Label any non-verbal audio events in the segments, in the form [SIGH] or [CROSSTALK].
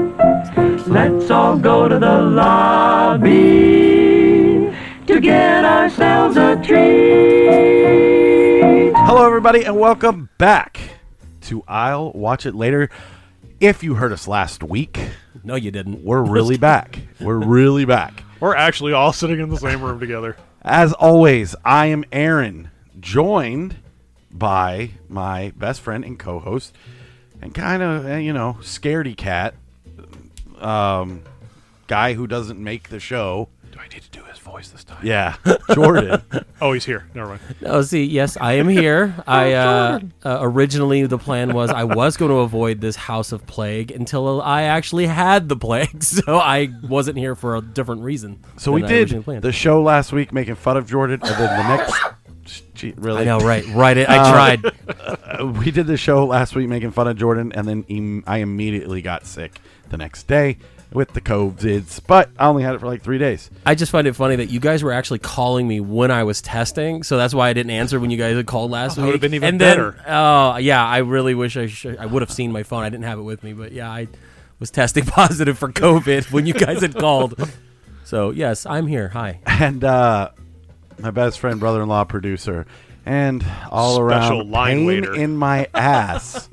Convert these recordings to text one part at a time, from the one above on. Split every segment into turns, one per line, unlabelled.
Let's all go to the lobby to get ourselves a treat.
Hello, everybody, and welcome back to I'll Watch It Later. If you heard us last week,
No, you
[LAUGHS]
didn't.
we're really back. We're really back.
We're actually all sitting in the same room together.
As always, I am Aaron, joined by my best friend and co host, and kind of, you know, scaredy cat, um, guy who doesn't make the show.
Do I need to do his voice this time?
Yeah,
[LAUGHS]
Jordan.
Oh, he's here. Never mind.
Oh, see, yes, I am here. I uh, uh, originally the plan was I was going to avoid this house of plague until I actually had the plague, [LAUGHS] so I wasn't here for a different reason.
So we
than I originally
did
planned.
the show last week making fun of Jordan, and then the
[LAUGHS]
next. Gee, really?
I know, right?
[LAUGHS]
Right. It,
Uh,
I tried.
[LAUGHS] we did the show last week making fun of Jordan, and then im- I immediately got sick the next day with the COVIDs, but I only had it for like three days. [LAUGHS]
I just find it funny that you guys were actually calling me when I was testing, so that's why I didn't answer when you guys had called last
That
week.
would've been even
and then,
better.
Oh, yeah. I really wish I sh- I would have seen my phone. I didn't have it with me, but yeah, I was testing [LAUGHS] positive for COVID when you guys had
[LAUGHS]
called. So yes, I'm here. Hi.
And uh, my best friend, brother in law, producer, and all
Special
around
line
pain
waiter.
in my
[LAUGHS]
ass,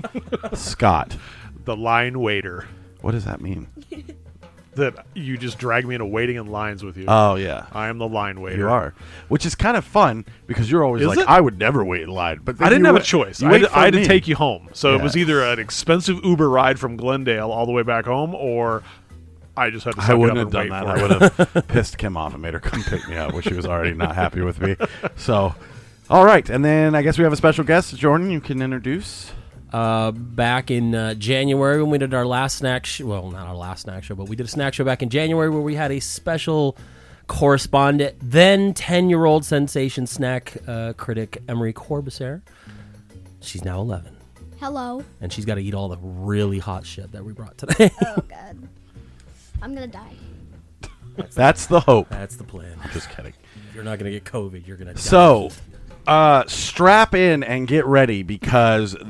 Scott.
The line waiter
What does that mean?
that you just drag me into waiting in lines with you.
Oh, yeah.
I am the line waiter.
You are, which is kind of fun because you're always
Is
like,
it?
I would never wait in line. But then
I didn't
you
have a
wa-
choice.
you
I
wait
had,
for
I had to
me.
take you home. So it was
Yeah.
either an expensive Uber ride from Glendale all the way back home, or I just had to suck
I
it up
wouldn't
and
have done
wait
that.
for
I
it. [LAUGHS]
would have pissed Kim off and made her come pick me up, which she was already not happy with me. So, all right, and then I guess we have a special guest, Jordan. You can introduce.
uh, back in uh, January when we did our last snack show. Well, not our last snack show, but we did a snack show back in January where we had a special correspondent, then 10 year old sensation snack uh, critic, Emery Corbusier. She's now 11,
Hello.
and she's got to eat all the really hot shit that we brought today. [LAUGHS]
Oh god. I'm gonna die.
That's the hope.
That's the plan.
Just kidding.
If you're not going to get COVID, you're going to
So, uh, strap in and get ready because th-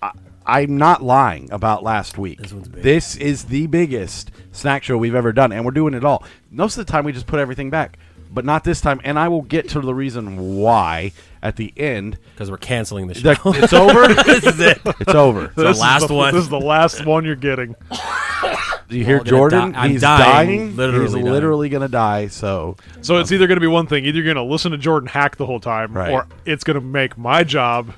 I, I'm not lying about last week. This,
one's big.
is the biggest snack show we've ever done, and we're doing it all. Most of the time, we just put everything back, but not this time. And I will get to the reason why at the end.
Because we're canceling the show.
The- [LAUGHS] it's over.
[LAUGHS] this is it. The
It's
[LAUGHS]
over.
This is
last
the-
one.
This is the last one you're getting.
Do you hear
all gonna
Jordan?
die. I'm
He's
dying.
dying.
Literally
He's
dying.
literally going to die. So
So it's either going to be one thing. Either you're going to listen to Jordan hack the whole time,
Right.
or it's going to make my job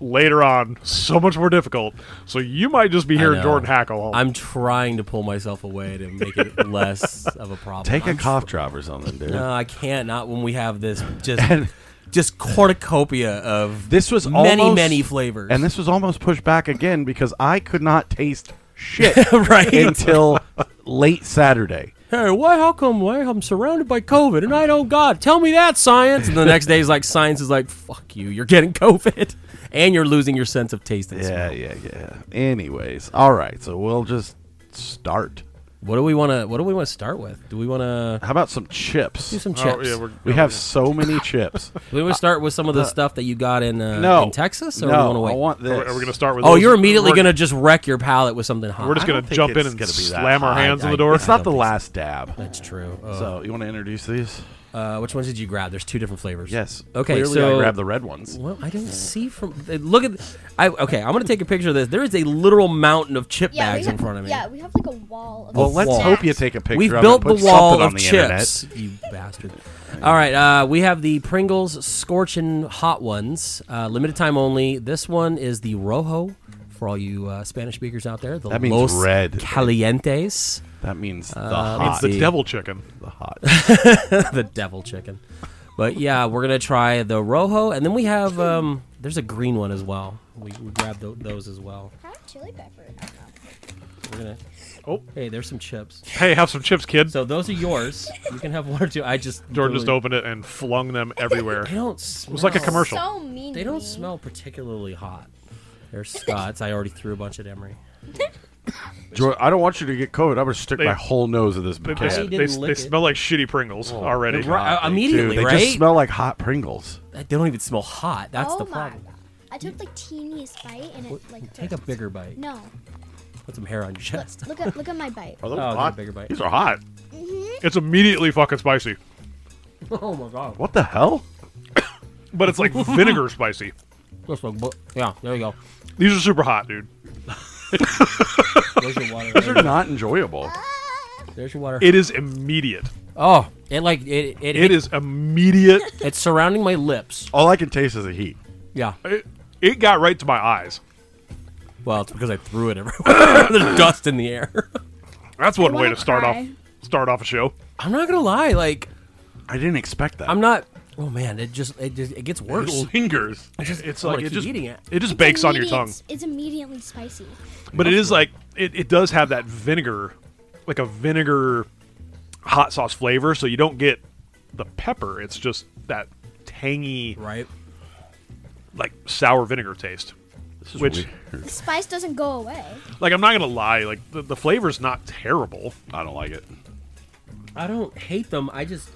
later on so much more difficult. So you might just be hearing
know.
Jordan hack all
I'm trying to pull myself away to make it less of a problem.
take a
I'm
cough drop or something, dude.
No, I can't. Not when we
[LAUGHS]
have this just
And-
just cornucopia of
This was
many
almost-
many flavors.
And this was almost pushed back again because I could not taste shit
[LAUGHS] Right.
until late Saturday.
hey, why? How come? Why I'm surrounded by COVID and I don't God? Tell me that science. And the next day is like science is like fuck you. You're getting COVID [LAUGHS] and you're losing your sense of taste and
Yeah,
smell.
yeah, yeah. Anyways, all right. So we'll just start.
What do we want to? What do we want to start with? Do we want to
How about some chips?
do some
Oh,
chips?
yeah, we're-
we have so many chips.
do we want to start with some of the stuff that you got in [LAUGHS] uh,
Uh, No,
in Texas, or
no,
we
I
want to wait?
want this.
Are we, going to start with?
Oh,
those?
you're immediately
We're-
gonna just wreck your palate with something hot.
We're just
I don't
going to
think
jump in
it's
and
gonna be that
slam our
high.
hands
I-
on the door.
It's not the
think so.
last dab.
That's true. Uh,
So you want to introduce these?
Uh, which ones did you grab? There's two different flavors.
Yes.
Okay.
Clearly,
so
I grabbed the red ones.
Well, I don't see from. uh, Look at. I okay. I'm gonna take a picture of this. There is a literal mountain of chip
Yeah,
bags
we have,
in front of me.
Yeah, we have like a wall of
Well,
A
let's
wall.
hope you take a picture.
We've
of it
built
and
the
put
wall
something
of
on the
chips. You bastard. All right. Uh, we have the Pringles scorching hot ones, uh, limited time only. This one is the Rojo for all you uh, Spanish speakers out there. The
That means
Los
red.
Calientes, [LAUGHS]
Internet. That means the
Uh,
It's
hot.
the devil chicken.
[LAUGHS] the hot.
the devil chicken. But yeah, we're gonna try the Rojo, and then we have um, there's a green one as well. We, we grabbed tho- those as well.
Probably chili pepper. I don't know.
We're gonna
Oh,
Hey, there's some chips.
hey, have some chips, kid.
So those are yours. You can have one or two. I just
Jordan just
literally-
opened it and flung them everywhere.
They don't. Smell.
was like a commercial.
So mean.
They
to
don't
me.
smell particularly hot. They're Scots. I already threw a bunch at Emery.
Joy, I don't want you to get COVID. I'm gonna stick
They-
my whole nose in this
They,
can.
he
they,
didn't
they, they
lick it.
smell like shitty Pringles already.
Right, uh, immediately,
Dude, they
right?
just smell like hot Pringles.
they don't even smell hot. That's
oh
the
my
problem.
god. I took the teeniest bite and it like.
Take a
hurt.
bigger bite.
No.
Put some hair on your chest. [LAUGHS]
Look at look at my bite.
Are those
Oh, they're
hot?
bigger bite.
These are hot.
Mm-hmm.
It's immediately fucking spicy,
oh my god.
What the hell?
but
[LAUGHS]
it's like vinegar spicy.
Looks like bu- yeah. There you go.
These are super hot, dude.
There's your water.
These are not enjoyable.
There's your water.
It is immediate.
oh, it like it. It,
It
it is.
is immediate.
It's surrounding my lips.
All I can taste is the heat.
Yeah.
It, it got right to my eyes.
Well, it's because I threw it everywhere. [LAUGHS] There's dust in the air. [LAUGHS]
That's one
I
way
wanna
to start off
cry.
start off a show.
I'm not gonna lie. Like
I didn't expect that.
I'm not. Oh man, it just it just it gets
It
worse.
lingers. it's
I wanna
like it
keep
just
eating it.
just
It's
bakes on your
immediate-
tongue.
It's immediately spicy.
But it is like it, it does have that vinegar, like a vinegar hot sauce flavor, so you don't get the pepper. It's just that tangy
Right.
like sour vinegar taste.
This is
which-
weird.
The spice doesn't go away.
Like I'm not gonna lie, like the, the flavor's not terrible.
[LAUGHS]
I don't like it.
I don't hate them. I just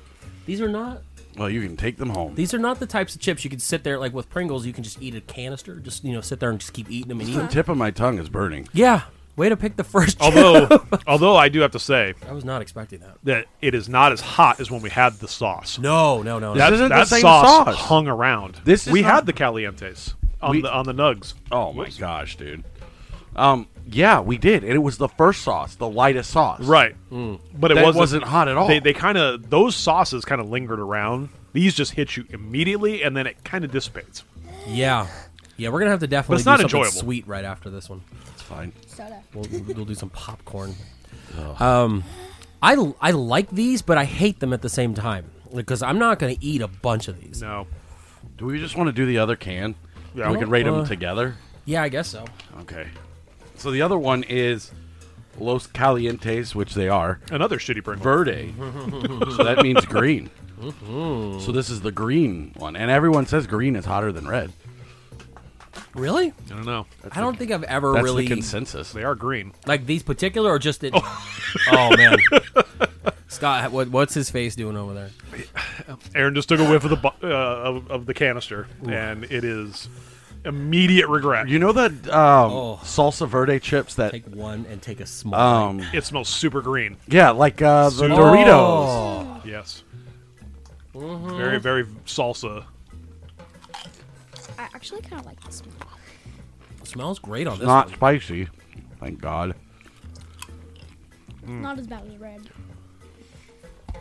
these are not
Well, you can take them home.
these are not the types of chips you can sit there like with Pringles. You can just eat a canister. Just you know sit there and just keep eating them and eat
the
'em.
tip of my tongue is burning.
Yeah. Way to pick the first. chip.
Although although I do have to say
I was not expecting that.
that it is not as hot as when we had the sauce.
No, no, no. no.
That,
isn't the
that
same
sauce,
sauce.
hung around.
This is
we
not-
had the calientes on
We-
the on the nugs.
Oh my gosh, dude. Um, yeah, we did, and it was the first sauce, the lightest sauce.
Right. But it
Mm. That
wasn't,
wasn't hot at all.
They, they kind of those sauces kind of lingered around. These just hit you immediately, and then it kind of dissipates.
Yeah. Yeah, we're gonna have to definitely
it's
do
not
something
enjoyable.
sweet right after this one.
It's fine.
Soda.
We'll, we'll do some popcorn. Um, I I like these, but I hate them at the same time because I'm not gonna eat a bunch of these.
No,
Do we just want to do the other can?
Yeah.
We can rate
Uh,
them together.
Yeah, I guess so.
Okay. So the other one is Los Calientes, which they are
another shitty Pringle.
[LAUGHS]
verde. so that means green.
Mm-hmm.
So this is the green one, and everyone says green is hotter than red.
Really?
I don't know.
I don't think I've ever
That's
really
the consensus.
They are green.
like these particular, or just it. [LAUGHS] Oh, man, Scott, what, what's his face doing over there?
Aaron just took a whiff of the bu- uh, of, of the canister, and it is immediate regret.
You know that um,
Oh.
salsa verde chips that
Take one and take a small.
um
it smells super green.
yeah like uh, the
Soup.
Doritos.
Oh.
Yes.
Mm-hmm.
Very very salsa.
I actually kind of like this one.
Smells great on this.
Not
one.
spicy, thank God.
Not as bad as red.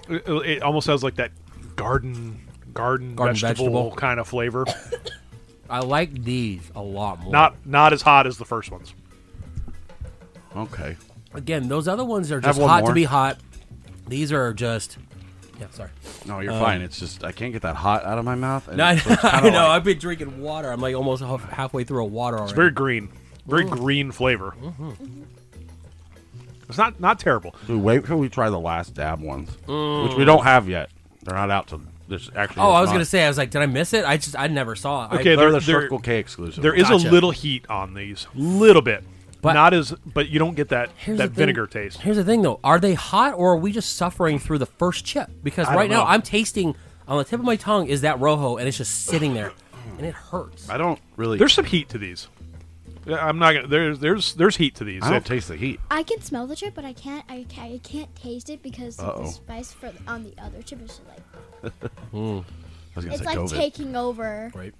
It, it almost has like that garden garden,
Garden vegetable.
kind of flavor.
I like these a lot more.
not not as hot as the first ones.
Okay,
again. Those other ones are just
one
hot
more.
to be hot. These are just. Yeah,
[LAUGHS]
sorry.
no, you're fine. It's just I can't get that hot out of my mouth. and
No, I,
so
[LAUGHS]
it's
I
kinda
know.
like-
I've been drinking water. I'm like almost half, halfway through a water already.
It's very green, very green flavor.
Mm-hmm.
It's not not terrible.
Dude, wait till we try the last dab ones, which we don't have yet. They're not out to this actually.
oh,
it's
I was
not-
gonna say. I was like, did I miss it? I just I never saw it.
Okay,
they're,
I,
They're-
the
they're-
Circle K exclusive.
There is
Gotcha.
a little heat on these, little bit,
But-
not as, but you don't get that
Here's
that
the thing-
vinegar taste.
Here's the thing, though: are they hot, or are we just suffering through the first chip? Because
I
right
don't
now,
know.
I'm tasting on the tip of my tongue is that rojo, and it's just sitting there, and it hurts.
I don't really.
There's some heat to these. Yeah, I'm not gonna. There's there's there's heat to these.
I don't
It-
taste the heat.
I can smell the chip, but I can't. I, ca- I can't taste it because of
Uh-oh.
the spice for on the other chip is like
I was gonna
it's
say
like
COVID.
taking over.
Right?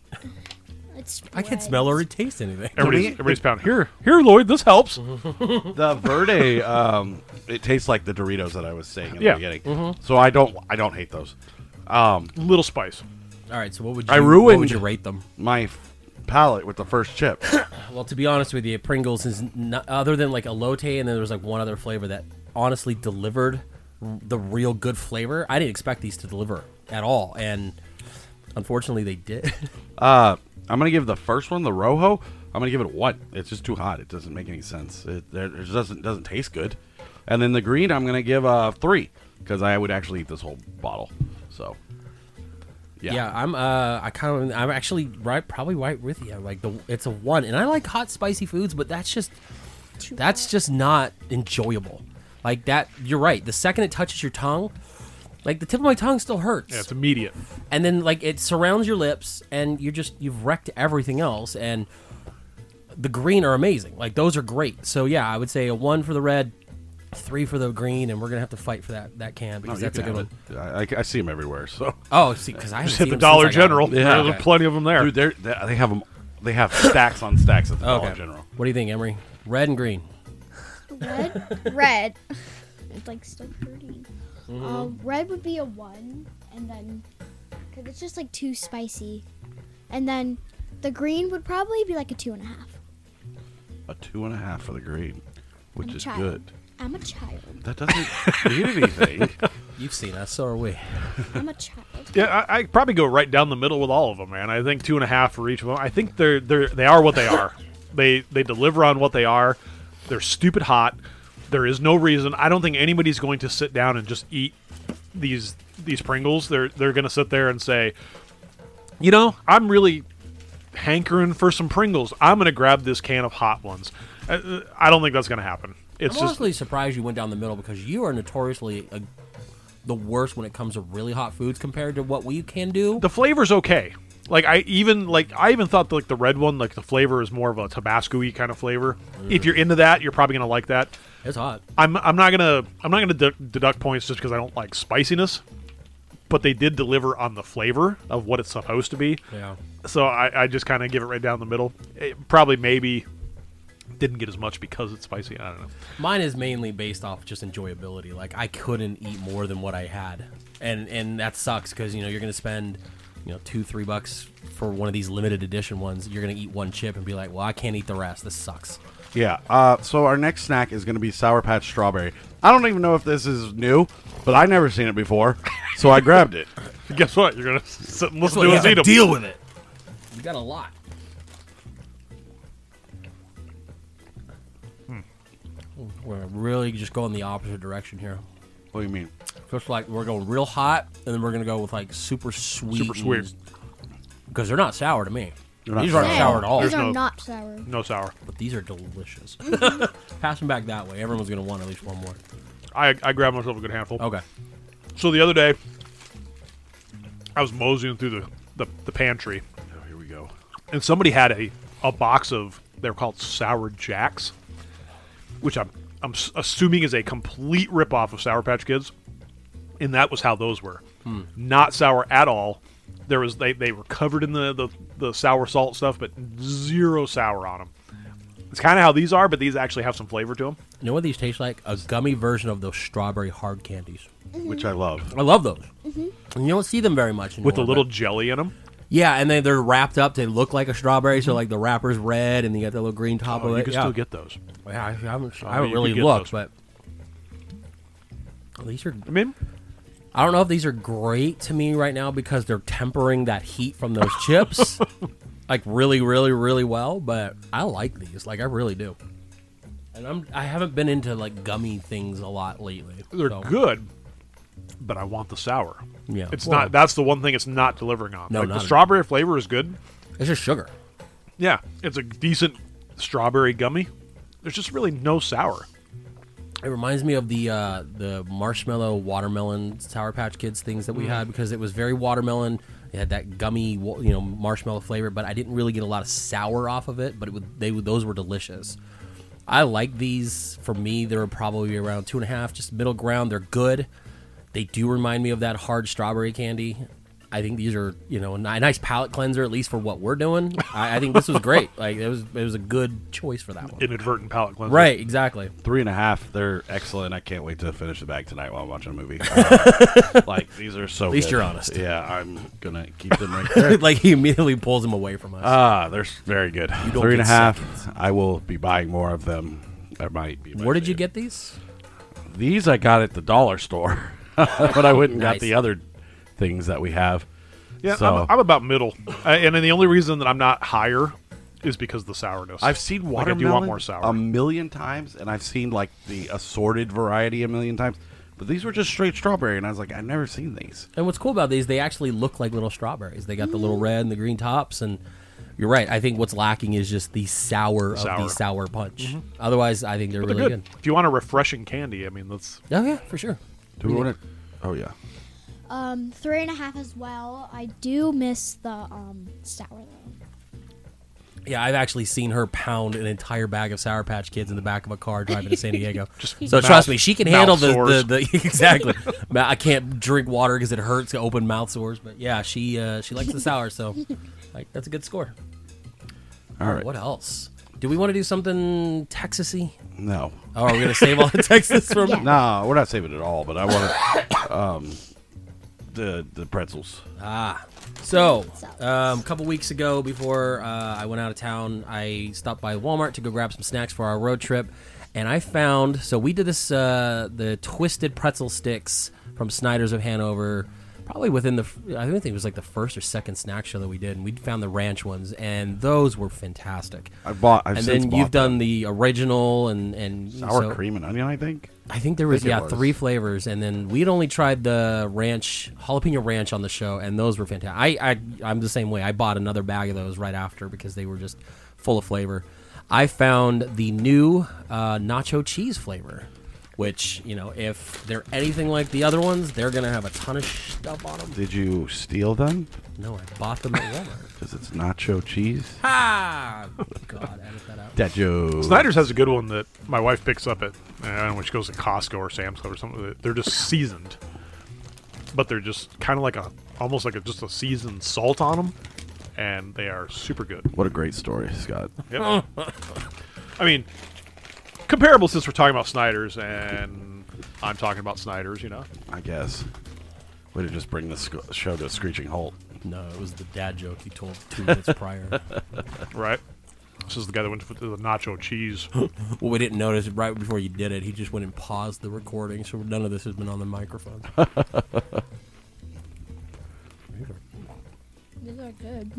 It's
I can't
spreads.
smell or taste anything.
everybody's, everybody's pounding. Here here, Lloyd. This helps.
Mm-hmm.
the [LAUGHS] verde, um, it tastes like the Doritos that I was saying in
Yeah.
the beginning. So I don't, I don't hate those.
Little spice.
[LAUGHS] All right, so what would you?
I
What
ruined-
would you rate them?
My f- palate with the first chip.
Well, to be honest with you, Pringles is not, other than like elote, and then there was like one other flavor that honestly delivered r- the real good flavor. I didn't expect these to deliver at all, and unfortunately, they did. [LAUGHS]
I'm gonna give the first one the Rojo. I'm gonna give it a one. It's just too hot. It doesn't make any sense. It, there- it just doesn't doesn't taste good. Um, And then the green, I'm going to give a three because I would actually eat this whole bottle. So, yeah.
Yeah. I'm. Uh, I kind of. I'm actually right. Probably right with you. Like the. It's a one, and I like hot, spicy foods, but that's just. That's just not enjoyable. Like that. You're right. The second it touches your tongue, like the tip of my tongue still hurts,
Yeah, it's immediate.
and then like it surrounds your lips, and you're just you've wrecked everything else. And the green are amazing. Like those are great. So yeah, I would say a one for the red, three for the green, and we're gonna have to fight for that that can
No,
because
you
that's a
can
good one.
have it. I, I- I see them everywhere. So,
Oh, see, because I
Just
haven't
hit the
seen them since I
Dollar
got
General.
them.
Yeah.
There's plenty of them there.
dude, they're, they they have them. They have stacks on stacks at the
Okay.
Dollar General.
What do you think, Emery? Red and green.
Red. red. [LAUGHS] It's like still pretty.
Mm-hmm.
Um, red would be a one, and then because it's just like too spicy, and then the green would probably be like a two and a half.
A two and a half for the green, which
I'm a
is
child.
good.
I'm a child.
That doesn't [LAUGHS] mean anything.
You've seen us, so are we.
I'm a child.
[LAUGHS]
Yeah, I, I probably go right down the middle with all of them, man. I think two and a half for each of them. I think they're they're they are what they are. they they deliver on what they are. They're stupid hot. There is no reason. I don't think anybody's going to sit down and just eat these these Pringles. They're they're going to sit there and say, you know, I'm really hankering for some Pringles. I'm going to grab this can of hot ones. I, uh, I don't think that's going to happen. It's
I'm
just
honestly surprised you went down the middle because you are notoriously uh the worst when it comes to really hot foods compared to what we can do.
the flavor's okay. Like I even like I even thought like the red one like the flavor is more of a Tabasco-y kind of flavor.
Mm.
If you're into that, you're probably gonna like that.
It's hot.
I'm I'm not gonna I'm not gonna de- deduct points just because I don't like spiciness, but they did deliver on the flavor of what it's supposed to be.
Yeah.
So I, I just kind of give it right down the middle. It probably maybe didn't get as much because it's spicy. I don't know. [LAUGHS]
Mine is mainly based off just enjoyability. Like I couldn't eat more than what I had, and and that sucks because you know you're gonna spend you know two three bucks for one of these limited edition ones. You're gonna eat one chip and be like, well, I can't eat the rest. This sucks.
Yeah. Uh, so our next snack is going to be Sour Patch Strawberry. I don't even know if this is new, but I never seen it before, so I grabbed
[LAUGHS]
it.
Guess what? You're gonna sit and listen
what
to
you
us
have
eat
to
'em.
deal with it. You got a lot. Hmm. We're really just going the opposite direction here.
What do you mean?
Just like we're going real hot, and then we're gonna go with like super sweet,
Super sweet.
Because they're not sour to me.
They're not
these aren't
sour.
sour at all,
These
There's
are
no-
not sour.
No sour.
but these are delicious. Pass them back that way. Everyone's gonna want at least one more.
I I grabbed myself a good handful.
Okay.
So the other day, I was moseying through the, the, the pantry,
Oh, here we go.
and somebody had a, a box of they're called Sour Jacks, which I'm I'm s- assuming is a complete ripoff of Sour Patch Kids, and that was how those were, not sour at all. There was they, they were covered in the, the the sour salt stuff, but zero sour on them. It's kind of how these are, but these actually have some flavor to them.
You know what these taste like? A gummy version of those strawberry hard candies.
Which I love.
I love those. And you don't see them very much anymore.
With a little
but-
jelly in them,
yeah, and they they're wrapped up. They look like a strawberry, so like the wrapper's red, and you got the little green top
Mm-hmm. oh,
of it.
you can
yeah.
still get those.
Yeah, I haven't, I
mean,
haven't
you
really
could get
looked,
those.
but these are.
I mean,
I don't know if these are great to me right now because they're tempering that heat
[LAUGHS]
from those chips, like really, really, really well. But I like these, like I really do. And I'm I haven't been into like gummy things a lot lately.
They're
so-
good, but I want the sour.
Yeah,
It's
well,
not. That's the one thing it's not delivering on.
No,
like
not
the
at
strawberry flavor is good.
It's just sugar.
Yeah, it's a decent strawberry gummy. There's just really no sour.
It reminds me of the uh, the marshmallow watermelon Sour Patch Kids things that we had because it was very watermelon. It had that gummy, wa- you know, marshmallow flavor, but I didn't really get a lot of sour off of it. But it would, they would, those were delicious. I like these. For me, they were probably around two and a half, just middle ground. They're good. They do remind me of that hard strawberry candy. I think these are, you know, a ni- nice palate cleanser at least for what we're doing. I, I think this was great. [LAUGHS] Like it was, it was a good choice for that one.
Inadvertent palate cleanser.
Right? Exactly.
Three and a half. They're excellent. I can't wait to finish the bag tonight while I'm watching a
[LAUGHS]
movie. Uh, like these are so. At
least you're honest.
Yeah, I'm gonna
[LAUGHS]
keep them right there.
like he immediately pulls him away from us.
Ah, they're s- very good.
don't
Three and a
get
half. I will be buying more of them. That might be. my
Where did you
favorite.
get these?
These I got at the dollar store, [LAUGHS] but I went and
Nice.
got the other things that we have.
Yeah,
So-
I'm, I'm about middle, I, and then the only reason that I'm not higher is because of the sourness.
I've seen
Like,
watermelon
I do want more sour.
a million times, and I've seen like the assorted variety a million times. But these were just straight strawberry, and I was like, I've never seen these.
And what's cool about these, they actually look like little strawberries. They got the little red and the green tops, and you're right. I think what's lacking is just the sour of the
Sour.
sour punch. Otherwise, I think they're
But
really
they're
good.
good. If you want a refreshing candy, I mean, that's
Oh yeah, for sure.
Do we want to? Oh yeah.
Um, three and a half as well. I do miss the um sour though.
Yeah, I've actually seen her pound an entire bag of Sour Patch Kids in the back of a car
[LAUGHS]
driving to San Diego. so
mouth-
trust me, she can handle
mouth
the,
sores.
the, [LAUGHS] the exactly. Ma- I can't drink water because it hurts open mouth sores, but yeah, she uh, she likes the
[LAUGHS]
sour, so like that's a good score.
All right.
What else? Do we want to do something Texasy?
No.
Oh, are we gonna save all the Texas from?
Yeah.
No, we're not saving it all. But I want [LAUGHS] to. um, the the pretzels.
Ah. So, um, a couple weeks ago, before uh, I went out of town, I stopped by Walmart to go grab some snacks for our road trip, and I found. So we did this uh, the twisted pretzel sticks from Snyder's of Hanover, probably within the. I think it was like the first or second snack show that we did, and we found the ranch ones, and those were fantastic.
I bought. I've
and
since
then
bought
you've
them.
done the original and and
sour
so-
cream and onion. I think.
I think there was
think it
yeah
was.
three flavors, and then we'd only tried the ranch jalapeno ranch on the show, and those were fantastic. I, I I'm the same way. I bought another bag of those right after because they were just full of flavor. I found the new uh, nacho cheese flavor, which you know if they're anything like the other ones, they're gonna have a ton of stuff on them.
Did you steal them?
No, I bought them at Walmart.
Because it's nacho cheese.
ah, God, edit that out.
That joke.
Snyder's has a good one that my wife picks up at, I don't know, when she goes to Costco or Sam's Club or something. They're just seasoned, but they're just kind of like a, almost like a, just a seasoned salt on them, and they are super good.
What a great story, Scott. [LAUGHS]
Yep. I mean, comparable since we're talking about Snyder's and I'm talking about Snyder's, you know.
I guess. Way to just bring this sc- show to a screeching halt.
No, it was the dad joke you told [LAUGHS] two minutes prior.
Right. This is the guy that went to the
[GASPS]
nacho cheese.
Well, we didn't notice it right before you did it. He just went and paused the recording, so none of this has been on
[LAUGHS]
the microphone.
These are good.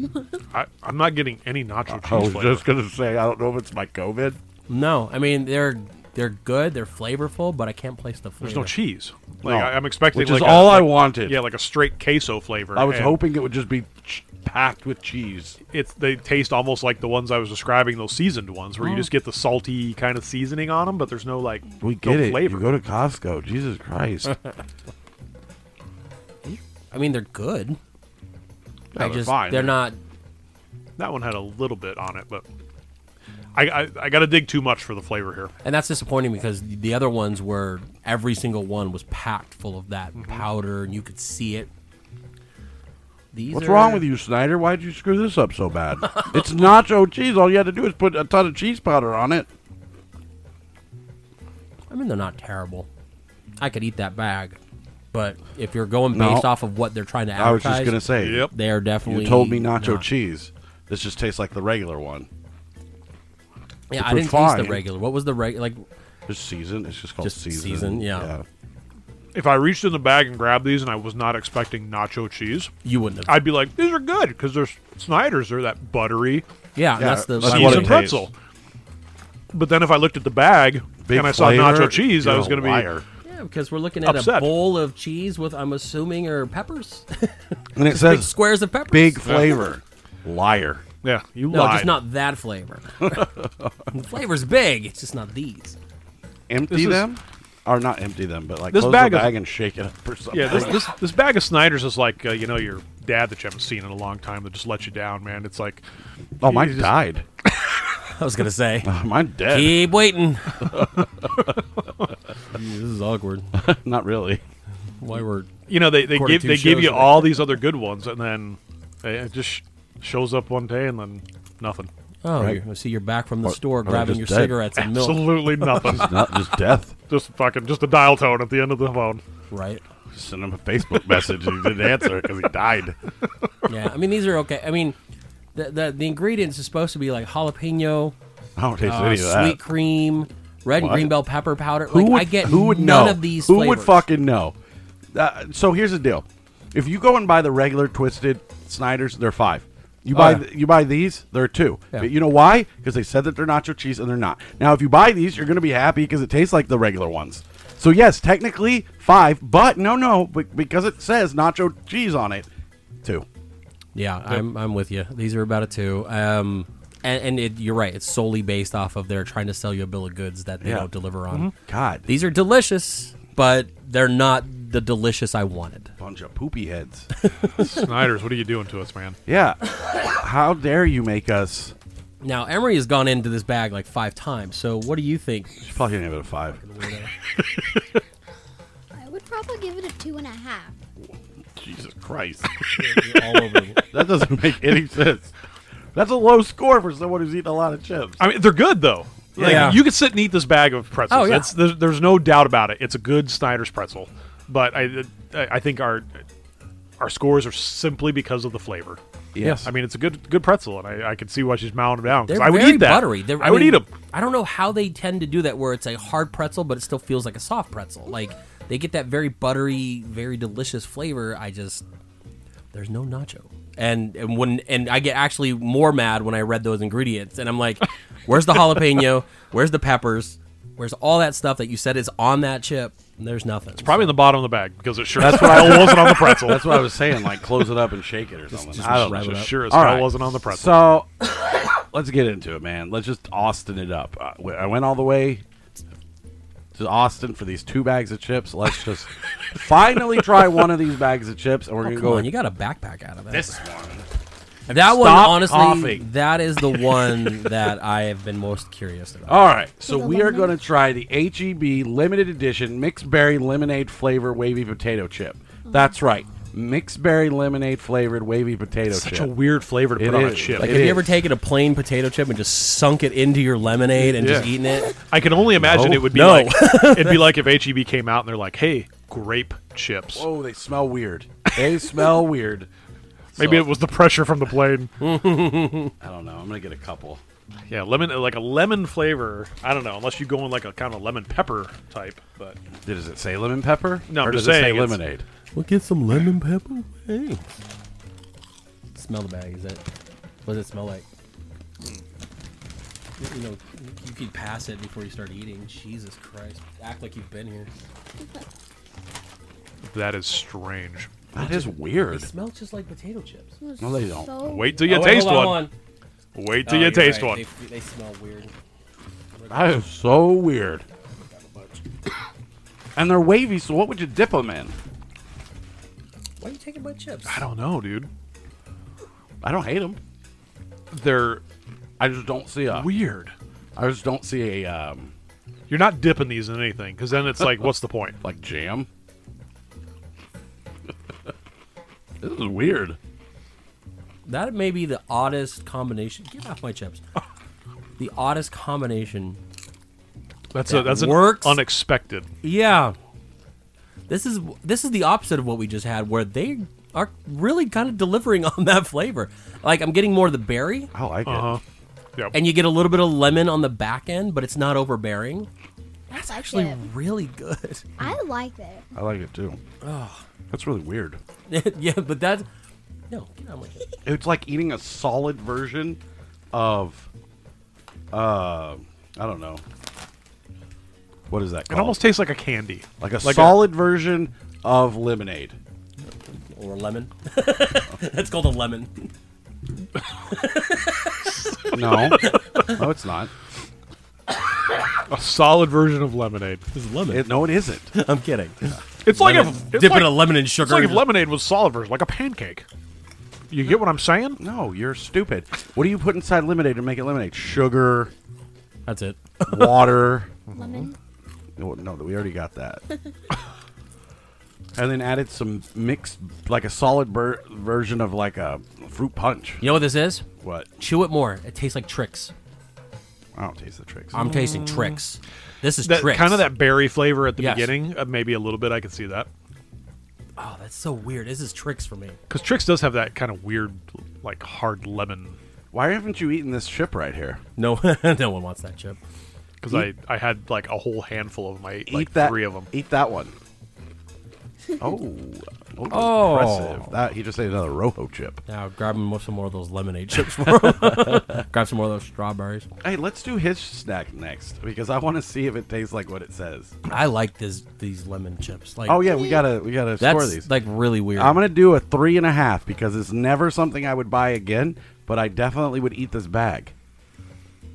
I, I'm not getting any nacho
[LAUGHS]
cheese.
I was
flavor.
just gonna say I don't know if it's my COVID.
no, I mean they're they're good, they're flavorful, but I can't place the flavor.
There's no cheese.
No.
Like I, am expecting,
Which is
like a-
all I
like-
wanted.
Yeah, like a straight queso flavor.
I was
and
hoping it would just be ch- packed with cheese.
it's they taste almost like the ones I was describing, those seasoned ones,
Oh.
where you just get the salty kind of seasoning on them, but there's no like
We
no
get it.
flavor.
You go to Costco. Jesus [LAUGHS] Christ.
I mean they're good. I
they're
just
fine.
they're not.
that one had a little bit on it, but I I, I got to dig too much for the flavor here.
And that's disappointing because the other ones were every single one was packed full of
Mm-hmm.
that powder, and you could see it. These
What's
are-
wrong with you, Snyder? Why'd you screw this up so bad? it's nacho cheese. All you had to do is put a ton of cheese powder on it.
I mean, they're not terrible. I could eat that bag, but if you're going
No.
based off of what they're trying to
I was
advertise,
just gonna say.
Yep.
they are definitely.
You told me nacho
not.
cheese. This just tastes like the regular one.
Yeah, I
were
didn't taste
fine.
the regular. What was the regular? Like,
It's seasoned. It's just called
Just
seasoned.
seasoned, yeah.
If I reached in the bag and grabbed these, and I was not expecting nacho cheese,
you wouldn't have.
I'd be like, these are good because they're S- Snyder's. They're that buttery
yeah, and that's the.
that's
I
what it
seasoned pretzel. But then if I looked at the bag
Big
and I saw
flavor,
nacho cheese, I
you're
was
a
going to be
liar.
yeah, because we're looking at a
Upset.
bowl of cheese with, I'm assuming,
[LAUGHS]
or peppers,
And it
big
says
squares of peppers.
big flavor. Liar.
yeah, you
No,
lied.
just not that
[LAUGHS]
flavor. the flavor's big. It's just not these.
Empty
This is-
them? Or not empty them, but like
This
close
bag
the
of-
bag and shake it up or something.
Yeah, this, this this bag of Snyder's is like uh, you know your dad that you haven't seen in a long time that just let you down, man. It's like
oh, mine
you just-
died. [LAUGHS]
I was gonna say.
Mine dead.
Keep waiting.
[LAUGHS]
this is awkward.
Not really.
Why we're
you know they they
Quarter
give
two
they give
shows
you
are-
all these other good ones, and then eh, it just sh- shows up one day and then nothing,
oh,
Right.
you see, you're back from the
Or-
store
or they're
grabbing
just
your
dead.
cigarettes and milk,
absolutely [LAUGHS] nothing.
Not just death.
just fucking just a dial tone at the end of the phone.
right?
Just sent him a Facebook message and he didn't answer because he died.
Yeah, I mean these are okay. I mean, the the, the ingredients is supposed to be like jalapeno,
I don't taste
uh,
any of that.
sweet cream, red and
What?
green bell pepper powder.
who
like
would,
I get
who would
none
know?
of these.
Who
flavors.
would fucking know? Uh, so here's the deal: if you go and buy the regular twisted Snyder's, they're five. You buy
Oh, yeah.
th- you buy these, there are two.
Yeah.
But you know why? Because they said that they're nacho cheese and they're not. Now, if you buy these, you're going to be happy because it tastes like the regular ones. So yes, technically five, but no, no, be- because it says nacho cheese on it, two.
Yeah, I'm, I'm with you. These are about a two. Um, and, and it, you're right. It's solely based off of they're trying to sell you a bill of goods that they
Yeah. Mm-hmm.
don't deliver on.
God, these
These are delicious, but they're not the delicious I wanted.
bunch of poopy heads.
[LAUGHS] Snyder's, what are you doing to us, man?
yeah, how dare you make us?
Now, Emery has gone into this bag like five times. So, what do you
[LAUGHS]
think?
She's probably gonna give it a five.
I would probably give it a two and a half.
Jesus Christ,
All over me.
[LAUGHS] that doesn't make any sense. That's a low score for someone who's eating a lot of chips.
I mean, they're good though. Like,
Yeah.
you could sit and eat this bag of pretzels.
Oh, yeah.
It's- there's, there's no doubt about it. It's a good Snyder's pretzel, but I, I I think our our scores are simply because of the flavor.
Yes,
I mean, it's a good good pretzel, and I, I could see why she's mounting it down. 'cause
They're
I would
very
eat that.
buttery. They're,
I would
mean,
eat them.
I don't know how they tend to do that, where it's a hard pretzel, but it still feels like a soft pretzel. Like they get that very buttery, very delicious flavor. I just there's no nacho, and and when and I get actually more mad when I read those ingredients, and
[LAUGHS]
I'm like, where's the jalapeno? Where's the peppers? Where's all that stuff that you said is on that chip? And there's nothing. It's
Probably in the bottom of the bag because it sure [LAUGHS] as hell wasn't on
[LAUGHS]
the pretzel.
That's what I was saying. Like, close it up and shake it or something.
[LAUGHS] just
I don't
wrap
know.
it
It
up.
sure as
All
hell
right.
wasn't on the pretzel.
So, [COUGHS] let's get into it, man. Let's just Austin it up. Uh, w- I went all the way to Austin for these two bags of chips. Let's [LAUGHS] just finally try one of these bags of chips, and we're gonna
Oh, Come
go
on, you got a backpack out of that.
this one.
that one,
Stop
honestly,
coughing.
that is
[LAUGHS]
the one that I have been most curious about.
All right, so
the
we are
lemonade.
going to try the HEB limited edition mixed berry lemonade flavor wavy potato chip. That's right, mixed berry lemonade flavored wavy potato
Such
chip.
a weird flavor to
It
put on a
is.
chip.
Like,
It
have you
is.
ever taken a plain potato chip and just sunk it into your lemonade and just
Yeah.
eaten it?
I can only imagine
No.
it would be
No.
[LAUGHS]
like it'd be like if HEB came out and they're like, "Hey, grape chips."
Oh, they smell weird. They smell weird.
Maybe it was the pressure from the plane.
I don't know. I'm gonna get a couple.
yeah, lemon like a lemon flavor. I don't know, unless you go in like a kind of lemon pepper type, but
Does it say lemon pepper?
No,
or
I'm
does
just
it say
saying it's-
lemonade?
We'll get some lemon pepper. Hey. Smell the bag. Is it? What does it smell like? You know, you could pass it before you start eating. Jesus Christ! Act like you've been here.
that is strange.
That is weird.
It smells just like potato chips.
No, they don't.
So
Wait till you
Oh,
taste one. Wait till you taste one.
They, they smell weird.
That is so weird. And they're wavy, so what would you dip them in?
Why are you taking my chips?
I don't know, dude.
I don't hate them.
They're
I just don't see a.
weird.
I just don't see a um,
You're not dipping these in anything because then it's like, what's the point?
like jam. [LAUGHS] this is weird.
That may be the oddest combination. Get off my chips. The oddest combination
That's a
That
that's an
works.
unexpected.
Yeah. This is this is the opposite of what we just had, where they are really kind of delivering [LAUGHS] on that flavor. Like I'm getting more of the berry,
I like
Uh huh.
it.
Yeah.
and you get a little bit of lemon on the back end, but it's not overbearing.
that's
Actually, really good. [LAUGHS]
I like it.
I like it too. That's really weird.
yeah, but that's no. Get on with it.
It's like eating a solid version of, uh, I don't know. What is that
it
called?
almost tastes like a candy.
like a solid version of [LAUGHS] lemonade.
Or lemon. [LAUGHS] that's called a lemon.
No, no, it's not.
a solid version of lemonade.
It's lemon.
It, no, it isn't.
[LAUGHS] I'm kidding.
It's like
Lemon-
if it's
dipping
like-
a lemon in sugar.
It's like
and
if
just-
lemonade was solid version, like a pancake. You get what I'm saying?
No, you're stupid. What do you put inside lemonade to make it lemonade? Sugar,
That's it.
water.
Lemon.
No, no, we already got that. and then added some mixed, like a solid ver- version of like a fruit punch.
You know what this is?
What?
Chew it more. It tastes like tricks.
I don't taste the tricks.
I'm tasting tricks. This is
Mm. That
tricks.
kind of that berry flavor at the
Yes.
beginning, uh, maybe a little bit. I could see that
Oh, that's so weird. This is tricks for me.
because Trix does have that kind of weird, like hard lemon.
Why haven't you eaten this chip right here?
No, [LAUGHS] no one wants that chip.
Because I I had like a whole handful of my
Eat
like
[LAUGHS]
that.
three of them.
Eat that one. oh, Oh,
Oh.
impressive. That, he just ate another Rojo chip.
Now grab him with some more of those lemonade chips for him. grab some more of those strawberries.
Hey, let's do his snack next because I want to see if it tastes like what it says.
I like this these lemon chips. Like
Oh yeah, we gotta we gotta score
that's
these.
like really weird.
I'm gonna do a three and a half because it's never something I would buy again, but I definitely would eat this bag.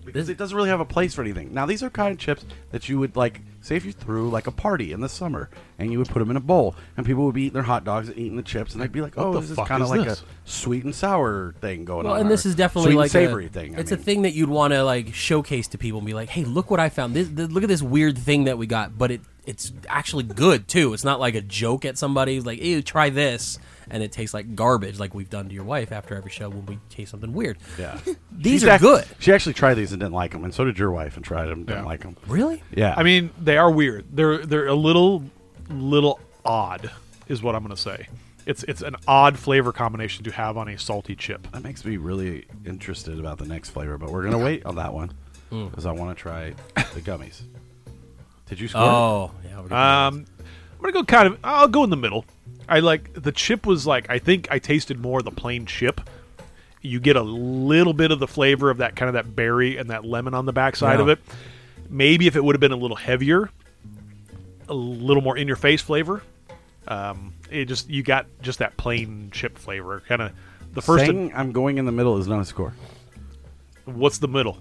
Because it doesn't really have a place for anything. Now these are kind of chips that you would like say if you threw like a party in the summer and you would put them in a bowl and people would be eating their hot dogs and eating the chips and I'd be like, oh,
the
this is
fuck
kind of
is
like
this?
a sweet and sour thing going
well,
on.
and this
or
is definitely
sweet
like
and savory
a,
thing. I
It's a
mean.
thing that you'd want to like showcase to people and be like, "Hey, look what I found! This, th look at this weird thing that we got, but it it's actually good too. It's not like a joke at somebody like, ew, try this." And it tastes like garbage, like we've done to your wife after every show when we taste something weird.
Yeah.
[LAUGHS] These
She's
are
act-
good.
She actually tried these and didn't like them, and so did your wife and tried them and didn't
Yeah.
like them.
Really?
Yeah.
I mean, they are weird. They're they're a little little odd, is what I'm gonna say. It's it's an odd flavor combination to have on a salty chip.
That makes me really interested about the next flavor, but we're gonna wait on that one
Hmm.
because I want to try the gummies. Did you score?
Oh, yeah. we're gonna-
Um, I'm gonna go kind of. I'll go in the middle. I like the chip was like. I think I tasted more of the plain chip. You get a little bit of the flavor of that kind of that berry and that lemon on the backside of
Yeah.
it. Maybe if it would have been a little heavier, a little more in your face flavor. Um, it just you got just that plain chip flavor. Kind of the first.
Saying I'm going in the middle is not a score,
what's the middle?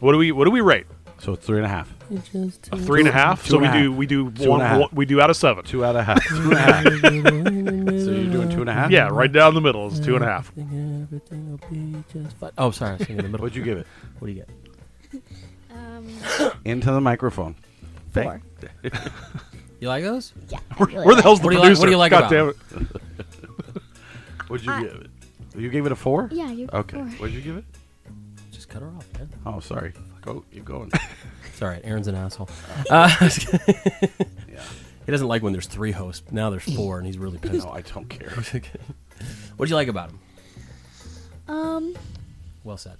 What do we what do we rate?
so it's three and a
[LAUGHS]
half.
A three and a half.
two
So
and
we
a
do
half.
we do
Two and
one,
a half.
one- we do out of seven.
Two out of half. Two and a half. so you're doing two and a half.
Yeah, right down the middle is two and
Mm-hmm.
a half.
Everything will be just fine. Oh, sorry, I was thinking in the middle.
What'd you give it?
what do you get?
Um,
Into the microphone.
four.
You like those?
Yeah.
Where the hell's the
What do you like-
producer?
what do you like
God
about
damn it.
What'd you give it? You gave it a four.
Yeah, you
Okay.
four.
What'd you give it?
Just cut her off, man.
Oh, sorry. Go. You're
[LAUGHS]
going.
It's all right. Aaron's an asshole. Uh, [LAUGHS] he
yeah.
doesn't like when there's three hosts. Now there's four, and he's really pissed.
No, I don't
[LAUGHS]
care.
What'd you like about him?
Um,
Well [LAUGHS] said.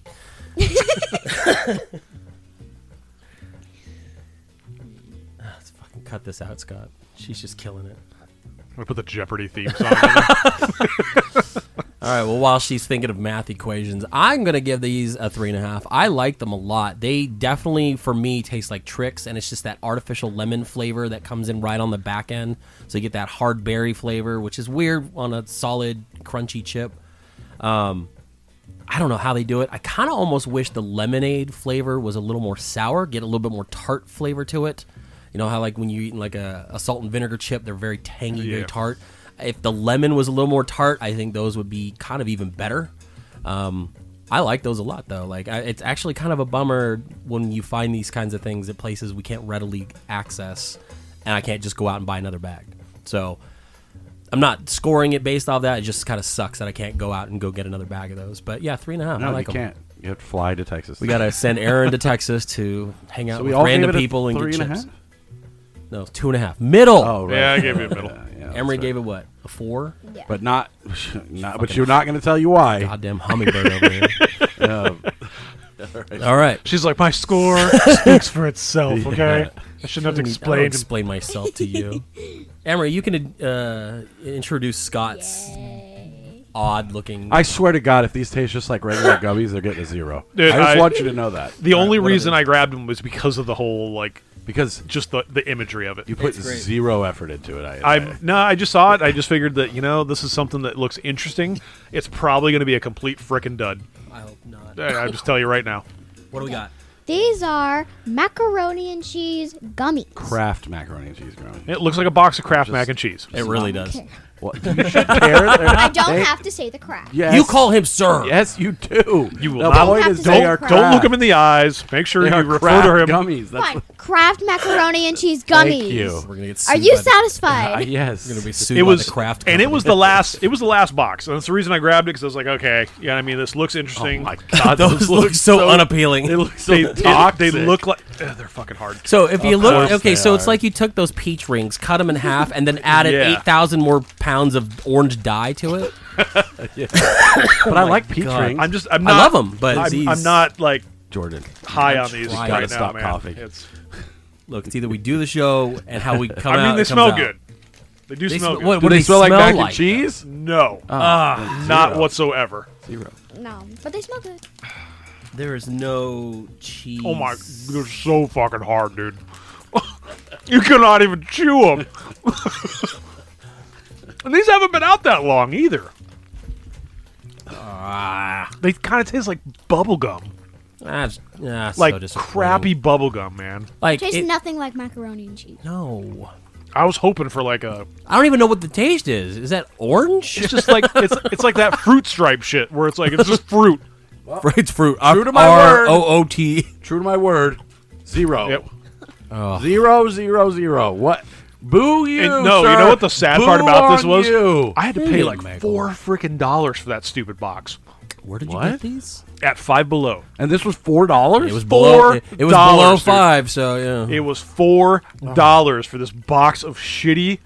Ah, Let's fucking cut this out, Scott. She's just killing it.
I'm gonna put the Jeopardy theme [LAUGHS] song. in.
All right. Well, while she's thinking of math equations, I'm gonna give these a three and a half. I like them a lot. They definitely, for me, taste like tricks, and it's just that artificial lemon flavor that comes in right on the back end. So you get that hard berry flavor, which is weird on a solid, crunchy chip. I don't know how they do it. I kind of almost wish the lemonade flavor was a little more sour, get a little bit more tart flavor to it. You know how like when you're eating like a, a salt and vinegar chip, they're very tangy, very
Yeah.
tart. If the lemon was a little more tart, I think those would be kind of even better. Um, I like those a lot though. Like I, it's actually kind of a bummer when you find these kinds of things at places we can't readily access, and I can't just go out and buy another bag. So I'm not scoring it based off that. It just kind of sucks that I can't go out and go get another bag of those. But yeah, three and a half.
No,
I like
you
'em.
can't. You have to fly to Texas.
We gotta send Aaron to Texas to hang out
So we
with
all
random
gave it a
people and
three
get
and a
chips.
half?
No, two and a half. Middle.
Oh, right.
yeah, I gave you a middle.
Yeah, yeah,
Emery
that's right.
gave it what a four.
yeah.
but not, [LAUGHS] not but you're not going to tell you why.
Goddamn hummingbird
[LAUGHS]
over here.
Um,
All right.
She's like, my score
[LAUGHS]
speaks for itself. Okay, I shouldn't have to
I'll
explain.
explain myself to you. Emery, you can uh, introduce Scott's
Eh,
odd-looking.
I swear to God, if these taste just like [LAUGHS] regular gummies, they're getting a zero.
Dude,
I just
I-
want you to know that
The only
Whatever.
reason I grabbed him was because of the whole like,
because
just the the imagery of it.
you put
It's great.
zero effort into it. I,
I'm no, I just saw it. I just figured that you know this is something that looks interesting. It's probably going to be a complete frickin' dud.
I hope not.
I- I'll just tell you right now.
What do we got?
These are macaroni and cheese gummies.
Kraft macaroni and cheese
[LAUGHS]
gummy.
It looks like a box of Kraft mac and cheese.
It really does.
Okay.
Well, you should care.
I don't
They-
have to say the crack.
Yes.
You call him sir.
Yes, you do.
You will
the
not-
point
Have
is
to
they
say
are
Kraft.
Don't look
Kraft.
him in the eyes. Make sure
They
you
are
refer
Kraft
to him.
gummies. That's
One, Kraft macaroni and cheese gummies.
Thank you.
We're gonna get.
Are
sued
you
by the-
Uh,
satisfied?
yes.
We're gonna be sued
it was
by the craft.
and it was
company.
the last. It was the last box, and that's the reason I grabbed it because I was like, okay, yeah, I mean, this looks interesting.
my God,
[LAUGHS] Oh
[LAUGHS]
Those look so, unappealing.
they, they- they
toxic.
look like ugh, they're fucking hard.
So if you
course
look, okay,
they
so it's
are.
like you took those peach rings, cut them in half, and then added
Yeah.
eight thousand more pounds of orange dye to it.
but I like peach
God.
rings.
I'm just, I'm
I
not.
love 'em, but
I'm,
these-
I'm not like
Jordan.
high
I'm
on these
trying
right
to
now,
stop
man.
coughing.
It's,
Look, it's either we do the show and how we come
I
out.
mean, they
it comes
smell
out.
good. They do
They
smell
sm-
good.
what-
Do they,
they
smell like
smell
mac
like,
and cheese?
No,
Ah,
not
zero.
whatsoever.
Zero.
No, but they smell good.
there is no cheese.
Oh my, they're so fucking hard, dude. [LAUGHS] you cannot even chew them. [LAUGHS] and these haven't been out that long either.
Ah.
They kind of taste like bubble gum,
That's, that's so
like
disappointing.
crappy bubble gum, man.
Like
Tastes
it-
nothing like macaroni and cheese.
no.
I was hoping for like a.
I don't even know what the taste is. Is that orange? [LAUGHS]
[LAUGHS]
It's just like it's it's like that fruit stripe shit where it's like it's just fruit.
It's fruit. True
to my word.
R-O-O-T.
True to my word. Zero.
Yep.
Zero, zero, zero. What? Boo you!
And no, you
sir.
know what the sad part
Boo
about this
on
was?
you.
I had to pay like
Michael.
four freaking dollars for that stupid box
Where did you
What?
get these?
at Five Below.
and this was four dollars.
It was below. It, it was below
dollars, dude.
five. So yeah.
It was four dollars for this box of shitty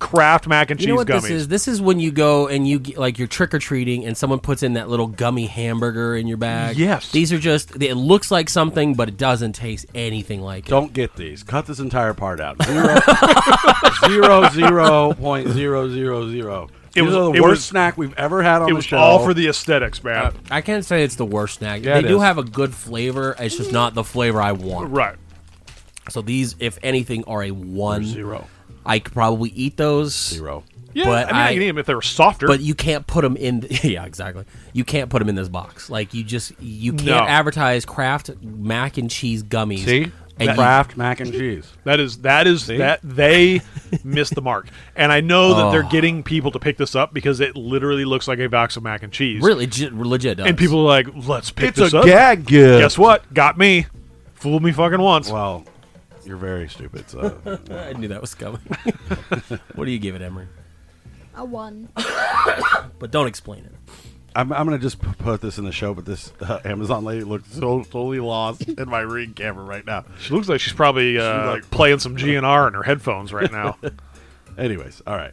Kraft mac and cheese
you know what
gummies.
this is? This is when you go and you get, like you're trick or treating, and someone puts in that little gummy hamburger in your bag.
Yes.
these are just. It looks like something, but it doesn't taste anything like it.
Don't get these. Cut this entire part out. Zero, zero, zero point zero zero zero.
It
It
was-
was the
it
worst
was-
snack we've ever had on
It
the
was
show.
all for the aesthetics, man.
I can't say it's the worst snack.
Yeah,
they
it
do
is.
have a good flavor. It's just not the flavor I want.
right.
So these, if anything, are a one.
zero,
I could probably eat those.
zero.
Yeah,
But
I mean, I,
I-
can eat them if they were softer.
but you can't put them in. [LAUGHS] yeah, exactly. You can't put them in this box. Like you just you can't
No.
advertise Kraft mac and cheese gummies.
See,
and you-
Kraft mac and cheese.
that is that is that they missed the mark, and I know that they're
Oh.
getting people to pick this up because it literally looks like a box of mac and cheese.
really legit, legit. Does.
and people are like, "Let's pick
It's
this
a
up."
gag gift.
Guess what? Got me. Fooled me fucking once.
Well, you're very stupid. So [LAUGHS]
I knew that was coming. [LAUGHS] what do you give it, Emery?
A one.
But don't explain it.
I'm, I'm gonna just p- put this in the [LAUGHS] show. But this uh, Amazon lady looks so totally lost in my ring camera right now.
She looks like she's probably uh,
like-
playing some GNR in her headphones right now.
Anyways, all
[LAUGHS]
right.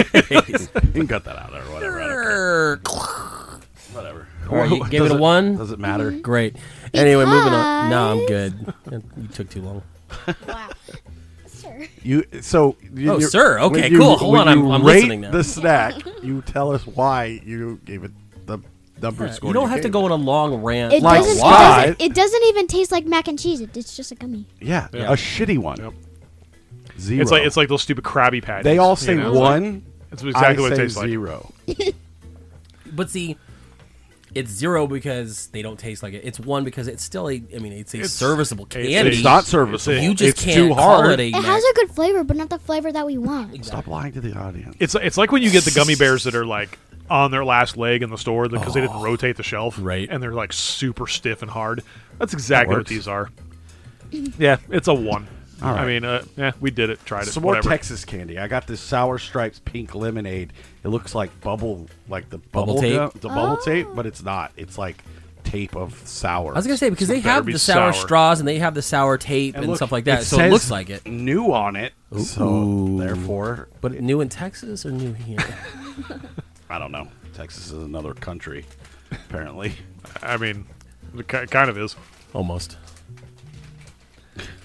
you can cut that out or whatever. I don't care. Whatever.
All right, you gave it
Does
a one? Mm-hmm.
Does it matter?
[LAUGHS] Great. Anyway, moving on. No, I'm good. [LAUGHS] You took too long.
wow. [LAUGHS] Sure.
You so. You,
Oh,
you-
sir,
when
okay,
you-
cool. Hold
when
on,
you
I'm- I'm
rate
listening now.
The snack. You tell us why you gave it the number score.
You don't have to
gave
go on a long rant.
It
about
Like
doesn't, it
why?
doesn't. It doesn't even taste like mac and cheese. It, it's just a gummy.
Yeah,
Yeah.
a shitty one. Zero.
It's like it's like those stupid Krabby Patties.
they all
you
say
know?
one.
It's exactly
I
what it
say
tastes like.
zero.
But see, it's zero because they don't taste like it. It's one because it's still a. I mean, it's a
It's-
serviceable
it's-
candy.
It's not serviceable.
You just
it's
can't
too
call
hard.
it a.
It has a good flavor, but not the flavor that we want.
Stop lying to the audience.
It's it's like when you get the
[LAUGHS]
gummy bears that are like on their last leg in the store because they didn't rotate the shelf,
Oh. Right.
And they're like super stiff and hard. That's exactly what
works.
these are. Yeah, it's a one.
All right.
I mean, uh, yeah, we did it. Tried it.
Some
whatever.
more Texas candy. I got this sour stripes pink lemonade. It looks like bubble, like the bubble,
tape?
gum- the bubble tape,
Oh.
but it's not. It's like tape of sour.
I was gonna say because they
better
have
be
the sour,
sour.
straws and they have the sour tape and,
look,
stuff like that, so it
says
looks like it.
New on it, so therefore,
But new in Texas or
[LAUGHS]
new here?
I don't know. Texas is another country, apparently. [LAUGHS]
I mean, it ki- kind of is.
Almost.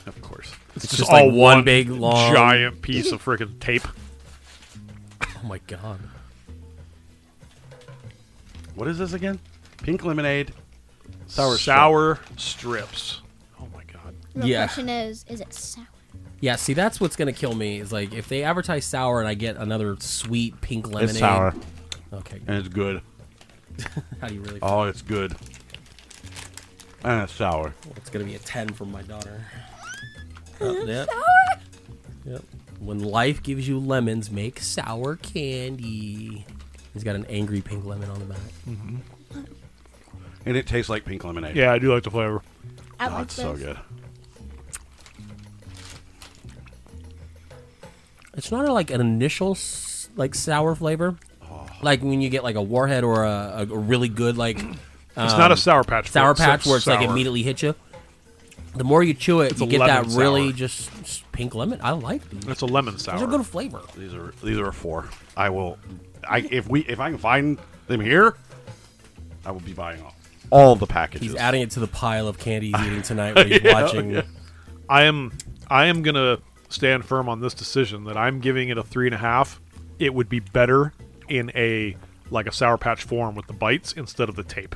of course.
It's,
just like
all
one big, long-
giant piece of freaking tape.
Oh my god.
What is this again? Pink lemonade, sour,
sour strips. Oh my god.
The
Yeah.
question is, is it sour?
Yeah. See, that's what's gonna kill me is like if they advertise sour and I get another sweet pink
strip.
lemonade.
It's sour
Okay.
and it's good.
How do you really?
Oh, it's good. And it's sour.
It's gonna be a ten from my daughter. Oh, yep. Yep. When life gives you lemons, make sour candy. He's got an angry pink lemon on the back.
And it tastes like pink lemonade.
Yeah, I do like the flavor.
I
Oh,
like
it's so
this.
good.
It's not a, like an initial s- like sour flavor,
Oh.
like when you get like a warhead or a, a really
[CLEARS THROAT]
good like
It's not a sour patch.
Um, sour
it's
patch where it's like
sour.
immediately hit you. The more you chew it,
a
you get that
lemon sour.
really just s- pink lemon. I like these.
It's a lemon sour.
Those are good flavor.
These are these are four. I will, I if we if I can find them here, I will be buying all all the packages.
He's
[LAUGHS]
adding it to the pile of candy he's eating tonight. While he's watching.
I am I am gonna stand firm on this decision that I'm giving it a three and a half. It would be better in a like a sour patch form with the bites instead of the tape.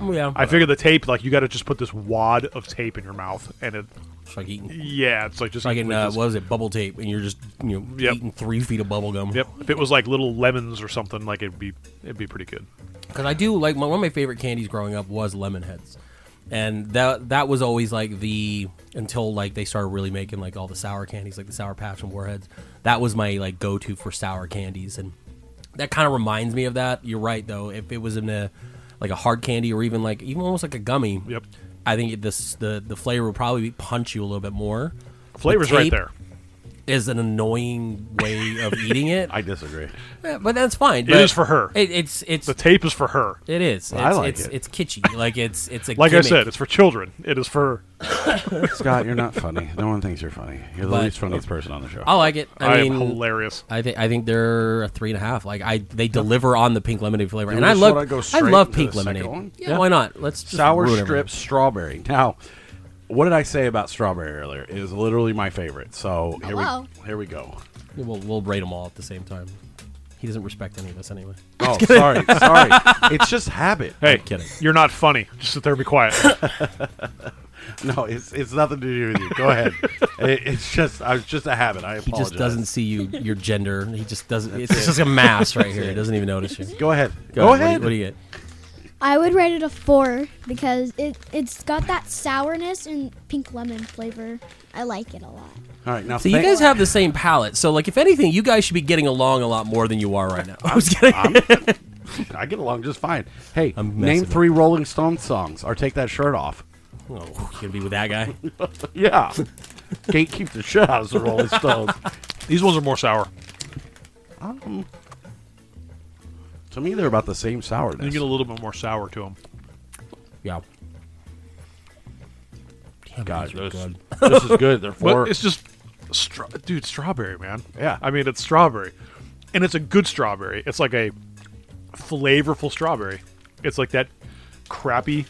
Yeah,
I figure the tape, like you got to just put this wad of tape in your mouth, and it,
it's like eating,
yeah, it's like just
like in,
with
uh,
this-
what was it, bubble tape, and you're just you know
Yep.
eating three feet of bubble gum.
Yep. If it was like little lemons or something, like it'd be it'd be pretty good.
because I do like my, one of my favorite candies growing up was lemon heads, and that that was always like the until like they started really making like all the sour candies like the sour patch and warheads. That was my like go to for sour candies, and that kind of reminds me of that. You're right though. If it was in a like a hard candy or even like even almost like a gummy,
Yep.
I think it- this the the flavor would probably punch you a little bit more. The
Flavors right
tape
there.
is an annoying way of
[LAUGHS]
eating it,
I disagree.
Eh, but that's fine.
It
but
is for her.
It, it's it's
The tape is for her.
it is.
I
it's,
like
it's,
it.
It's kitschy. Like it's it's a
[LAUGHS] Like I
gimmick.
said, it's for children. It is for.
Scott, you're not funny. No one thinks you're funny. You're the
But-
least funniest person on the show.
I like it.
I,
I,
am
mean,
hilarious.
I think I think they're a three and a half. Like I, they deliver on the pink lemonade flavor, and I
just
love.
wanna go
I
straight
love
into
pink
the second
lemonade.
one?
Yeah, why not? Let's just
sour
ruin
strip
everything.
strawberry. Now, what did I say about strawberry earlier? It is literally my favorite. So here
Hello.
we here we go.
We'll we'll rate them all at the same time. He doesn't respect any of us anyway.
Oh, sorry, sorry. It's just habit.
Hey,
kidding.
you're not funny. Just sit there and
[LAUGHS]
be quiet.
No, it's it's nothing to do with you. Go
[LAUGHS]
ahead. It, it's just I was just a habit. I
He
apologize.
just doesn't see you your gender. He just doesn't. it's just a mass [LAUGHS] right here. He doesn't even notice you.
Go ahead. Go,
What do you-
ahead.
What do you get?
I would rate it a four because it it's got that sourness and pink lemon flavor. I like it a lot.
All right, now
So you
thank-
guys have the same palate. So like, if anything, you guys should be getting along a lot more than you are right now. [LAUGHS] I was kidding.
I get along just fine. Hey,
I'm messing
name
with
three Rolling Stones songs or take that shirt off.
Oh, you gonna be with that guy? [LAUGHS]
Yeah. Gatekeep the shit out of the Rolling
[LAUGHS]
Stones.
These ones are more sour.
to me, they're about the same
You
sourness.
get a little bit more sour to them.
Yeah. Damn,
God,
these are
this, this is good.
[LAUGHS]
They're
But
four.
it's just, stra- dude, strawberry, man.
Yeah.
I mean, it's strawberry, and it's a good strawberry. It's like a flavorful strawberry. It's like that crappy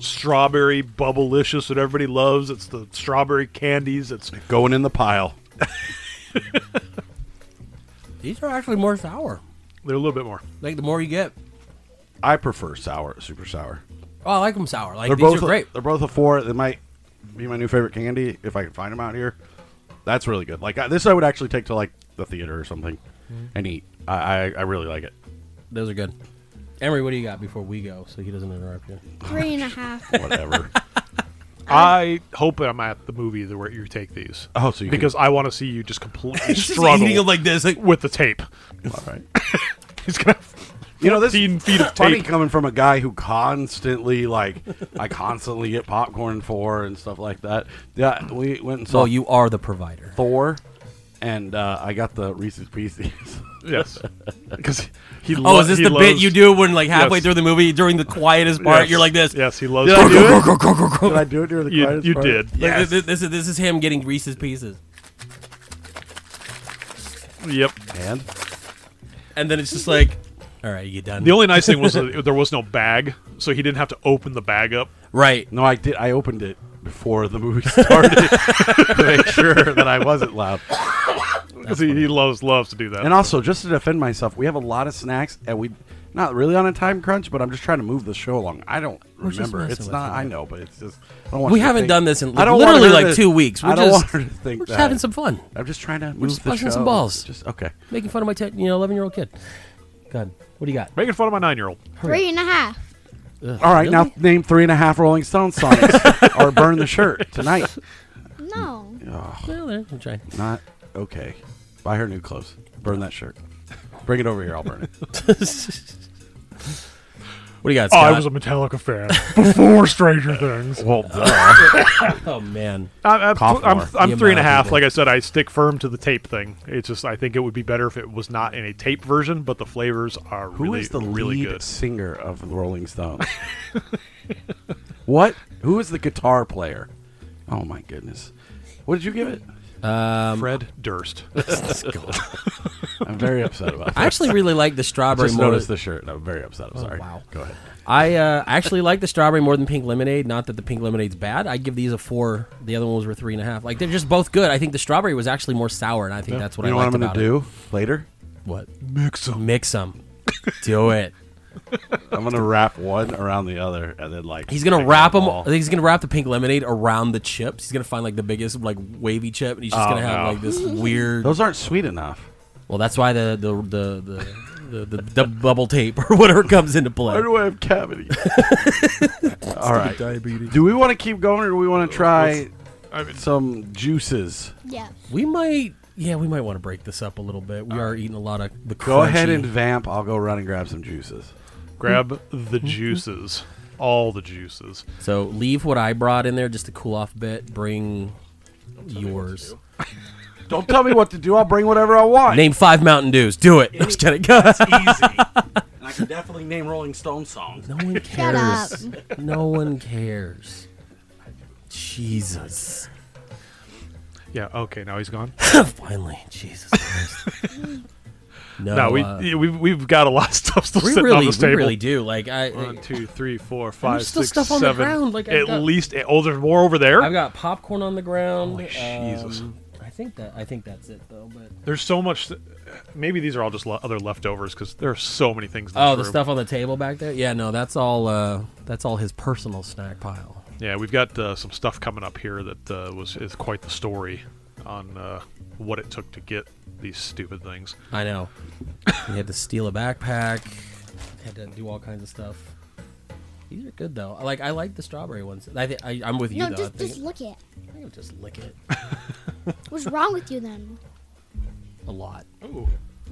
strawberry bubblicious that everybody loves. It's the strawberry candies. It's
going in the pile.
These are actually more sour.
they're a little bit more.
Like the more you get,
I prefer sour, super sour.
oh, I like them sour. Like
They're
these
both
are great.
They're both a four. They might be my new favorite candy if I can find them out here. That's really good. Like I, this, I would actually take to like the theater or something
Hmm.
and eat. I, I I really like it.
Those are good. Emery, what do you got before we go so he doesn't interrupt [LAUGHS] you?
Three and a half.
[LAUGHS]
Whatever.
I hope I'm at the movie the where you take these.
Oh, so you can-
because I want to see you
[LAUGHS]
just completely struggle
like this. [LAUGHS] Like,
with the tape. [LAUGHS]
All right.
He's gonna have
You know this
14 feet of
funny
tape.
[LAUGHS] coming from a guy who constantly like [LAUGHS] I constantly get popcorn for and stuff like that. Yeah, we went and saw
well, you are the provider.
Thor, and uh, I got the Reese's Pieces. [LAUGHS]
yes, [LAUGHS] because he.
Oh,
lo-
is this
he
the bit
loves-
you do when like halfway
Yes.
through the movie during the quietest part
Yes.
you're like this?
Yes, he loves.
Did I
it.
do it? Did I do it during the
You,
quietest
you
part?
did.
Like, thi- thi- this, is this is him getting Reese's pieces,
Yep.
And
and then it's just like, all right, you done?
The only nice thing was that [LAUGHS] there was no bag, so he didn't have to open the bag up.
right.
no, I did. I opened it before the movie [LAUGHS] started to make sure that I wasn't loud.
Because he, he loves loves to do that.
And also, just to defend myself, we have a lot of snacks, and we not really on a time crunch, but I'm just trying to move the show along. I don't
just
remember.
messing
It's
with
not.
you.
I know, but it's just. I don't want
We
you to
haven't
think-
done this in
I don't
literally
want her
like
to-
two weeks. We're
I don't
just-
want her to think
We're just
that.
having some fun,
I'm just trying to move
just
the
busting some
show.
balls.
Just okay.
making fun of my ten, you know, eleven year old kid. God, what do you got?
Making fun of my nine year old.
Three and a half.
All right, now
Really?
name three and a half Rolling Stones [LAUGHS] songs or burn the shirt [LAUGHS] tonight.
No.
Well, there, I'm trying.
Not okay. Buy her new clothes. Burn that shirt. Bring it over here. I'll burn it.
What do you got?
Oh, I
Scott?
was a Metallica
[LAUGHS]
fan before Stranger
[LAUGHS]
Things.
well, duh.
oh man.
[LAUGHS] I'm, I'm,
Cough
I'm,
more.
I'm
The
three and a
amount of
half.
people.
Like I said, I stick firm to the tape thing. It's just I think it would be better if it was not in a tape version, but the flavors are
Who is
really
the
really
lead
good.
singer of the Rolling [LAUGHS] Stones? what? Who is the guitar player? Oh my
Um, [LAUGHS]
goodness! What did you give it?
Fred Durst.
I'm very upset [LAUGHS] about that.
I actually really like the strawberry
just
more.
noticed the shirt. and I'm very upset. I'm sorry.
Oh, wow.
Go ahead.
I uh, actually like the strawberry more than pink lemonade. Not that the pink lemonade's bad. I give these a four. The other ones were three and a half. Like they're just both good. I think the strawberry was actually more sour, and I think that's what
you
I
know what I'm
liked
gonna
about
do later?
it. What
Mix them.
mix them? do it.
I'm gonna wrap one around the other, and then like
He's gonna
make
wrap
a
them.
ball.
He's gonna wrap the pink lemonade around the chips. He's gonna find like the biggest like wavy chip, and he's just
Oh,
gonna have
no. [LAUGHS]
like this weird.
Those aren't sweet enough.
Well, that's why the the the the, the, the, the bubble tape [LAUGHS] or whatever comes into play.
Why do I have
[LAUGHS]
cavities? All right. Do we want to keep going, or do we want to try
I mean,
some juices?
Yeah.
We might, yeah, we might want to break this up a little bit. We are eating a lot of the. Crunchy.
Go ahead and vamp. I'll go run and grab some juices.
grab the juices, all the juices.
so leave what I brought in there just to cool off a bit. Bring yours.
Don't tell me what to do. I'll bring whatever I want.
Name five Mountain Dews. Do it. Let's get [LAUGHS] it. Go.
easy. And I can definitely name Rolling Stone songs.
No one
Shut up.
cares. No one cares. Jesus.
Yeah. Okay. Now he's gone.
Finally, Jesus Christ.
[LAUGHS]
No,
no, we [LAUGHS]
uh,
we've, we've got a lot of [LAUGHS] stuff still
we
sitting
really,
on this
we
table.
really do. Like I,
One, two, three, four, five,
there's still
six,
stuff on the
seven.
ground, like, I've
at
got-
least oh, there's more over there.
I've got popcorn on the ground.
Holy Jesus.
um, I think that I think that's it though. But
There's so much. Maybe these are all just le- other leftovers because there are so many things. In this
Oh, the
room.
stuff on the table back there. Yeah, no, that's all. Uh, that's all his personal snack pile.
Yeah, we've got uh, some stuff coming up here that uh, was is quite the story on uh, what it took to get these stupid things.
I know. he had to steal a backpack. Had to do all kinds of stuff. These are good though. Like I like the strawberry ones. I think I, I'm with you
No,
though.
just
I think,
just
[LAUGHS]
look at.
I think I'll just lick
[LAUGHS]
it
What's wrong with you then?
a lot.
Ooh,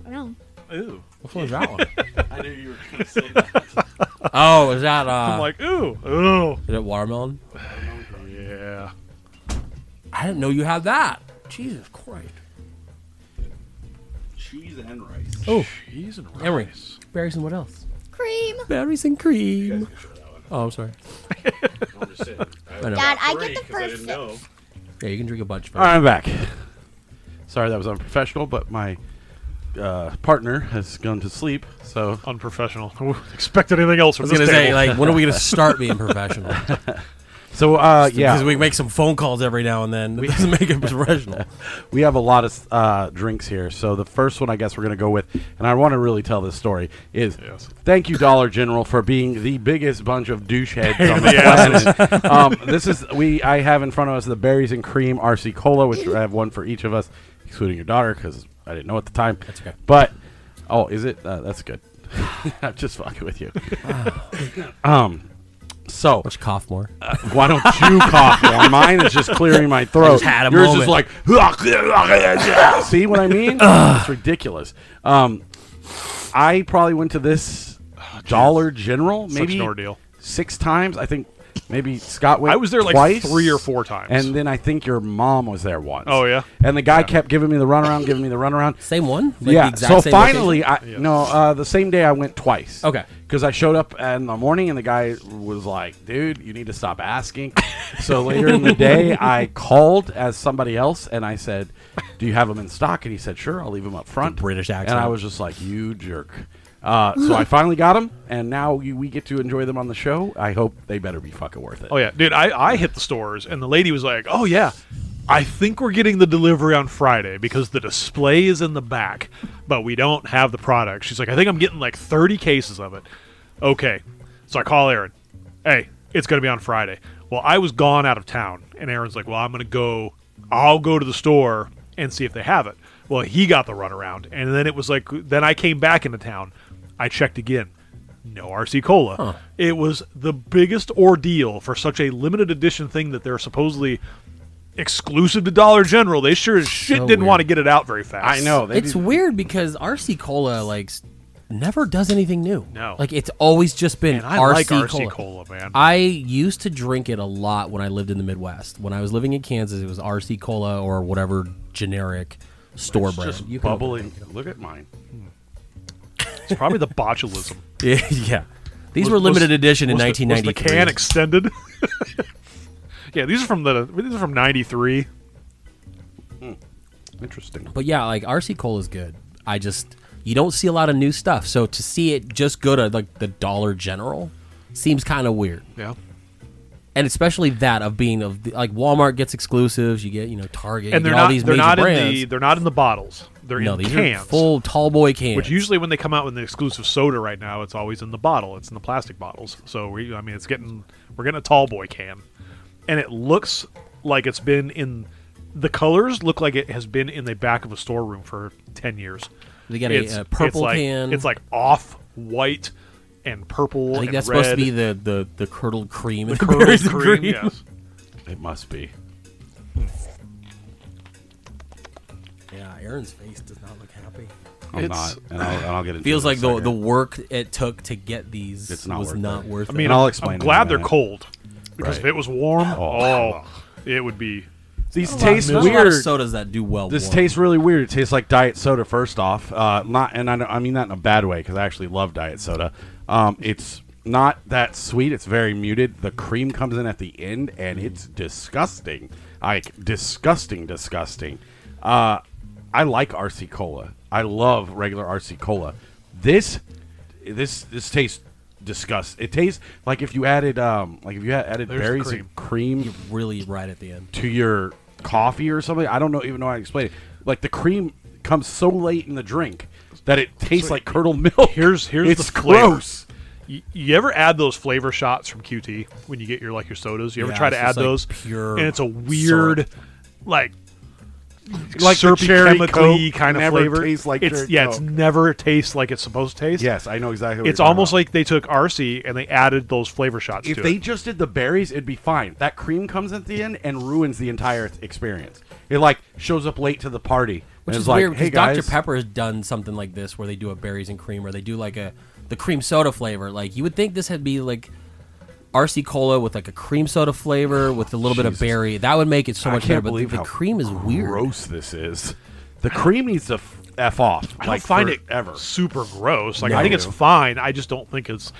I don't know.
ooh!
Which one's that one?
[LAUGHS] I knew you were going to say that.
oh,
[LAUGHS]
is that uh?
I'm like ooh, ooh.
is it watermelon?
Yeah,
I didn't know you had that. Jesus Christ.
Cheese and rice.
Oh,
cheese and
[LAUGHS]
rice.
Emery. Berries and what else?
Cream.
Berries and cream. Oh, I'm sorry.
I'm just saying. I
I know.
Dad, I
three,
get the
'cause I
first
didn't know.
sip.
Yeah, you can drink a bunch. First.
All right, I'm back. Sorry that was unprofessional, but my uh, partner has gone to sleep, so
Unprofessional. [LAUGHS] Expect anything else
I
from
was Uh,
this
gonna say,
table.
like, when are [LAUGHS] we gonna start being [LAUGHS] professional?
so uh, yeah,
because we make some phone calls every now and then. It [LAUGHS] doesn't make it [LAUGHS] professional.
we have a lot of uh, drinks here. So the first one I guess we're going to go with, and I want to really tell this story, is
Yes.
thank you, Dollar General, for being the biggest bunch of doucheheads on the
Yes.
planet. um, this is we I have in front of us the berries and cream RC cola, which I have one for each of us, excluding your daughter because I didn't know at the time. That's
okay.
But oh, is it? Uh, that's good. [LAUGHS] I'm just fucking with you. um, so
Let's cough more.
why don't you cough more? Mine is just clearing my throat.
[LAUGHS] just had a
Yours
moment.
is like, see what I mean? it's ridiculous. Um, I probably went to this Dollar General
Oh, Such
maybe
an ordeal.
six times. I think maybe Scott went.
I was there like
twice,
three or four times.
and then I think your mom was there once.
Oh, yeah?
and the guy kept giving me the runaround, giving me the runaround.
Same one. Like, the
yeah.
exact
So
same
finally,
location?
I no. Uh, the same day I went twice.
Okay.
Because I showed up in the morning and the guy was like, "Dude, you need to stop asking." so later in the
[LAUGHS]
day, I called as somebody else and I said, "Do you have them in stock?" And he said, "Sure, I'll leave them up front."
British accent.
And I was just like, "You jerk." Uh, so I finally got them, and now we, we get to enjoy them on the show. I hope they better be fucking worth it.
Oh yeah, dude, I, I hit the stores and the lady was like, "Oh yeah, I think we're getting the delivery on Friday because the display is in the back, but we don't have the product." She's like, "I think I'm getting like 30 cases of it." Okay. So I call Aaron. "Hey, it's going to be on Friday." Well, I was gone out of town and Aaron's like, "Well, I'm going to go I'll go to the store and see if they have it." Well, he got the runaround, and then it was like, then I came back into town. I checked again no RC Cola. It was the biggest ordeal for such a limited edition thing that they're supposedly exclusive to Dollar General. They sure as shit
So
didn't
weird.
want to get it out very fast.
I know. They
it's
did-
weird because RC Cola like s- never does anything new.
No.
like it's always just been
And I
RC,
like RC
Cola.
Cola, man.
I used to drink it a lot when I lived in the Midwest. When I was living in Kansas, it was RC Cola or whatever generic store
It's
brand.
just
You can-
bubbling. Look at mine.
It's probably the botulism.
Yeah, yeah. These
Was-
were
was-
limited edition [LAUGHS] in
was the- was
1993.
the can extended? [LAUGHS] yeah, these are from the these are from '93.
Interesting.
But yeah, like RC Cola is good. I just you don't see a lot of new stuff. So to see it just go to like the Dollar General seems kind of weird.
Yeah.
And especially that of being of the, like Walmart gets exclusives, you get you know Target,
And
you
they're
get all
not
these
they're
major
not in
brands.
the they're not in the bottles. They're
no,
in
these
cans.
are full tall boy cans.
Which usually when they come out with an exclusive soda right now, it's always in the bottle. It's in the plastic bottles. So we, I mean, it's getting we're getting a tall boy can, and it looks like it's been in the colors look like it has been in the back of a storeroom for ten years.
They got a, uh, purple
like,
can.
It's like off white and purple.
I think
and
that's
red.
supposed to be the the the curdled cream. and
Purple
berries and
cream. Yes.
It must be.
Yeah, Aaron's face does not look happy.
I'm
It's-
not, and I'll, and I'll get into
Feels
it in
like
a
the
second.
the work it took to get these
It's not
was
worth
not
it.
worth
I
it.
mean,
I'll
I'm-
explain
I'm
in a
glad they're
minute.
cold because if
Right.
it was warm,
Oh.
oh, it would be.
These
There's
taste
a lot
weird.
of sodas that do well.
This
warm.
tastes really weird. It tastes like diet soda. First off, uh, not and I, don't- I mean that in a bad way because I actually love diet soda. Um, it's not that sweet. It's very muted. The cream comes in at the end, and it's disgusting. Like disgusting, disgusting. Uh, I like RC cola. I love regular RC cola. This, this, this tastes disgust. It tastes like if you added, um, like if you had added
There's the
berries
cream.
and cream
really right at the end.
to your coffee or something. I don't know even know how to explain it. Like the cream comes so late in the drink that it tastes like curdled milk.
Here's here's
it's
the flavor.
gross.
You, you ever add those flavor shots from QT when you get your like your sodas? You ever
Yeah,
try to
it's
add
just, like,
those?
pure
and it's a weird,
syrup.
like
Like the
syrupy,
cherry
chemically
Coke
kind of
never
flavor.
tastes like
it's
cherry
yeah, it's
Coke.
never tastes like it's supposed to taste.
Yes, I know exactly. What
it's
you're talking
almost
about.
like they took RC and they added those flavor shots
if
to
they
it.
just did the berries, it'd be fine. That cream comes at the end and ruins the entire th- experience. It like shows up late to the party,
Which
and
is
it's like,
weird
hey
because
guys,
Dr. Pepper has done something like this where they do a berries and cream or they do like a the cream soda flavor. Like you would think this had be like RC cola with like a cream soda flavor with a little bit of berry. That would make it so
I
much
can't
better. But
believe
the
how
cream is weird.
gross this is. The cream needs to f, f off.
I
like
don't find it
forever.
super gross. Like
No.
I think it's fine. I just don't think it's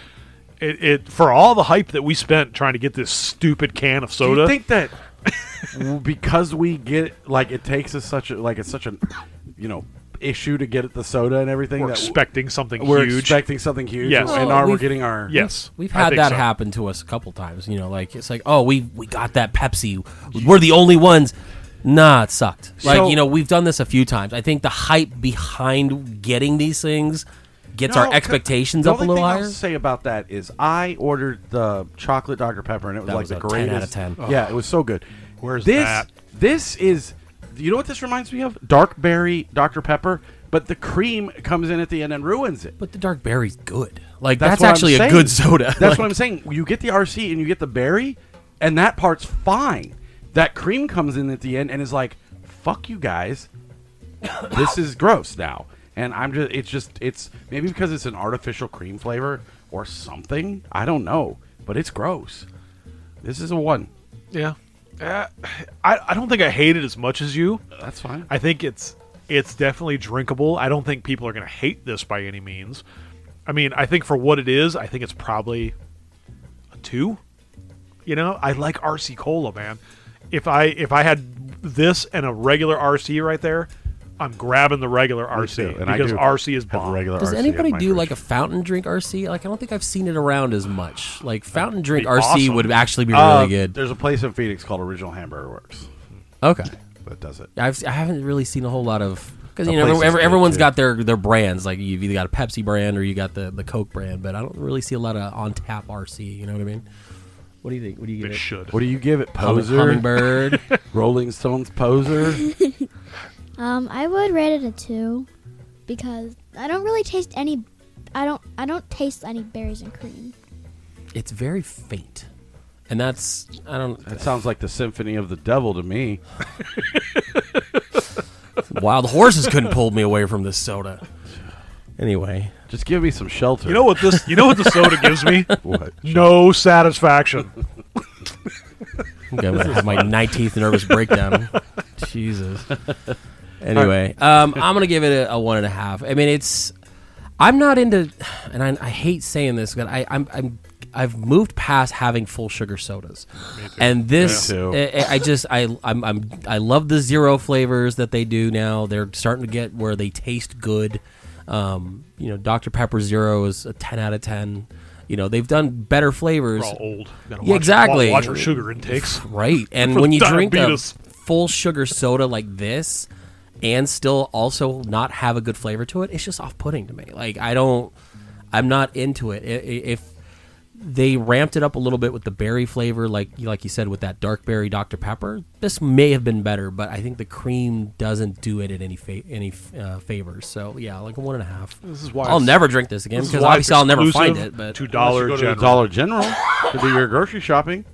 it, it for all the hype that we spent trying to get this stupid can of
Do
soda.
you think that w- because we get like it takes us such a like it's such an you know issue to get at the soda and everything
we're
that w-
expecting something
we're
huge.
expecting something huge and
Yes.
Well,
now we're
we've-
getting our
yes,
We've
I
had
think
that
so.
happen to us a couple times, you know, like it's like, oh, we we got that Pepsi. We're the only ones. Nah, it sucked. Like,
So-
you know, we've done this a few times. I think the hype behind getting these things gets
No,
our
c-
expectations
the
up a
only
little
thing
higher.
I'll say about that is I ordered the chocolate Dr Pepper and it was
That
like
was
the
a 10
greatest
out of 10.
Yeah, it was so good.
Where's
this?
that?
This is you know what this reminds me of? Dark berry Dr Pepper, but the cream comes in at the end and ruins it.
But the dark berry's good. Like
That's,
that's,
what I'm
actually a
saying.
good soda.
That's
Like,
what I'm saying. You get the RC and you get the berry, and that part's fine. That cream comes in at the end and is like, "Fuck you guys, this is gross now." And I'm just, it's just, it's maybe because it's an artificial cream flavor or something. I don't know, but it's gross. This is a one.
Yeah. Uh, I, I don't think I hate it as much as you.
That's fine.
I think it's it's definitely drinkable. I don't think people are going to hate this by any means. I mean, I think for what it is, I think it's probably a 2. You know, I like RC Cola, man. If I if I had this and a regular RC right there, I'm grabbing the regular RC because RC is bomb.
Does anybody do like a fountain drink RC? Like I don't think I've seen it around as much. Like fountain drink RC
awesome.
would actually be really
Um,
good.
Uh, There's a place in Phoenix called Original Hamburger Works
Okay.
that does it.
I've I haven't really seen a whole lot of because you
The
know
place
every,
is
every-
good,
everyone's
too.
got their their brands. Like you've either got a Pepsi brand or you got the the Coke brand, but I don't really see a lot of on tap RC. You know what I mean? What do you think? What do you
It
give it?
should.
What do you give it?
Hum-
Poser, [LAUGHS]
Hummingbird.
Rolling Stones, Poser.
Um, I would rate it a two because I don't really taste any. I don't. I don't taste any berries and cream.
it's very faint, and that's I don't
That sounds like the Symphony of the Devil to me.
Wild horses couldn't pull me away from this soda. Anyway,
Just give me some shelter.
You know what this you know what the soda gives me?
[LAUGHS] what?
No satisfaction.
I'm gonna have my 19th nervous breakdown. [LAUGHS] Jesus. Anyway, um, I'm gonna give it a, a one and a half. I mean, it's I'm not into, and I, I hate saying this, but I, I'm I'm I've moved past having full sugar sodas, and this eh,
Me too.
I, I- I just I I'm, I'm I love the zero flavors that they do now. They're starting to get where they taste good. Um, you know, Dr Pepper Zero is a ten out of ten. You know, they've done better flavors.
We're all old. Gotta
Yeah,
watch-
exactly.
Watch our sugar intakes. [LAUGHS]
Right. And
For
when you drink a
diabetes.
full sugar soda like this and still also not have a good flavor to it, it's just off putting to me. Like, I don't, I'm not into it. I- i- If they ramped it up a little bit with the berry flavor, like, like you said, with that dark berry Dr. Pepper, this may have been better, but I think the cream doesn't do it in any fa- any uh, favors. So, yeah, like a one and a half. This
is why
I'll
it's-
never drink this again
This is
because
why it's
obviously I'll never
exclusive
find it. But
Unless
to
you
Dollar
go to
General.
the Dollar General to do your grocery shopping,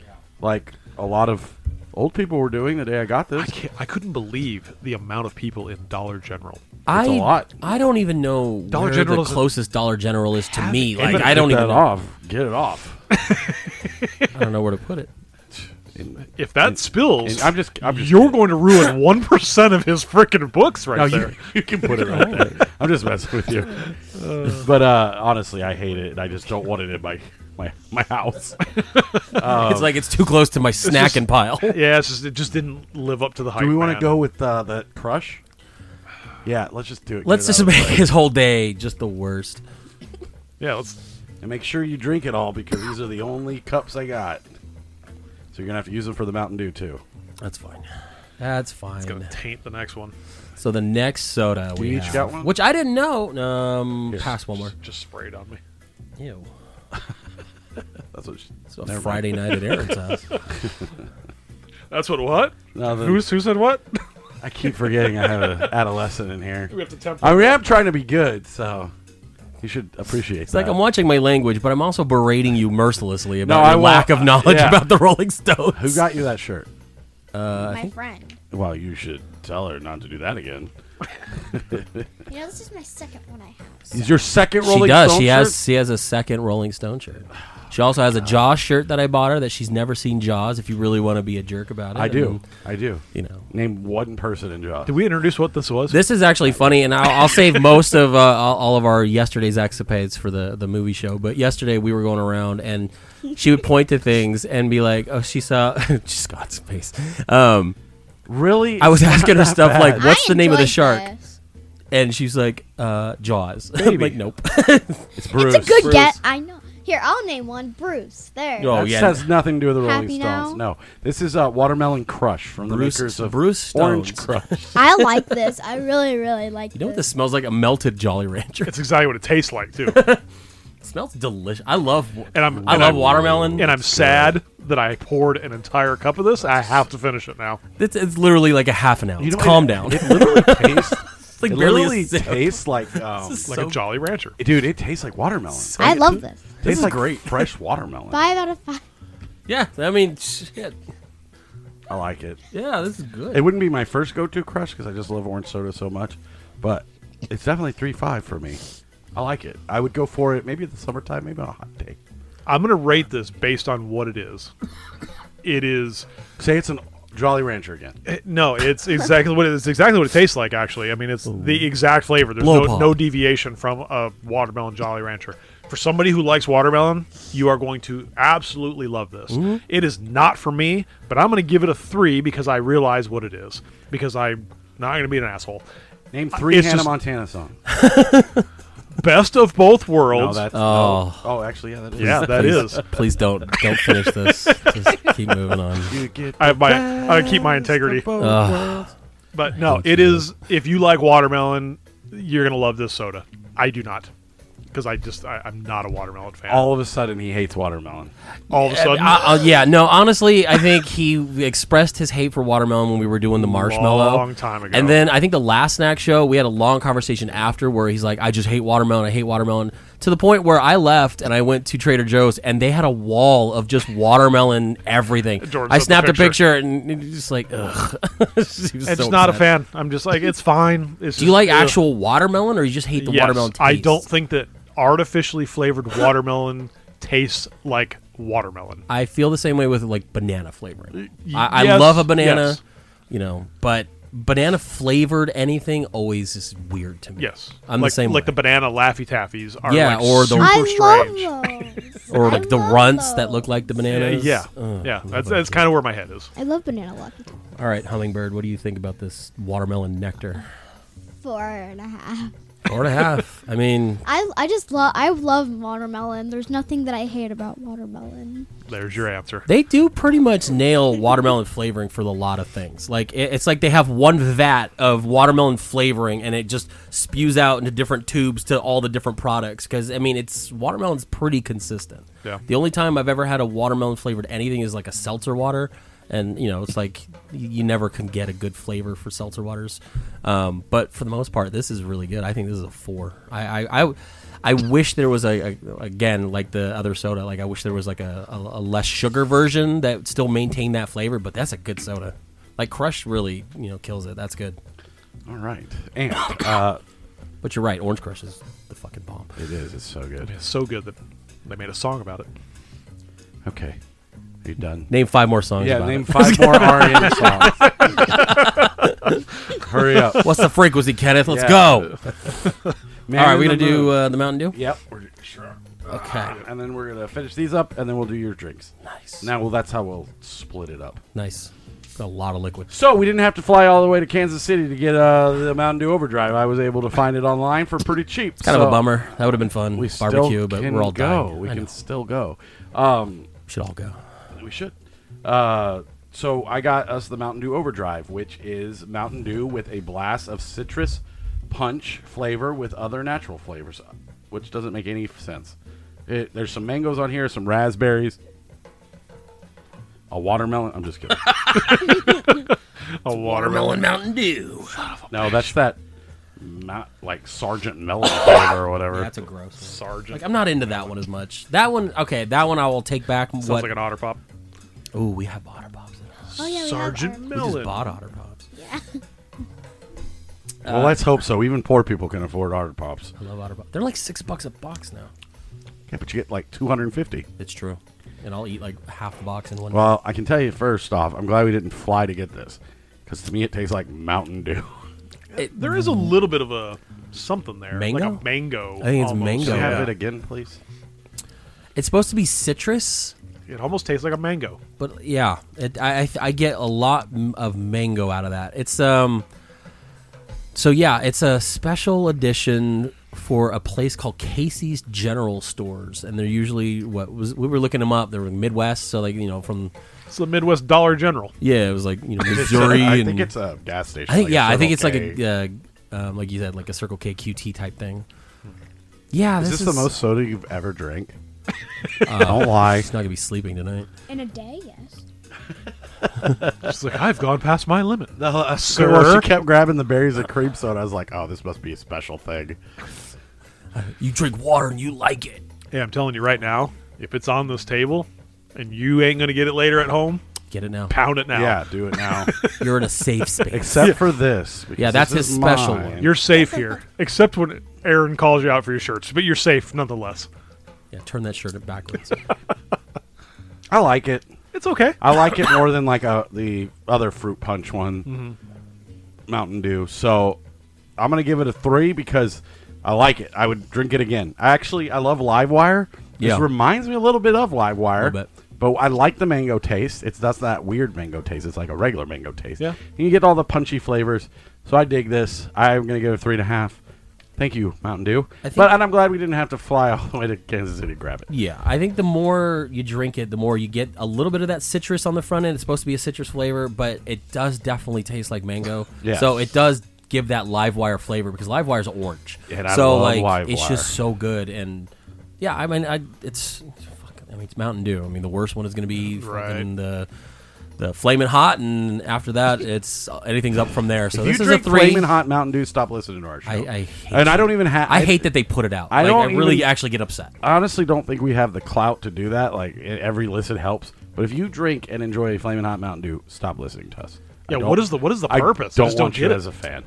like a lot of old people were doing the day I got
I,
this.
can't, I couldn't believe the amount of people in Dollar General.
I
a lot.
I don't even know
Dollar
where
General
the
is a-
closest Dollar General is to me.
it.
Like
Anybody
I don't
Get
even
that
know.
off. Get it off. [LAUGHS]
I don't know where to put it.
If that spills,
And I'm just. I'm just.
you're going to ruin [LAUGHS] one percent of his freaking books right
No,
there.
you, you can put
[LAUGHS]
it right there. I'm just messing with you. but uh, honestly, I hate it. and I just don't want it in my my my house. Oh.
it's like it's too close to my snacking pile.
Yeah, it's just, it just didn't live up to the hype.
do we want
man.
to go with uh, that crush? Yeah, let's just do it.
Let's
Get it
just
out of
make
the way.
his whole day just the worst.
Yeah, let's.
and make sure you drink it all because these are the only cups I got. So you're gonna have to use them for the Mountain Dew too.
That's fine. That's fine.
It's gonna taint the next one.
So the next soda we
you each
have,
got one?
which I didn't know. Um, pass one more.
Just sprayed on me.
Ew.
That's what. She,
So
Never mind.
Friday night at Aaron's
[LAUGHS]
house.
That's what what?
No, the-
Who's who said what?
I keep forgetting I have an [LAUGHS] adolescent in here.
we have to temper.
I mean, I'm trying to be good, so you should appreciate
It's
that.
like I'm watching my language, but I'm also berating you mercilessly about
No,
your
I wa-
lack of knowledge
yeah.
about the Rolling Stones.
Who got you that shirt?
Uh,
my friend.
Well, you should tell her not to do that again.
You know, this is my second one I have. so-
Is your second Rolling
she does.
Stone
she
shirt? Uh,
has. She has a second Rolling Stone shirt. She also has a Jaws shirt that I bought her that she's never seen Jaws. If you really want to be a jerk about it,
I do.
And,
I do.
you know,
Name one person in Jaws.
Did we introduce what this was?
this is actually funny, and I'll,
[LAUGHS]
I'll save most of uh, all all of our yesterday's escapades for the the movie show. But yesterday we were going around, and she would point to things and be like, "Oh, she saw [LAUGHS] Scott's face." Um,
Really?
I oh, was asking her stuff like,
I
"What's the name of the
enjoyed
shark?"
this.
And she's like, "Uh, Jaws." [LAUGHS] I'm like, "Nope."
it's Bruce.
It's a good get. I know. Here, I'll name one. Bruce. There.
No. Oh,
This
yeah.
has nothing to do with the Rolling
Happy
Stones.
now?
No, this is uh, Watermelon Crush from
Bruce-
the makers of
Bruce
Orange
Stones. [LAUGHS]
Crush.
I like this. I really, really like
you know what this smells like? A melted Jolly Rancher.
It's exactly what it tastes like
[LAUGHS]
too.
It smells delicious. I love.
And I'm
I
and
love
I'm-
watermelon.
And I'm sad that I poured an entire cup of this. I have to finish it now.
It's, it's literally like a half an ounce.
You know,
Calm
it-
down. [LAUGHS]
It [LAUGHS] literally tastes.
like
it
barely a
literally
sip.
tastes [LAUGHS] like. Um,
[LAUGHS]
Like a Jolly Rancher.
dude, it tastes like watermelon.
I love this.
tastes like great fresh watermelon.
Five out of five.
yeah, I mean, shit.
I like it.
Yeah, this is good.
It wouldn't be my first go-to crush because I just love orange soda so much, but it's definitely three five for me. I like it. I would go for it maybe in the summertime, maybe on a hot day.
I'm gonna rate this based on what it is. It is
Say it's an Jolly Rancher again.
eh, no, it's exactly what it, it's exactly what it tastes like. Actually, I mean, it's the exact flavor. There's
Blow
no,
pop.
no deviation from a watermelon Jolly Rancher. For somebody who likes watermelon, you are going to absolutely love this. It is not for me, but I'm gonna give it a three because I realize what it is. Because I'm not gonna be an asshole.
Name three
it's
Hannah
just-
Montana songs.
Best of both
No,
worlds.
that's
Oh.
no. oh, actually, yeah, that is.
[LAUGHS] yeah, that
please,
is.
Please don't don't finish
[LAUGHS]
this. Just keep moving on.
You get
I have my I keep my integrity. But no, it is. If you like watermelon, you're gonna love this soda. I do not, because I just I, I'm not a watermelon fan. All,
All of a sudden, he hates watermelon.
of a sudden,
Uh, uh, yeah, no. Honestly, I think he expressed his hate for watermelon when we were doing the marshmallow
Long time ago.
And then I think the last snack show we had a long conversation after where he's like, "I just hate watermelon. I hate watermelon." To the point where I left and I went to Trader Joe's and they had a wall of just watermelon everything.
[LAUGHS] Jordan
I
took the
snapped a
picture.
picture and it was just like, ugh. [LAUGHS] it's
it's just not a fan. I'm just like it's fine. It's
Do you like
ugh.
actual watermelon or you just hate the
Yes,
watermelon taste?
I don't think that artificially flavored watermelon tastes like watermelon.
I feel the same way with like banana flavoring. I, I
yes,
love a banana,
yes.
you know, but banana flavored anything always is weird to me.
Yes,
I'm
like,
the same.
Like
way.
the banana laffy taffies are
Yeah,
like
or the-
super
I
strange.
love
[LAUGHS]
those.
or
I
like the
love
runts that
those.
look like the
Yeah,
bananas.
uh, yeah,
Ugh,
yeah.
love
That's
it.
that's kind of where my head is.
I love banana lucky Dip.
All right, hummingbird. What do you think about this watermelon nectar?
four and a half.
Four and a half. I mean,
I I just love I love watermelon. There's nothing that I hate about watermelon.
There's your answer.
They do pretty much nail watermelon flavoring for a lot of things. Like it, it's like they have one vat of watermelon flavoring and it just spews out into different tubes to all the different products. Because I mean, it's watermelon's pretty consistent.
Yeah.
The only time I've ever had a watermelon flavored anything is like a seltzer water, and you know it's like y- you never can get a good flavor for seltzer waters. Um, but for the most part, this is really good. I think this is a four. I I. I I wish there was a, a again like the other soda. Like I wish there was like a, a, a less sugar version that still maintained that flavor. But that's a good soda. Like Crush really you know kills it. That's good.
All right, and uh,
But you're right. Orange Crush is the fucking bomb.
it is. It's so good.
It's so good that they made a song about it.
Okay, are you done?
Name five more songs.
Yeah,
about
name
it.
[LAUGHS] five more REM songs. Hurry up!
What's the frequency, Kenneth? Let's
Yeah. [LAUGHS]
go.
Man
All right,
in
we
the
gonna do
Moon.
uh, the Mountain Dew.
yep, we're, sure.
Okay.
And then we're gonna finish these up, and then we'll do your drinks.
Nice.
Now, well, that's how we'll split it up.
Nice. Got a lot of liquid.
So we didn't have to fly all the way to Kansas City to get uh, the Mountain Dew Overdrive. I was able to find it online for pretty cheap.
Kind of
so
a bummer. That would have been fun.
We still
Barbecue, but
can
we're all
go.
dying.
We
I
can
know.
still go. Um,
should all go.
we should. Uh, so I got us the Mountain Dew Overdrive, which is Mountain Dew with a blast of citrus punch flavor with other natural flavors, which doesn't make any sense. It, there's some mangoes on here, some raspberries, a watermelon. I'm just [LAUGHS] kidding.
A watermelon.
Mountain Dew.
no, that's that. Not like Sergeant Melon flavor or whatever. [LAUGHS]
That's a gross. One.
Sergeant.
Like I'm not into that one as much. That one, okay, that one I will take back.
Sounds
what?
like an otter pop.
Ooh, we have otter pops. In us.
Oh yeah, we
Sergeant
have
We
Melon.
just bought otter pops.
well, let's hope so. Even poor people can afford Otter Pops.
I love otter pops. They're like six bucks a box now.
Yeah, but you get like 250.
It's true. And I'll eat like half a box in one.
Well, I can tell you first off, I'm glad we didn't fly to get this because to me it tastes like Mountain Dew.
There is a little bit of a something there, like
Mango?
a mango.
I think it's
almost.
mango.
[LAUGHS]
Yeah.
Have it again, please.
it's supposed to be citrus,
It almost tastes like a mango.
but yeah, it, I, I I get a lot m- of mango out of that. It's um, so yeah, it's a special edition for a place called Casey's General Stores, and they're usually what was we were looking them up. They're in Midwest, so like you know from
It's the Midwest Dollar General.
yeah, it was like you know Missouri.
I
and,
think [LAUGHS] it's a gas station.
I think
like a
yeah, I think it's
Circle
like
K. Hmm.
a uh, um, like you said like a Circle K QT type thing. Yeah,
Is
this
this
is
the most soda you've ever drank? Don't
[LAUGHS]
lie.
It's not gonna be sleeping tonight.
In a day, yes.
It's like I've gone past my limit.
uh,
So well,
sir.
she kept grabbing the berries and cream soda. I was like, oh, this must be a special thing.
You drink water and you like it.
Hey, I'm telling you right now, if it's on this table and you ain't gonna get it later at home,
Get
[LAUGHS]
it now.
pound it now.
Yeah, do it
[LAUGHS]
now.
You're in a safe
[LAUGHS]
space.
Except for this. because
that's
this
his
is
special
mine.
one.
You're safe here, except when Aaron calls you out for your shirts. But you're safe nonetheless.
Yeah, turn that shirt backwards.
I like it.
It's okay.
I like it more than like a, the other fruit punch one,
Mm-hmm.
Mountain Dew. So I'm gonna give it a three because I like it. I would drink it again. I actually I love Livewire. This
Yeah.
reminds me a little bit of Livewire,
Little bit.
but I like the mango taste. It's that's that weird mango taste. It's like a regular mango taste.
Yeah.
and you get all the punchy flavors. So I dig this. I'm gonna give it a three and a half. Thank you, Mountain Dew.
I think-
But and I'm glad we didn't have to fly all the way to Kansas City to grab it.
[LAUGHS] yeah, I think the more you drink it, the more you get a little bit of that citrus on the front end. It's supposed to be a citrus flavor, but it does definitely taste like mango.
Yes.
So it does give that live wire flavor because live wire's orange.
And I
so
love
like
Live
it's
Wire.
just so good and yeah, I mean I it's fuck, I mean it's Mountain Dew. I mean the worst one is going to be
Right.
fucking the the flaming hot and after that it's anything's up from there. So
if
this
you
is
drink
a 3.
Flamin' Hot Mountain Dew, stop listening to our show.
I, I hate
and I
you.
don't even have.
I hate that they put it out.
I
like,
don't
I really
even-
actually get upset.
I honestly don't think we have the clout to do that. Like e- every listen helps, but if you drink and enjoy a flaming hot Mountain Dew, stop listening to us. I
Yeah,
don't-
what is the- what is the purpose?
I
I
don't
just
want
don't
you
get it.
as a fan.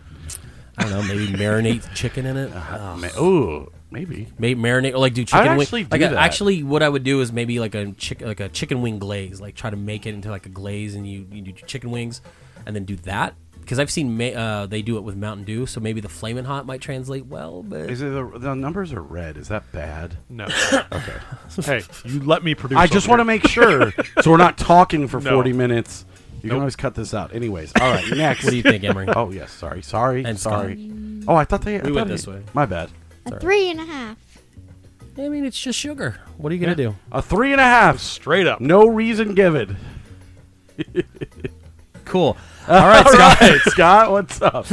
I don't know, maybe marinate chicken in it. Uh,
Ma- Ooh, maybe.
maybe marinate or like do chicken wing-
actually do
like,
that.
Actually, what I would do is maybe like a chick, like a chicken wing glaze. Like try to make it into like a glaze, and you you do chicken wings, and then do that because I've seen ma- uh, they do it with Mountain Dew, so maybe the flaming hot might translate well. But
Is it the, the numbers are red? Is that bad? [COUGHS]
No. okay. [COUGHS] Hey, you let me produce.
I just want to make
[LAUGHS]
sure, so we're not talking for
No.
forty minutes. You can always cut this out. Anyways, all
[LAUGHS]
right, next.
what do you think,
[LAUGHS]
Emery?
Oh yes, sorry, sorry,
And
sorry. Oh, I thought they. I
We went
thought
this
it-
way.
My bad.
A three and a half.
I mean, it's just sugar. What are you gonna do?
A three and a half.
straight up.
No reason
[LAUGHS]
given.
Cool. All right, Scott.
All right, [LAUGHS] Scott, what's up?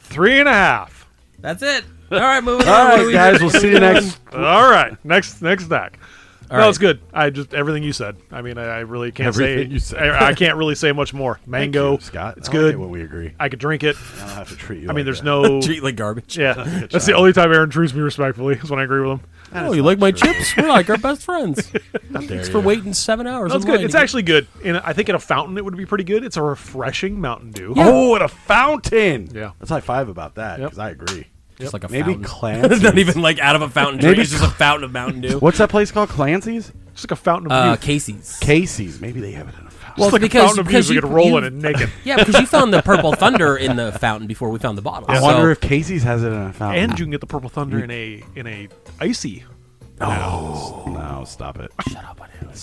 Three and a half.
That's it. [LAUGHS] All right, moving on.
All
What do
right,
we
guys,
do?
we'll [LAUGHS] see you next.
All right. Next next stack.
All
no,
right.
it's good. I just everything you said. I mean, I, I really can't
Everything
say.
you said.
I, I can't really say much more. Mango,
Thank you, Scott.
It's
I like
good.
it when we agree.
I could drink it.
I don't have to treat you.
I
like
mean, there's
that. [LAUGHS]
no.
[LAUGHS] Treat like garbage.
Yeah, that's the only time Aaron treats me respectfully is when I agree with him.
Oh, you like my chips? We're like our
[LAUGHS]
best friends.
Dare
Thanks
you.
for waiting seven hours.
That's
in
good.
line
It's
to get-
actually good. And I think at a fountain it would be pretty good. It's a refreshing Mountain Dew.
Oh, at a fountain.
Yeah.
Let's high five about that
Yep.
because I agree.
just like a
Maybe
fountain.
Clancy's.
it's [LAUGHS] not even like out of a fountain drink.
Maybe-
It's just a fountain of
[LAUGHS]
Mountain Dew.
What's that place called? Clancy's?
Just like a fountain of
Uh,
youth.
Casey's.
Casey's. Maybe they have it in a fountain.
well,
Just like
because-
a fountain of youth.
because
We
you-
could roll in
you-
it naked.
[LAUGHS] yeah, because you found
[LAUGHS]
the purple thunder in the fountain before we found the bottle.
I
So-
wonder if Casey's has it in a fountain.
and you can get the Purple Thunder in a in a icy,
Oh, no, stop it. Shut up.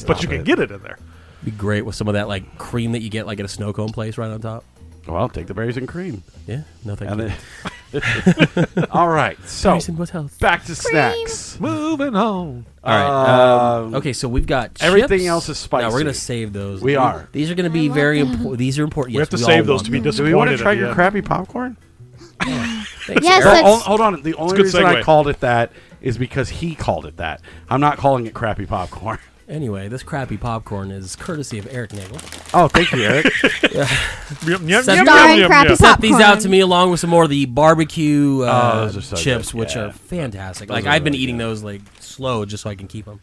but you can get it in there.
it'd be great with some of that like cream that you get like at a snow cone place right on top.
Well, take the berries and cream.
Yeah, no
[LAUGHS]
thank
And
you. Oh.
then. [LAUGHS] All right. So,
Jason, what else?
back to snacks.
Moving on.
All right. um, okay, so we've got
everything
chips.
else is
No, we're
spicy.
gonna save those.
We are.
These are gonna be
I
very
want
important. These are important.
We
Yes,
have to
all
save those
want
to be
them.
Do we want to
disappointed.
try
at the
your
end.
crappy popcorn?
Thanks,
Yes,
Eric.
that's-
Hold, hold on. The only
good
reason I
segue.
called it that is because he called it that. I'm not calling it crappy popcorn.
Anyway, this crappy popcorn is courtesy of Eric Nagel.
Oh, thank you, Eric.
Yum, yum,
Set
yum,
these-
yum,
Darn
yum,
crappy
yum.
Set these out to
Popcorn.
me along with some more of the barbecue uh,
Oh, those are so
chips,
good.
which
Yeah.
are fantastic.
Those
like
are
I've been
really
eating
good.
those like slow just so I can keep them.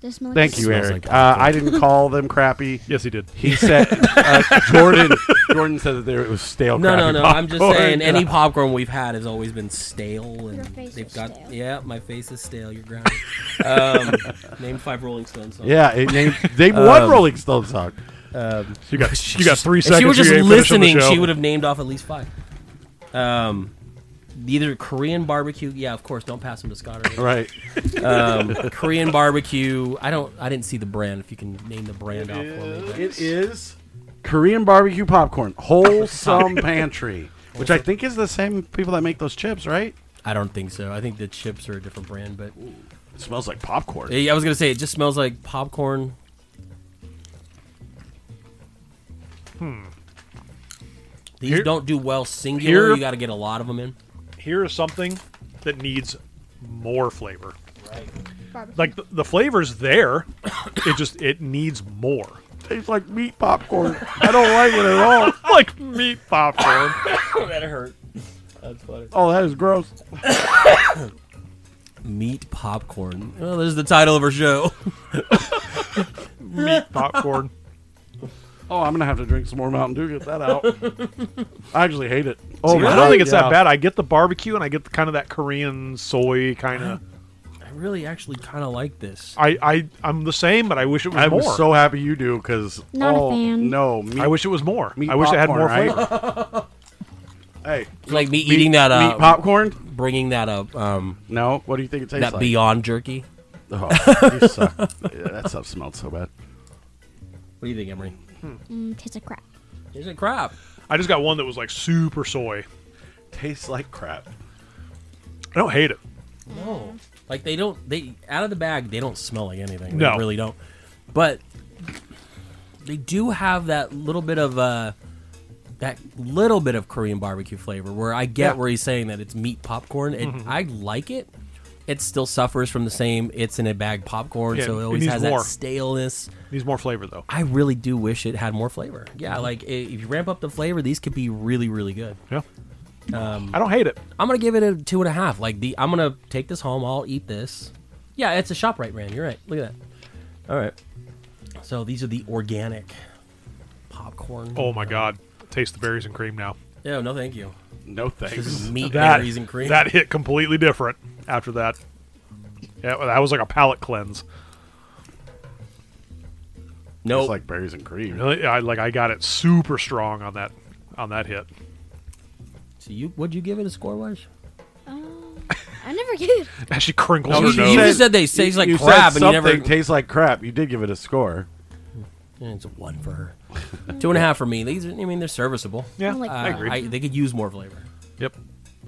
Does it smell like
Thank you,
Smells
Eric.
like
uh,
popcorn.
I didn't call them crappy.
Yes, he did.
He
[LAUGHS]
said uh, Jordan. Jordan said that there it was stale.
No,
crappy
no, no. I'm just
popcorn. [LAUGHS]
saying any popcorn we've had has always been stale and
Your face
they've
is
got
stale.
yeah, my face is stale. You're grounded.
[LAUGHS]
um, name five Rolling Stones songs.
Yeah, it named, [LAUGHS] name one Rolling Stone song.
You got you got three
If
seconds.
she were just
you ain't finishing the
listening,
show.
she would have named off at least five. Um, either Korean barbecue. Yeah, of course. Don't pass them to Scott.
[LAUGHS]
Or
Right.
um, Korean barbecue. I don't. I didn't see the brand. If you can name the brand off for me. but-
It is Korean barbecue popcorn, Wholesome Pantry, which I think is the same people that make those chips, right?
I don't think so. I think the chips are a different brand, but
It smells like popcorn.
Yeah, I was gonna say it just smells like popcorn. Hmm. These
Here-
don't do well singular.
here-
you got to get a lot of them in.
Here is something that needs more flavor.
barbecue?
Like the, the flavor's there, it just it needs more.
tastes like meat popcorn. I don't like it at all.
Like meat popcorn.
[LAUGHS]
Oh, that hurt. That's funny.
Oh, that is gross.
Meat popcorn. Well, there's the title of our show.
meat popcorn.
Oh, I'm gonna have to drink some more Mountain Dew. Get that out. I actually hate it. Oh,
I don't think it's that bad. I get the barbecue and I get the, kind of that Korean soy kind of.
[LAUGHS] I really actually kind of like this.
I I I'm the same, but [LAUGHS] I wish it was
I'm
more.
so happy you do because
Not a
oh,
fan.
No, meat,
I wish it was more.
meat
I wish it had more
popcorn,
flavor.
Right? [LAUGHS] hey,
Like me eating that
meat
uh,
popcorn?
bringing that up, um,
No. What do you think it tastes
that
like?
Beyond Jerky.
Oh, you suck. Yeah, that stuff smelled so bad.
What do you think, Emery?
Mm, tastes like crap.
Here's a crap.
I just got one that was like super soy.
Tastes like crap.
I don't hate it.
No. Oh. Like they don't they out of the bag they don't smell like anything.
No.
They really don't. But they do have that little bit of uh that little bit of Korean barbecue flavor where I get
Yeah. Mm-hmm.
where he's saying that it's meat popcorn and I like it. It still suffers from the same it's in a bag popcorn,
Yeah,
so it
it
always
needs
has
more.
that staleness.
Needs more flavor though.
I really do wish it had more flavor. Yeah,
Mm-hmm.
like i- if you ramp up the flavor, these could be really, really good.
Yeah.
Um,
I don't hate it.
I'm gonna give it a two and a half. Like the, I'm gonna take this home. I'll eat this. Yeah, it's a Shoprite brand. You're right. Look at that. All right. So these are the organic popcorn.
Oh my god. Taste the berries and cream now.
yeah. No, thank you.
No
This is
[LAUGHS]
thanks.
meat,
That,
berries, and cream.
that hit completely different after that. Yeah, well, that was like a palate cleanse.
nope.
It's like berries and cream.
Really, I, like I got it super strong on that. on that hit.
So you, what'd you give it a score wise?
Oh, I never gave.
As she crinkles
No,
her
you,
no.
nose.
you
said-
just said they taste like
you said
crap, and you
something
never.
tastes like crap. You did give it a score.
Yeah, it's a one for her. [LAUGHS] Two and a half for me. These, are, I mean, they're serviceable.
yeah,
I'm like,
I
Uh,
agree.
I, they could use more flavor.
[LAUGHS] yep.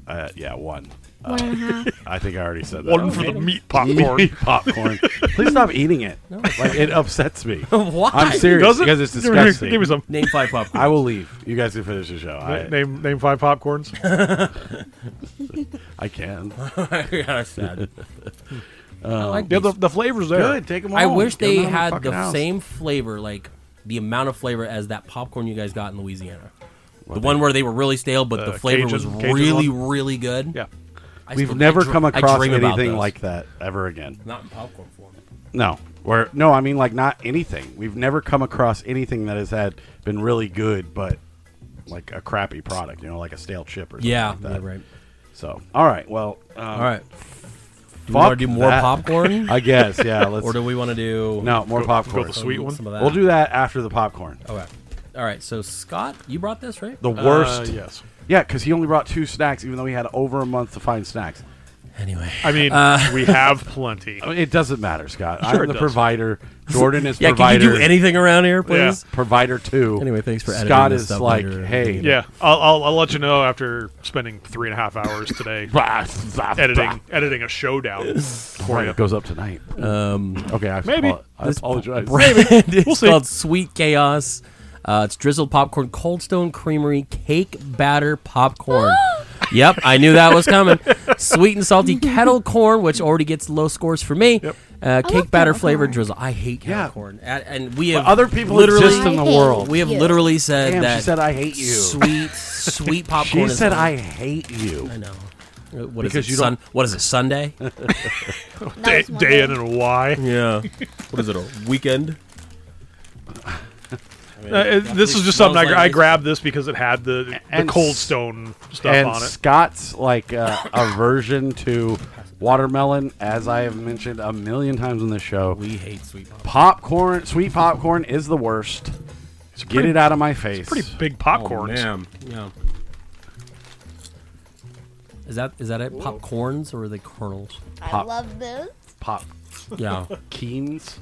Uh, yeah, one. Uh,
One and a half.
[LAUGHS] I think I already said that. [LAUGHS]
One for the meat popcorn.
Meat popcorn. Please stop eating it. Like it upsets [LAUGHS] me.
Why?
I'm serious
Does it?
because it's
[LAUGHS] Give me-
disgusting.
Give me some.
Name five popcorn.
I will leave. You guys can finish the show. I,
Name name five popcorns.
I can.
[LAUGHS] yeah,
[LAUGHS]
that's sad. I like
yeah,
these.
Um, the, the flavor's there.
Good. Take them all.
I wish
Get 'em
they
out of
had
fucking
the
house.
same flavor, like the amount of flavor as that popcorn you guys got in Louisiana. the
they-
one where they were really stale, but
Uh,
the,
The
flavor
Cajun-
was
Cajun
really,
one?
really good.
Yeah.
I
We've
still- I
never
dr-
come
I
across
dream about
anything
those.
like that ever again.
Not in popcorn form.
No. Or no, I mean like not anything. We've never come across anything that has had been really good, but like a crappy product. You know, like a stale chip or something
Yeah,
like
yeah,
that.
right.
So, all right. Well, um,
All right. Do we
fuck
want to do more
that.
popcorn,
I guess.
[LAUGHS]
Yeah. [LAUGHS] Let's.
or do we want to do
no more popcorn.
Go the sweet one.
Some of that.
We'll do that after the popcorn.
Okay. All right. So Scott, you brought this right?
The
Uh,
worst.
yes.
Yeah, because he only brought two snacks, even though he had over a month to find snacks.
Anyway.
I mean,
[LAUGHS]
we have plenty.
Uh, I mean, it doesn't matter, Scott.
Sure
I'm
it
the
does.
provider. Jordan is
[LAUGHS] Yeah,
provider.
can you do anything around here, please?
provider two.
Anyway, thanks for editing
Scott
this
is
stuff
like,
later.
hey,
Yeah, I'll, I'll, I'll let you know after spending three and a half hours
[LAUGHS]
today editing editing a showdown for
Right,
you.
it goes up tonight.
Um,
Okay, I
Maybe.
apo- I apologize.
brand is
see.
called Sweet Chaos. Uh, it's drizzled popcorn, Cold Stone Creamery cake batter [GASPS] popcorn. yep, I knew that was coming. Sweet and salty kettle corn, which already gets low scores for me. Uh, cake
love
batter
kettle
flavored
corn.
drizzle. I hate kettle
Yeah.
corn, and, and we have
Other people
literally
exist in the
I hate
world.
we have
you.
literally said
Damn,
that
she said I hate you.
sweet
[LAUGHS]
sweet popcorn.
she
is
said
un-
I hate you.
I know. Uh, What is
Because
it?
you
Sun-
don't-
what is
[LAUGHS]
it? Sunday?
That
Day,
was one
day
day.
in and why?
yeah. What is it? A weekend?
Uh, it- this is
It
just something I,
smells
gra- I
like-
grabbed this because it had the, the
And
cold
s-
stone stuff
And
on it.
Scott's like uh, [LAUGHS] aversion to watermelon, as I have mentioned a million times on this show.
We hate sweet popcorn.
popcorn, sweet popcorn is the worst.
It's
Get it out of my face.
Pretty big popcorns.
Yeah. Is that is that it? Popcorns or are they kernels?
I
Pop.
love this.
Pop
[LAUGHS] Yeah.
keens.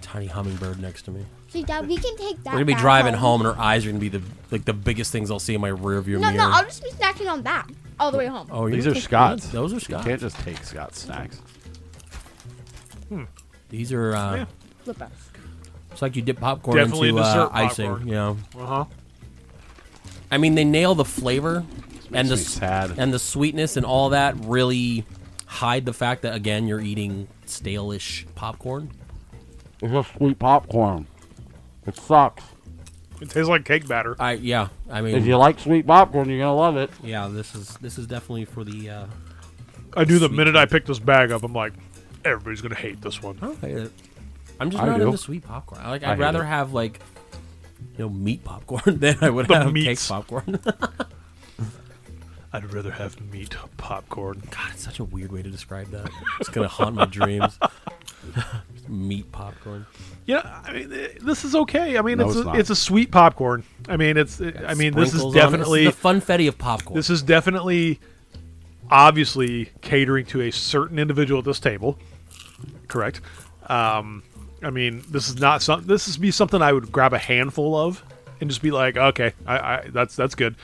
Tiny hummingbird next to me.
See, Dad, we can take that.
We're gonna be
back
driving home. and our eyes are gonna be the like the biggest things I'll see in my rearview
No,
mirror.
no, I'll just be snacking on that all the way home.
oh, you're
These
gonna
are
take-
Scott's.
yeah, Those are
You
Scott's.
can't just take Scott's snacks.
These are. Uh,
Yeah.
Flip us.
It's like you dip popcorn
Definitely
into uh,
dessert
icing.
popcorn.
Yeah.
Uh
Uh-huh.
huh.
I mean, they nail the flavor and the
me
s-
sad.
and the sweetness and all that really hide the fact that again you're eating stale-ish popcorn.
It's just sweet popcorn. It sucks.
It tastes like cake batter.
I yeah. I mean,
If you like sweet popcorn, you're gonna love it.
Yeah, this is this is definitely for the. Uh,
I knew the
Sweet.
minute I picked this bag up, I'm like, everybody's gonna hate this one.
I'm just
I
not
do.
into sweet popcorn. I, like,
I
I'd
hate
rather
it.
have like, you know, meat popcorn [LAUGHS] than I would
The
have
meats.
cake popcorn. [LAUGHS]
I'd rather have meat popcorn.
God, it's such a weird way to describe that. It's gonna haunt my dreams. [LAUGHS] meat popcorn.
Yeah, I mean, eh, this is okay. I mean,
No,
it's
it's
a,
not.
it's a sweet popcorn. I mean, it's. eh, I mean, this
Sprinkles
is
on-
definitely
this is the funfetti of popcorn.
this is definitely obviously catering to a certain individual at this table correct um, i mean this is not something this is be something i would grab a handful of and just be like okay I, I that's that's good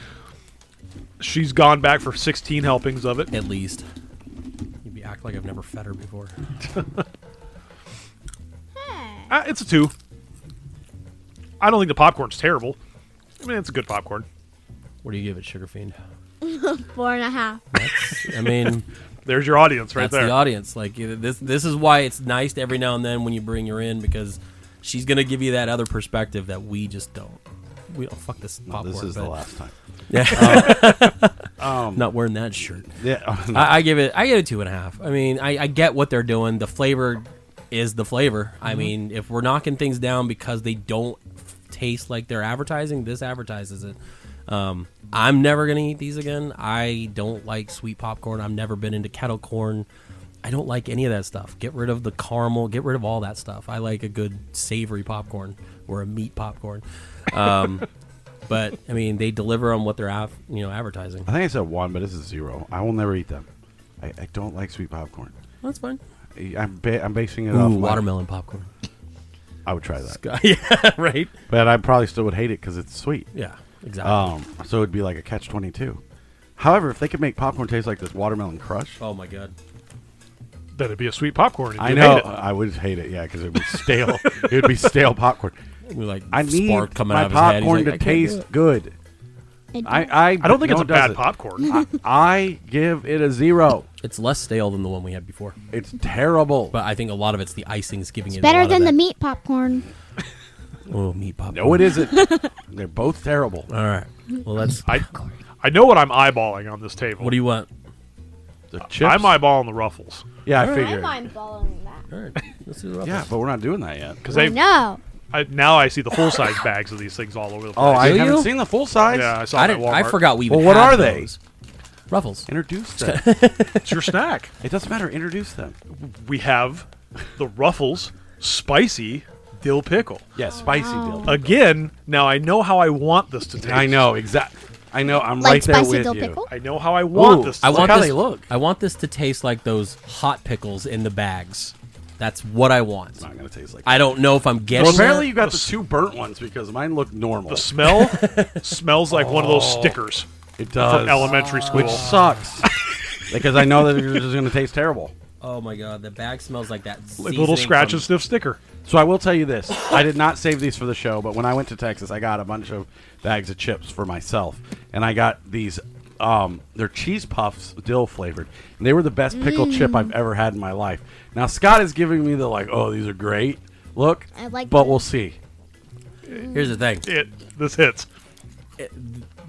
she's gone back for 16 helpings of it
at least. You'd be act like I've never fed her before.
Ah, it's a two i don't think the popcorn's terrible i mean it's a good popcorn
What do you give it, Sugar Fiend?
Four and a half.
I mean.
there's your audience right
that's
there
the audience. Like you- this, this is why it's nice to every now and then when you bring her in because she's gonna give you that other perspective that we just don't. We don't fuck this
No,
popcorn.
this is the
but-
last time.
Yeah,
Um, [LAUGHS]
not wearing that shirt.
yeah, [LAUGHS] oh, no.
I, I give it. I give it two and a half. I mean, I, I get what they're doing. The flavor is the flavor. I mean, if we're knocking things down because they don't taste like they're advertising, this advertises it. Um, I'm never gonna eat these again. I don't like sweet popcorn. I've never been into kettle corn. I don't like any of that stuff. Get rid of the caramel. Get rid of all that stuff. I like a good savory popcorn or a meat popcorn. Um, [LAUGHS] But I mean, they deliver on what they're av- you know advertising.
I think I said one, but this is zero. I will never eat them. I, I don't like sweet popcorn.
That's fine.
I- I'm, ba- I'm basing it
Ooh,
off my-
watermelon popcorn.
I would try that,
[LAUGHS] yeah, right. Uh,
but I probably still would hate it because it's sweet.
Yeah, exactly.
Um, so it'd be like a catch twenty two. However, if they could make popcorn taste like this watermelon crush,
oh my god.
That'd be a sweet popcorn. If
I
you
know
made it.
I would hate it. Yeah, because it would be stale. it would be stale popcorn.
We like
I need
spark coming
my
out of his head. He's
popcorn
like,
to taste good.
And
I I,
I don't think it's
no
a bad
doesn't. [LAUGHS]
popcorn.
I, I give it a zero.
It's less stale than the one we had before,
It's terrible.
but I think a lot of it's the icings giving it a
better
lot
than the
of
meat popcorn.
that. oh meat popcorn.
no, it
[LAUGHS]
isn't. They're both terrible.
All right. Well, that's.
I, I know what I'm eyeballing on this table.
what do you want?
The chips.
I'm eyeballing the ruffles
yeah, I figured.
eyeballing that.
All right. Let's do the
Yeah,
ruffles.
but we're not doing that yet.
because
I
they
know.
I, now I see the full size bags of these things all over the place.
Oh, I
Do
haven't
you?
seen the full size.
yeah, I saw
I
them at
didn't. I
Walmart.
forgot we. Even
Well, what
had
are they?
those.
[LAUGHS]
Ruffles.
Introduce them.
It's your snack.
it doesn't matter. Introduce them.
We have the ruffles spicy dill pickle.
Yeah, spicy
wow.
dill.
Again, now I know how I want this to taste.
I know exactly. I know. I'm
Like
right there
spicy
with
dill
you.
[LAUGHS]
pickle?
I know how I want
Ooh,
this. To
I
taste.
want
how
this,
they look.
I want this to taste like those hot pickles in the bags. That's what I want.
Not gonna taste like.
I don't know if I'm getting.
Well, apparently
that.
you got the two burnt ones because mine look normal.
the
[LAUGHS]
smell smells like one of those stickers
It
from
Oh. does.
elementary school.
which
[LAUGHS]
sucks because I know that it's just gonna taste terrible.
Oh my god, the bag smells like that.
like the little scratch and sniff sticker.
So I will tell you this: I did not save these for the show, but when I went to Texas, I got a bunch of bags of chips for myself, and I got these. Um, they're cheese puffs, dill flavored. And they were the best pickle chip
Mm.
I've ever had in my life. Now Scott is giving me the like, oh, these are great. Look,
I like
but
them.
we'll see.
Here's the thing.
It this hits.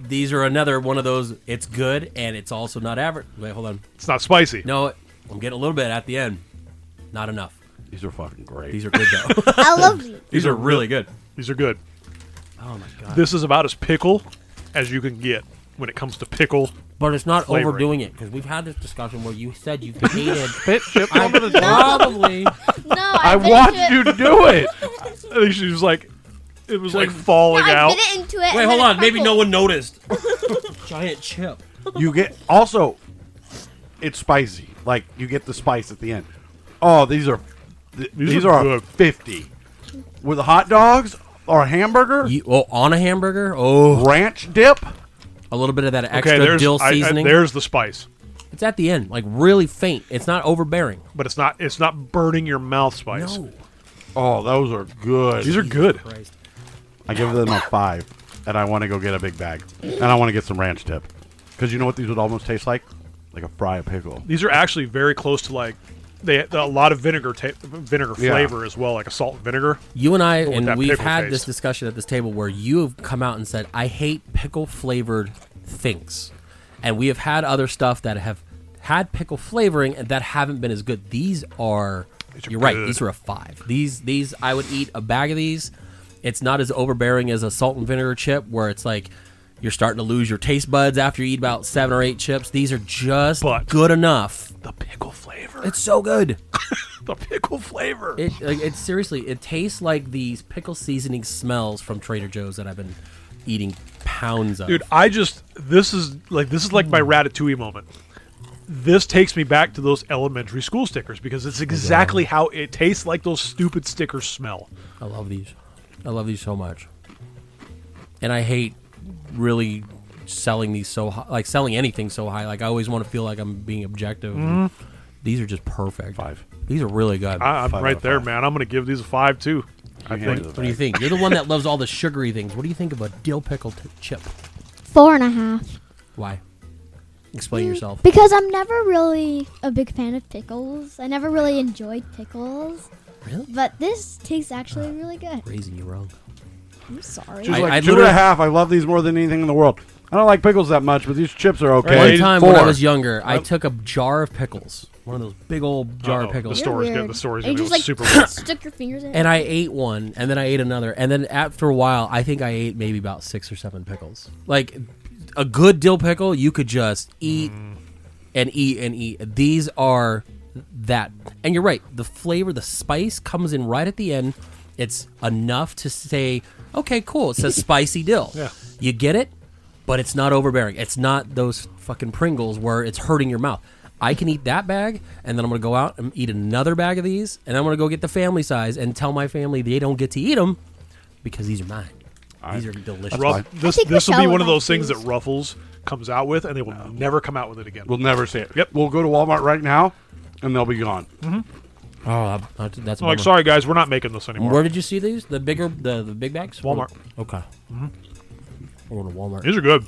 These are another one of those. It's good and it's also not average. Wait, hold on.
It's not spicy.
No, I'm getting a little bit at the end. Not enough.
These are fucking great.
These are good though.
I love you.
These are really good.
These are good.
Oh my god.
This is about as pickle as you can get when it comes to pickle.
But it's not
Flavoring.
overdoing it because we've had this discussion where you said you hated.
Spit chip
I
over the top.
probably.
No, I,
I want you
[LAUGHS]
to do it.
I think she was like, it was like falling
I
out.
bit it into it.
Wait, hold on. Maybe no one noticed. Giant chip.
You get also, it's spicy. Like you get the spice at the end. Oh, these are th- these,
These
are,
are
a
good.
fifty with hot dogs or a hamburger,
You, oh, on a hamburger. Oh,
ranch dip.
a little bit of that extra
Okay, there's
dill
I- I-
seasoning.
there's the spice,
it's at the end, like really faint. It's not overbearing.
but it's not it's not burning your mouth spice.
No.
Oh, those are good.
These are good.
Christ.
I give them a five, and I want to go get a big bag, and I want to get some ranch dip, because you know what these would almost taste like, like a fry a pickle.
These are actually very close to like they a lot of vinegar ta- vinegar
Yeah.
flavor as well, like a salt and vinegar.
You and I, and
that
we've
pickle
had
taste.
this discussion at this table where you have come out and said, I hate pickle flavored things. And we have had other stuff that have had pickle flavoring and that haven't been as good. These are,
are
you're right,
good.
these are a five. These, these, I would eat a bag of these. It's not as overbearing as a salt and vinegar chip where it's like you're starting to lose your taste buds after you eat about seven or eight chips. These are just
But-
good enough.
The pickle flavor.
It's so good.
the pickle flavor.
It like it's seriously. It tastes like these pickle seasoning smells from Trader Joe's that I've been eating pounds of.
Dude, I just this is like this is like
Mm.
my ratatouille moment. This takes me back to those elementary school stickers because it's exactly how it tastes like those stupid stickers smell.
I love these. I love these so much. And I hate really selling these so high, like selling anything so high. Like I always want to feel like I'm being objective. These are just perfect.
Five.
These are really good.
I, I'm
Five out
right
of
there,
five.
man. I'm gonna give these a five too.
I
think-
what do you think? You're the one that loves all the sugary things. What do you think of a dill pickle t- chip?
Four and a half.
Why? Explain yourself.
Because I'm never really a big fan of pickles. I never really enjoyed pickles.
Really?
But this tastes actually really good.
Raising you wrong.
I'm sorry.
She's
I-
like
I
two and
literally-
a half. I love these more than anything in the world. I don't like pickles that much, but these chips are okay.
Right.
One time
Four.
when I was younger, I took a jar of pickles, one of those big old
Oh,
jar
Uh-oh,
of pickles,
The story's
You're
good. The
weird.
story's
And
gonna
you
be
just, like,
super
[COUGHS]
weird.
Stuck your fingers in. it.
and I ate one, and then I ate another, and then after a while, I think I ate maybe about six or seven pickles. Like a good dill pickle, you could just eat and eat and E. eat. These are that, and you're right. The flavor, the spice comes in right at the end. It's enough to say, okay, cool. It says spicy dill.
Yeah.
You get it, but it's not overbearing. It's not those fucking Pringles where it's hurting your mouth. I can eat that bag, and then I'm gonna go out and eat another bag of these, and I'm gonna go get the family size and tell my family they don't get to eat them because these are mine. These are delicious.
Ruff- this
think
this will be
Michelle
one of
would
those
like
things that
these.
Ruffles comes out with, and they will never come out with it again.
We'll never see it.
Yep.
We'll go to Walmart right now, and they'll be gone.
Oh, that- that's a
I'm like,
bummer.
sorry guys, we're not making this anymore.
Where did you see these? The bigger, the, the big bags?
Walmart.
Okay. Mm-hmm. We're going to Walmart.
These are good.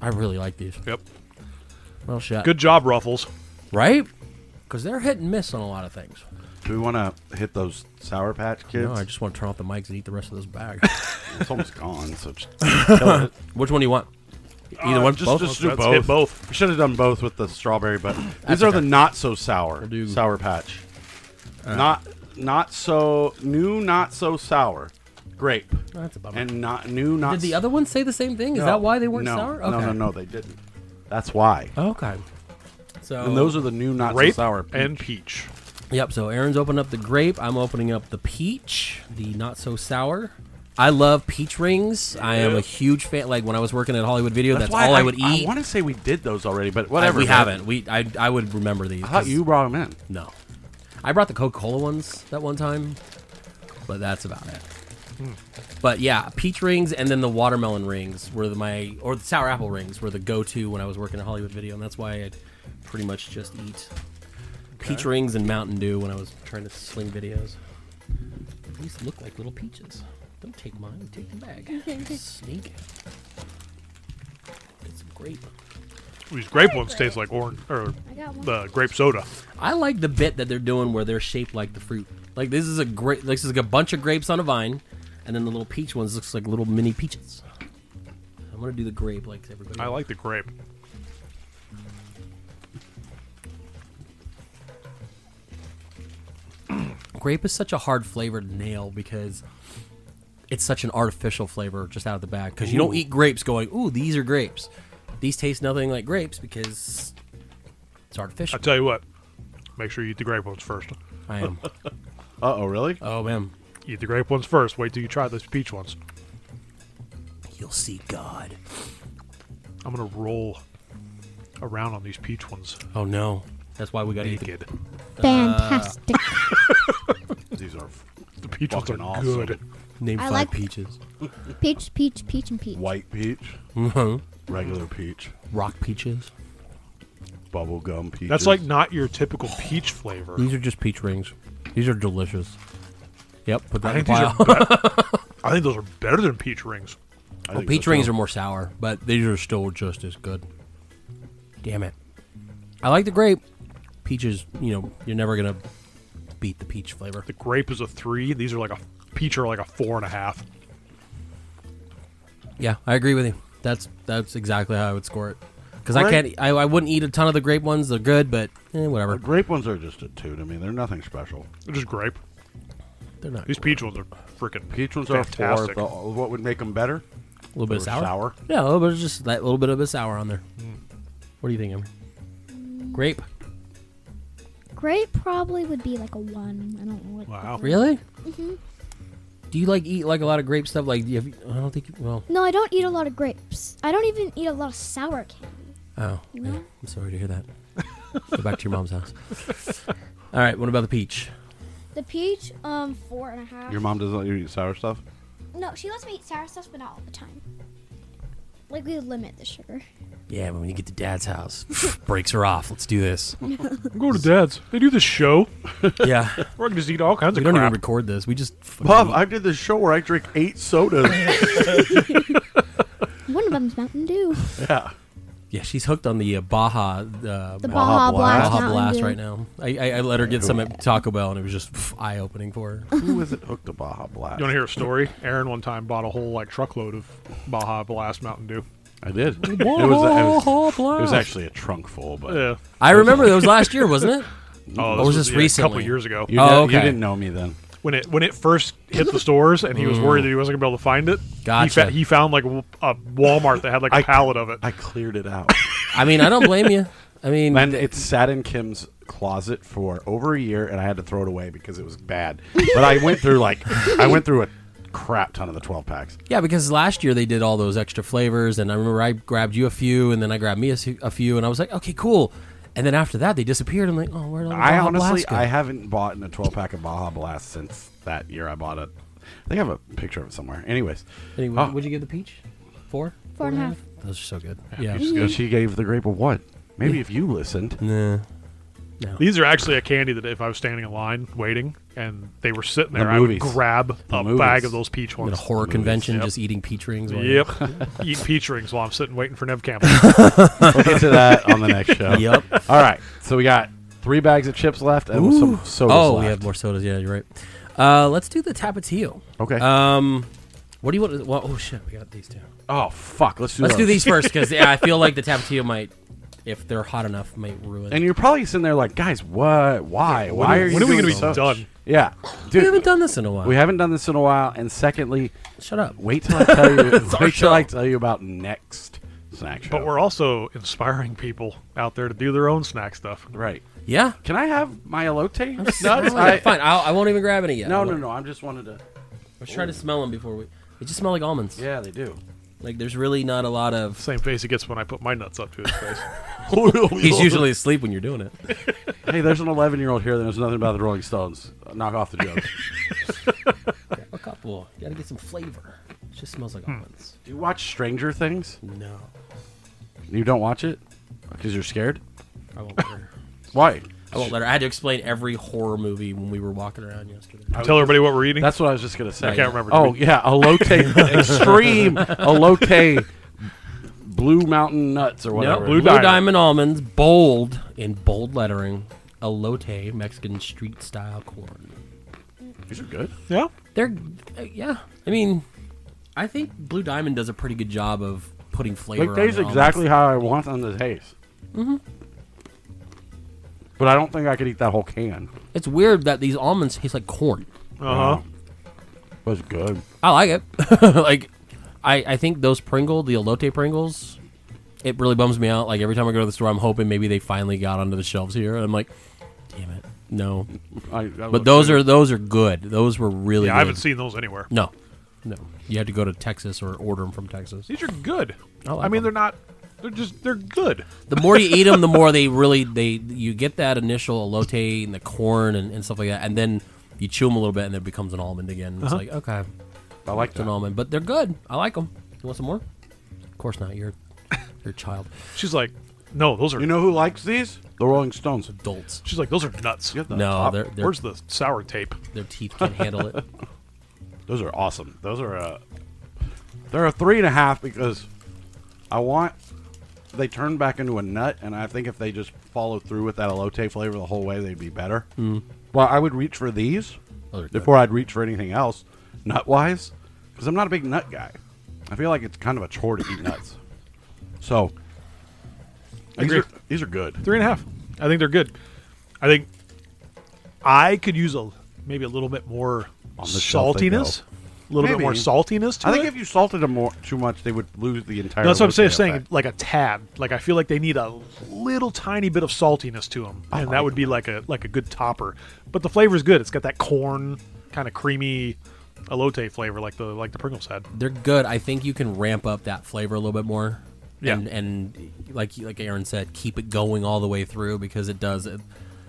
I really like these.
Yep.
Well, shit.
Good job, Ruffles.
Right? Because they're hit and miss on a lot of things.
Do we want to hit those Sour Patch Kids?
No, I just want to turn off the mics and eat the rest of this bag. [LAUGHS]
it's almost gone. So just,
Which one do you want? Either one?
just,
both?
just do
Uh, Let's
both.
hit both.
We should have done both with the strawberry, but these are the not so sour
do- Uh.
Sour Patch. not not so new, not so sour. Grape
That's a bummer.
and not new, not
Oh. Did the
s-
other ones say the same thing? Is
no,
that why they weren't
no,
sour?
No, no, no, they didn't. That's why.
Okay. So
And those are the new, not
Grape
so sour. peach.
and peach.
Yep. So Aaron's opened up the grape. I'm opening up the peach, the not so sour. I love peach rings. I am a huge fan. Like when I was working at Hollywood Video, that's,
why
all I, would
I
eat.
want to say we did those already, but whatever.
we
man.
haven't. We I, I would remember these.
I thought
'cause-
you brought them in.
No, I brought the Coca Cola ones that one time, but that's about it.
Hmm.
But yeah, peach rings and then the watermelon rings were the, my or the sour apple rings were the go to when I was working at Hollywood Video, and that's why I pretty much just eat peach rings and Mountain Dew when I was trying to sling videos. These look like little peaches. Don't take mine. Take the bag. Sneak. It's great.
These grape ones taste like orange or
I got one.
the grape soda.
I like the bit that they're doing where they're shaped like the fruit. Like this is a great. This is like a bunch of grapes on a vine, and then the little peach ones looks like little mini peaches. I'm gonna do the grape like everybody.
I
else.
like the grape.
grape is such a hard flavor to nail because it's such an artificial flavor just out of the bag. Because you don't eat grapes going, ooh, these are grapes. These taste nothing like grapes because it's
I
artificial.
tell you what, make sure you eat the grape ones first.
I am.
Uh oh, really?
Oh man,
Eat the grape ones first. Wait till you try those peach ones.
you'll see God.
I'm gonna roll around on these peach ones
Oh no, that's why we gotta eat the
naked.
Fantastic.
uh,
These are f-
The peach ones are
Fucking awesome.
good.
name
I
five
like-
peaches.
peach, peach, peach, and peach.
white peach,
Mhm.
regular peach,
Rock peaches.
bubblegum peach.
That's like not your typical peach flavor.
These are just peach rings. These are delicious. Yep, put
I
that in
think these
the
are.
pile.
bet-
[LAUGHS]
I think those are better than peach rings.
Well, peach rings are more sour, but these are still just as good. Damn it. I like the grape. Peaches, you know, you're never going to beat the peach flavor.
The grape is a three. These are like a peach are like a four and a half.
Yeah, I agree with you. That's that's exactly how I would score it. Because I
Grape-
can't, I, I wouldn't eat a ton of the grape ones. They're good, but eh,
The
whatever.
grape ones are just a two to me. They're nothing special.
They're just grape.
They're not.
These peach ones are freaking
Peach ones
fantastic.
are four. The- what would make them better?
A little bit of
They
sour.
were
Yeah, a little bit of just that little bit of a sour on there.
Mm.
What do you think, Emma? Grape.
Grape probably would be like a one. I don't know what.
Wow.
Really?
Mm-hmm.
Do you like eat like a lot of grape stuff? Like, do you have, I don't think. You, well,
No, I don't eat a lot of grapes. I don't even eat a lot of sour candy.
oh,
No.
yeah, I'm sorry to hear that. Go back to your mom's house. All right. What about the peach?
The peach, um, four and a half.
Your mom doesn't let you eat sour stuff.
no, she lets me eat sour stuff, but not all the time. Like we limit the sugar.
Yeah, but when you get to dad's house, [LAUGHS] breaks her off. Let's do this.
[LAUGHS]
I'm going to dad's. They do this show.
Yeah,
We're gonna just eat all kinds
we
of
don't even
crap.
record this. We just fucking
Bob,
eat.
I did this show where I drink eight sodas.
One of them's Mountain Dew.
[LAUGHS]
yeah,
yeah, she's hooked on the uh, Baja, uh,
The
Baja
Baja,
Blast.
Blast,
Baja
Mountain
Blast
Dew.
right now. I, I, I let her get some at Taco Bell, and it was just eye opening for
[LAUGHS]
[LAUGHS]
her.
who was it hooked to Baja Blast?
You want to hear a story? Aaron one time bought a whole like truckload of Baja Blast Mountain Dew.
I
[LAUGHS]
did. it, was, it, was, it was
Blast.
actually a trunk full, but
Yeah.
I remember that was last year, wasn't it?
Oh,
was this
yeah, A
recently?
couple years ago.
you,
Oh,
di- you
okay.
didn't know me then.
when it when it first hit the stores and he was
Mm.
worried that he wasn't gonna be able to find it.
Gotcha.
He, fa- he found like a, a Walmart that had like a
I-
pallet of it.
I cleared it out.
I mean, I don't blame you. I
[LAUGHS]
mean,
And it sat in Kim's closet for over a year, and I had to throw it away because it was bad. But I went through like I went through a crap ton of the twelve packs.
yeah, because last year they did all those extra flavors, and I remember I grabbed you a few, and then I grabbed me a, s- a few, and I was like, okay, cool. And then after that, they disappeared. I'm like, oh, where did all the
I
Baja
honestly
Blast go?
I haven't bought in a twelve pack of Baja Blast since that year. I bought it. I think I have a picture of it somewhere. Anyways,
Anyway,
Oh.
would you give the peach? Four?
Four and a half.
Those are so good. Yeah.
she gave the grape of what? Maybe if you listened.
Nah.
These are actually a candy that if I was standing in line waiting and they were sitting
The
there, I would
movies.
grab
The
a
movies.
bag of those peach
I'm at
ones.
a horror
Movies,
convention,
yep.
just eating peach rings. while you're-
Yep,
[LAUGHS]
eat peach rings while I'm sitting waiting for Nev Campbell.
We'll get to that on the next show.
Yep.
[LAUGHS] All right. So we got three bags of chips left and some sodas
Oh,
left.
we have more sodas. Yeah, you're right. Uh, let's do the Tapatio.
Okay.
Um, what do you want? To, well, oh shit, we got these two.
oh fuck. Let's do.
Let's do
those.
these first because yeah, I feel
[LAUGHS]
like the Tapatio might, if they're hot enough, might ruin.
And you're probably sitting there like, guys, what? Why? Why are you?
when are we
doing
going to be
so much?"
done?
Yeah,
we haven't
dude.
done this in a while.
We haven't done this in a while, and secondly,
Shut up.
wait till I tell you.
our
wait till
show.
I tell you about next snack show.
But we're also inspiring people out there to do their own snack stuff.
right.
Yeah.
Can I have my elote? [LAUGHS]
Fine,
nuts? I,
fine. I'll, I won't even grab any yet.
No,
I
no,
won't.
no. I'm just wanted to.
I was trying to smell them before we. They just smell like almonds.
Yeah, they
[LAUGHS]
do.
Like there's really not a lot of.
Same face he gets when I put my nuts up to
[LAUGHS]
his face.
[LAUGHS] He's usually asleep when you're doing it.
hey, there's an 11 year old here that knows nothing about the Rolling Stones. Knock off the
[LAUGHS]
jokes.
A couple. You gotta get some flavor. It just smells like almonds.
do you watch Stranger Things?
No,
You don't watch it because you're scared.
I won't let her.
Why?
[LAUGHS] I won't let her. I had to explain every horror movie when we were walking around yesterday.
Tell everybody what we're eating.
That's what I was just gonna say.
I can't remember.
Oh yeah,
[LAUGHS]
elote extreme elote blue mountain nuts or
No,
whatever.
Blue,
Diamond.
Diamond. almonds, bold in bold lettering, elote Mexican street style corn.
These are good.
yeah.
They're uh, yeah. I mean, I think Blue Diamond does a pretty good job of putting flavor.
Like
on Mm-hmm.
these
their almonds.
exactly how I want on the taste. But I don't think I could eat that whole can.
It's weird that these almonds taste like corn.
Uh huh.
Was good.
I like it. [LAUGHS] like, I I think those Pringle, the elote Pringles, it really bums me out. Like every time I go to the store, I'm hoping maybe they finally got onto the shelves here, and I'm like, damn it, no.
I, I
But those are those are good. Those were really.
Yeah, I
good.
haven't seen those anywhere.
No, no. You had to go to Texas or order them from Texas.
These are good.
I like
I mean,
them.
they're not. They're just. They're good.
The more you eat them, the more they really they you get that initial elote and the corn and, and stuff like that, and then you chew them a little bit, and it becomes an almond again.
Uh-huh.
It's like okay,
I like
it's an
that.
almond, but they're good. I like them. You want some more? Of course not. You're you're
[LAUGHS]
a child.
She's like, no, those are.
You know who likes these? The Rolling Stones.
Adults,
she's like, those are nuts.
Get the
No,
Top-
they're- they're-
where's the sour tape?
their teeth can't handle it.
Those are awesome. Those are uh, they're a three and a half because I want they turn back into a nut, and I think if they just follow through with that elote flavor the whole way, they'd be better.
Hmm.
Mm. Well, I would reach for these
Those are good.
before I'd reach for anything else, nut wise, because I'm not a big nut guy. I feel like it's kind of a chore to eat nuts. So these
Agree.
are, these are good.
Three and a half. I think they're good. I think I could use a maybe a little bit more
On the shelf they go.
saltiness. A little bit
Maybe.
more saltiness. To
I think
it.
if you salted them more, too much, they would lose the entire.
No, that's what I'm
elote
saying. Saying
effect.
like a tad. Like I feel like they need a little tiny bit of saltiness to them, and that would be like a like a good topper. But the flavor's good. It's got that corn kind of creamy elote flavor, like the like the Pringles had.
They're good. I think you can ramp up that flavor a little bit more.
Yeah.
And, and like like Aaron said, keep it going all the way through because it does. It,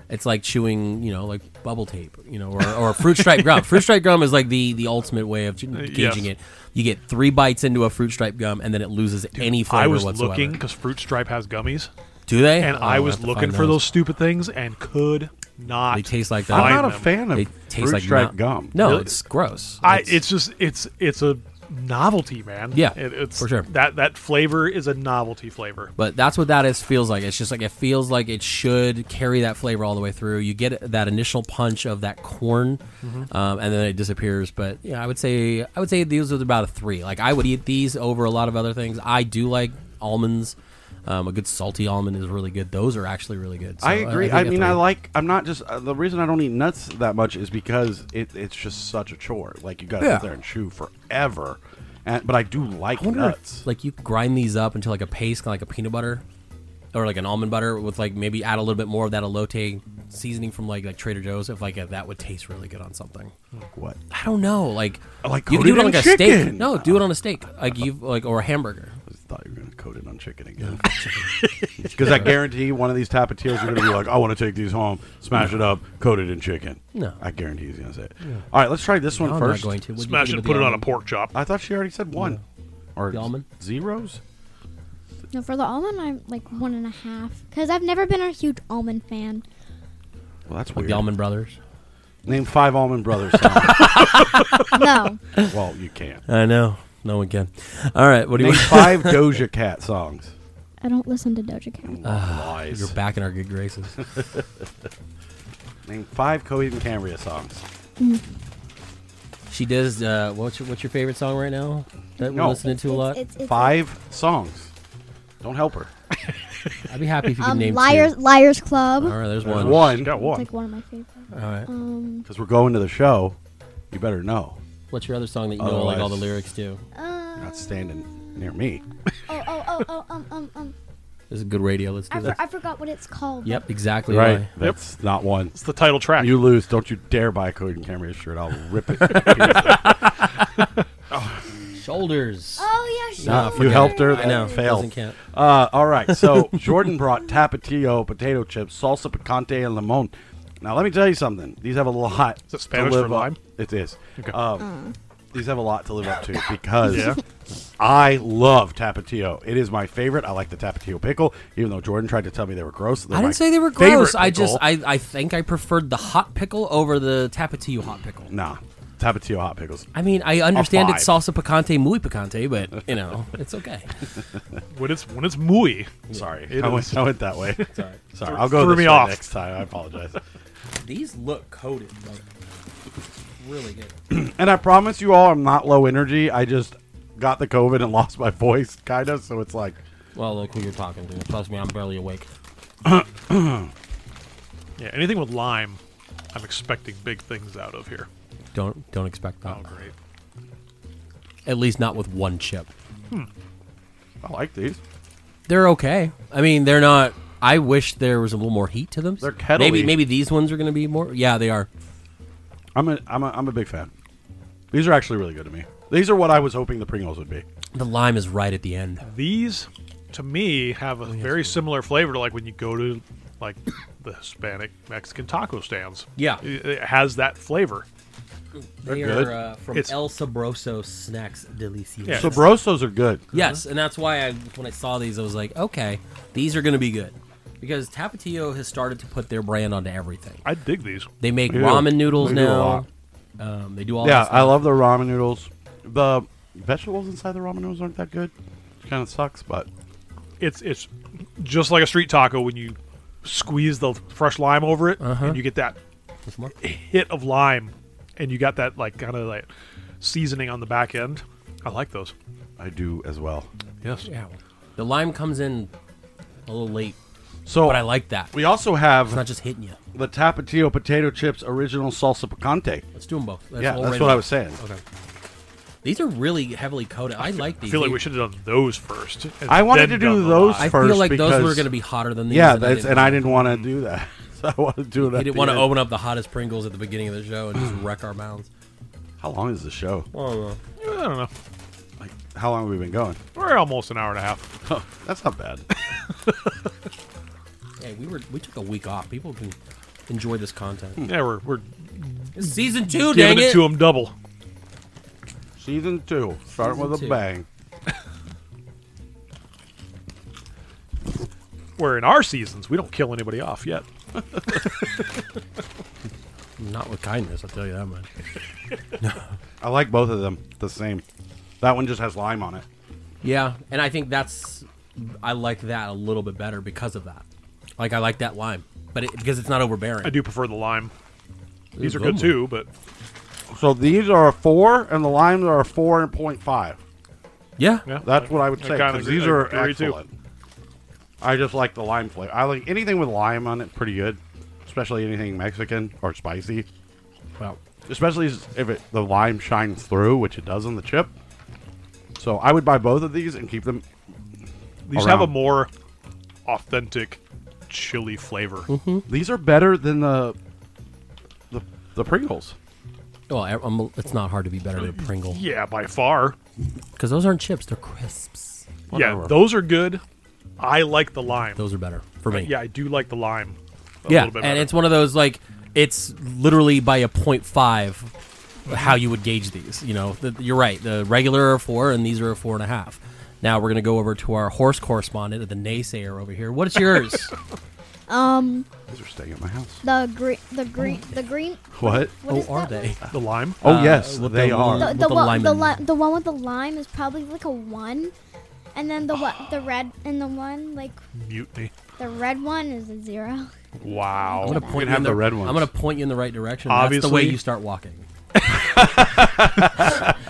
it's like chewing, you know, like bubble tape, you know, or, or fruit stripe gum. Fruit stripe gum is like the the ultimate way of gauging
Uh, yes.
it. You get three bites into a fruit stripe gum, and then it loses any flavor
I was
whatsoever.
looking because Fruit Stripe has gummies,
Do they?
and
Oh,
I
I'll
was
have to
looking
find
for those stupid things and could not.
They taste like that.
find
I'm not a
them.
fan of
They
fruit
taste like
stripe
not-
gum.
No,
Really?
it's gross.
I, it's just it's it's a novelty, man.
Yeah,
it, it's
for sure.
That that flavor is a novelty flavor.
But that's what that is feels like. It's just like it feels like it should carry that flavor all the way through. You get that initial punch of that corn,
Mm-hmm.
um, and then it disappears. But yeah, I would say I would say these was about a three. Like I would eat these over a lot of other things. I do like almonds. Um, a good salty almond is really good. Those are actually really good. So uh,
I agree.
think
I,
a
mean, I
three.
like. I'm not just uh, the reason I don't eat nuts that much is because it, it's just such a chore. Like you got to
Yeah.
sit there and chew forever. And, but I do like
I wonder if,
nuts.
like you grind these up into like a paste, kinda like a peanut butter, or like an almond butter with like maybe add a little bit more of that elote seasoning from like like Trader Joe's. If like uh, that would taste really good on something.
What?
I don't know. Like
I like
you could do it
coated
on like
in
a steak.
chicken.
No, do it on a steak. Like you like or a hamburger.
I thought you were going to coat it on chicken again. [LAUGHS]
[LAUGHS]
Because I guarantee one of these tapatios are going to be like, I want to take these home, smash it up, coat it in chicken.
No.
I guarantee he's going to say it. All right, let's try this one
No,
first.
I'm not going to. What do you
Smash
think
it,
about
put
the
it on a
almond?
pork chop.
I thought she already said one. Or
The almond?
zeros?
No, for the almond, I'm like one and a half. Because I've never been a huge almond fan.
Well, that's
Like
weird.
um, the Almond Brothers.
Name five almond brothers.
[LAUGHS]
No.
well, you can't.
I know. No one can. All right. What do you
Name
want?
five Doja Cat songs.
I don't listen to Doja Cat.
Lies.
You're back in our good graces.
Name five Coheed and Cambria songs.
She does. Uh, what's your, what's your favorite song right now that we're
No.
listening to a lot?
It's, it's,
Five songs. Don't help her.
I'd be happy if you could
um,
name
Liars,
Two.
Liars Club.
All right, there's one.
One.
She got
It's
one.
like one of my favorites.
All right.
Um,
Because we're going to the show. You better know.
What's your other song that you know like all the
Otherwise-
lyrics to?
uh,
You're not standing near me.
oh, oh, oh, oh, um, um, um.
This is good radio. Let's
I,
do
for,
this.
I forgot what it's called.
Yep, exactly
Right.
why.
That's not one.
It's the title track.
You lose. Don't you dare buy a Coheed and Cambria shirt. I'll rip it.
Shoulders. Ah,
Oh, yeah, sure.
Nah, you helped her.
I know.
That failed.
Doesn't count.
Uh, all right. So [LAUGHS] Jordan brought tapatio, potato chips, salsa picante, and limon. Now let me tell you something. These have a lot.
Is it Spanish
to live
for
up-
lime?
It is.
Okay.
Mm.
Um, These have a lot to live up to because
Yeah.
I love tapatio. It is my favorite. I like the tapatio pickle, even though Jordan tried to tell me they were gross. They're
I
my
didn't say they were
favorite
gross. I just
pickle.
I, I think I preferred the hot pickle over the Tapatio hot pickle.
[LAUGHS] nah tapatio hot pickles.
I mean, I understand it's
five.
salsa picante, muy picante, but you know, [LAUGHS] it's okay.
when it's when it's muy,
Sorry,
It
I went,
is.
I went that
[LAUGHS]
way.
Sorry.
Sorry,
Threw-
I'll go
threw
this
me
way
off.
next time. I apologize.
These look coated, like really good.
and I promise you all, I'm not low energy. I just got the COVID and lost my voice, kind of. So it's like,
Well, look who you're talking to. Plus, me, I'm barely awake.
yeah, anything with lime, I'm expecting big things out of here.
Don't don't expect that.
Oh, great.
At least not with one chip.
I like these.
They're okay. I mean, they're not. I wish there was a little more heat to them.
They're kettle-y.
Maybe maybe these ones are going to be more. Yeah, they are.
I'm a, I'm a, I'm a big fan. These are actually really good to me. These are what I was hoping the Pringles would be.
The lime is right at the end.
These, to me, have a
Oh,
very similar flavor to like when you go to like the Hispanic Mexican taco stands.
Yeah.
it, it has that flavor.
They
They're good.
are uh, from
It's-
El Sabroso Snacks Delicias.
Yeah.
Sabrosos are good.
Yes, and that's why I when I saw these, I was like, okay, these are going to be good because Tapatio has started to put their brand onto everything.
I dig these.
They make
They do.
ramen noodles
They do a
now.
lot.
Um, they do all.
Yeah,
this
I
stuff.
love the ramen noodles. The vegetables inside the ramen noodles aren't that good. Kind of sucks, but
It's it's just like a street taco when you squeeze the fresh lime over it
Uh-huh.
and you get that
There's more.
hit of lime and you got that like kind of like seasoning on the back end. I like those.
I do as well.
Yes.
Yeah. The lime comes in a little late,
So
but I like that. It's
We also have
not just hitting you.
the Tapatio potato chips original salsa picante.
Let's do them both. Let's
yeah,
roll
that's
right
what
in.
I was saying.
Okay. These are really heavily coated. I like
I
these.
feel like
They-
we should have done those first. and
I wanted
then
to do
done the
those
lime.
I feel
first
like those
because-
were going to be hotter than these.
Yeah,
and
that's and I didn't want to do that, [LAUGHS] so I wanted to do it.
You didn't want to open up the hottest Pringles at the beginning of the
[CLEARS THROAT]
show and just wreck our mouths.
How long is the show?
I don't know.
Like, how long have we been going?
We're almost an hour and a half.
That's not bad.
Hey, we were we took a week off. People can enjoy
[LAUGHS]
this
Hmm.
content.
Yeah, we're, we're
It's season two, dang
giving it
it!
to them double.
Season two, starting
Season
with a
two.
bang.
Where in our seasons, we don't kill anybody off yet.
Not with kindness, I'll tell you that much.
I like both of them the same. That one just has lime on it.
Yeah, and I think that's I like that a little bit better because of that. Like I like that lime, but it, because it's not overbearing.
I do prefer the lime. These are
Ooh,
good
good
too, but
So these are a four, and the limes are a four and point five.
Yeah,
yeah,
That's what I would say.
kinda
'cause
agree-
these
I
are
agree, too.
excellent. I just like the lime flavor. I like anything with lime on it, pretty good. Especially anything Mexican or spicy.
Well,
Especially if it, the lime shines through, which it does on the chip. So I would buy both of these and keep them
these
Around.
have a more authentic chili flavor.
These are better than the the, the Pringles.
Well, I- I'm- it's not hard to be better than a Pringle
Yeah, by far.
because those aren't chips; they're crisps.
Yeah,
Whatever.
those are good. I like the lime.
Those are better for me.
yeah, I do like the lime. A
yeah,
little bit
and
better.
it's one of those like it's literally by a point five how you would gauge these. You know, the, you're right. The regular are four, and these are a four and a half. Now we're gonna go over to our horse correspondent, the naysayer over here. What's yours?
Um,
These are staying at my house.
the green, the green, the green.
What?
What
oh,
is
are
that
they?
the lime.
Oh
Uh,
yes,
with
they
the
are.
little-
The,
with
the,
the
one,
lime
the,
in
li-
it.
the one with the lime is probably like a one, and then the what, the red and the one like
Mutiny.
the red one is a zero.
Wow.
I'm gonna point you
have
in
the red
I'm
ones.
gonna point you in the right direction. That's the way
Obviously.
you start walking.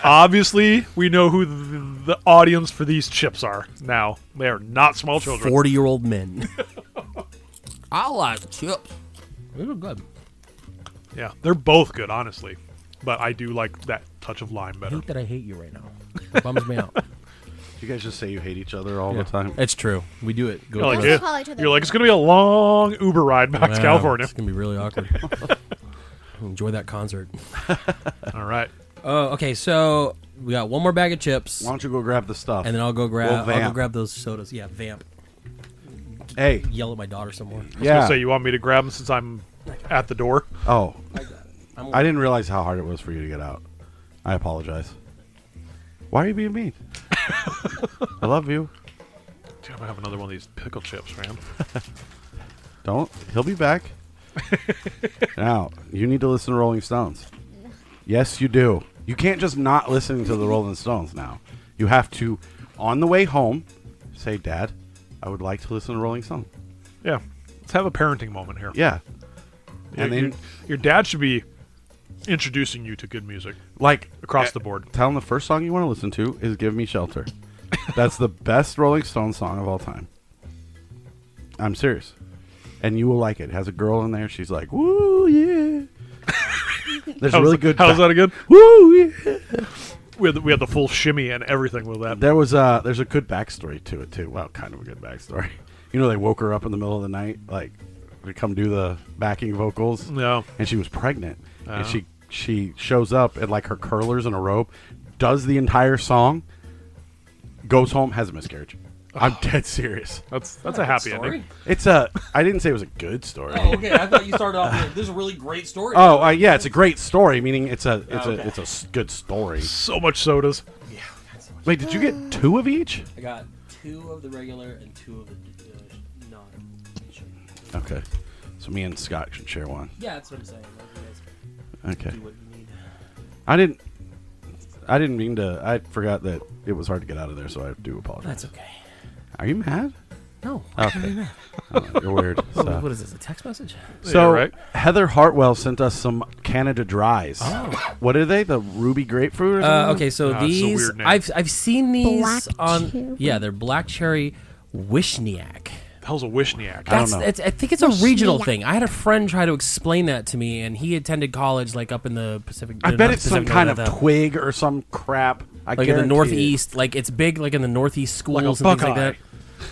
Obviously, we know who the, the audience for these chips are now. They are not small children.
Forty-year-old men. I like chips. These are good.
Yeah, they're both good, honestly. But I do like that touch of lime
I
better.
hate that I hate you right now. It bums me out.
[LAUGHS]
You guys just say you hate each other all the time.
It's true. We do it. Go
You're like,
Don't
"Eh."
call each other
You're like, it's gonna be a long Uber ride back to
Wow,
California.
[LAUGHS] It's gonna be really awkward. [LAUGHS] Enjoy that concert.
All right.
Oh, okay. So we got one more bag of chips,
Why don't you go grab the stuff?
and then I'll go
We'll
grab. I'll go
vamp.
grab those sodas. Yeah, vamp.
Hey,
Yell at my daughter some more.
I was
yeah.
gonna say you want me to grab them since I'm at the door.
oh,
I'm-
I didn't realize how hard it was for you to get out. I apologize. Why are you being mean? I love you.
Dude, I'm gonna have another one of these pickle chips, man.
Don't. He'll be back. now, you need to listen to Rolling Stones. Yes, you do. You can't just not listen to the Rolling Stones now. You have to, on the way home, say, Dad, I would like to listen to Rolling Stones.
Yeah. Let's have a parenting moment here.
Yeah.
Your-
and then-
your, your dad should be introducing you to good music
Like,
across the board.
tell him the first song you want to listen to is Give Me Shelter. That's the best Rolling Stones song of all time. I'm serious. And you will like it. it has a girl in there. She's like, woo,
[LAUGHS]
yeah. There's
How's-
really good.
How's that again?
Woo, yeah.
We had, the, we had the full shimmy and everything with that.
There was uh there's a good backstory to it too. Well, kind of a good backstory. You know, they woke her up in the middle of the night, like to come do the backing vocals.
No.
And she was pregnant.
Oh.
And she she shows up in like her curlers and a robe, does the entire song, goes home, has a miscarriage. I'm
Oh.
dead serious.
That's that's a happy ending.
It's a I didn't say it was a good story.
Oh, okay, I thought you started off. With, this is a really great story.
Oh, uh, yeah, it's a great story, meaning it's a it's a it's a s- good story.
So much sodas.
Wait, did you get two of each?
I got two of the regular and two of the uh, non.
Okay. So me and Scott should share one.
Yeah, that's what I'm saying.
Okay.
what you need.
I didn't. I didn't mean to. I forgot that it was hard to get out of there, so I do apologize.
That's okay.
Are you
[LAUGHS]
mad?
No.
Okay. Oh, you're
[LAUGHS]
weird.
What- What
So,
is this? A text message?
So,
right.
Heather Hartwell sent us some Canada Dries. What are they? The ruby grapefruit? Or
Uh,
something?
okay, so
Ah, it's a
these
weird name.
I've I've seen these
Black
on
cherry.
yeah they're black cherry wishniak.
The hell's a wishniak?
don't
That's
know.
it's, I think it's a regional thing. I had a friend try to explain that to me, and he attended college like up in the Pacific.
I
uh,
bet
not
it's some
Pacific,
kind
no,
of
the-
twig or some crap. I
like in the
guarantee
Northeast. Like it's big, like in the Northeast schools and things like that.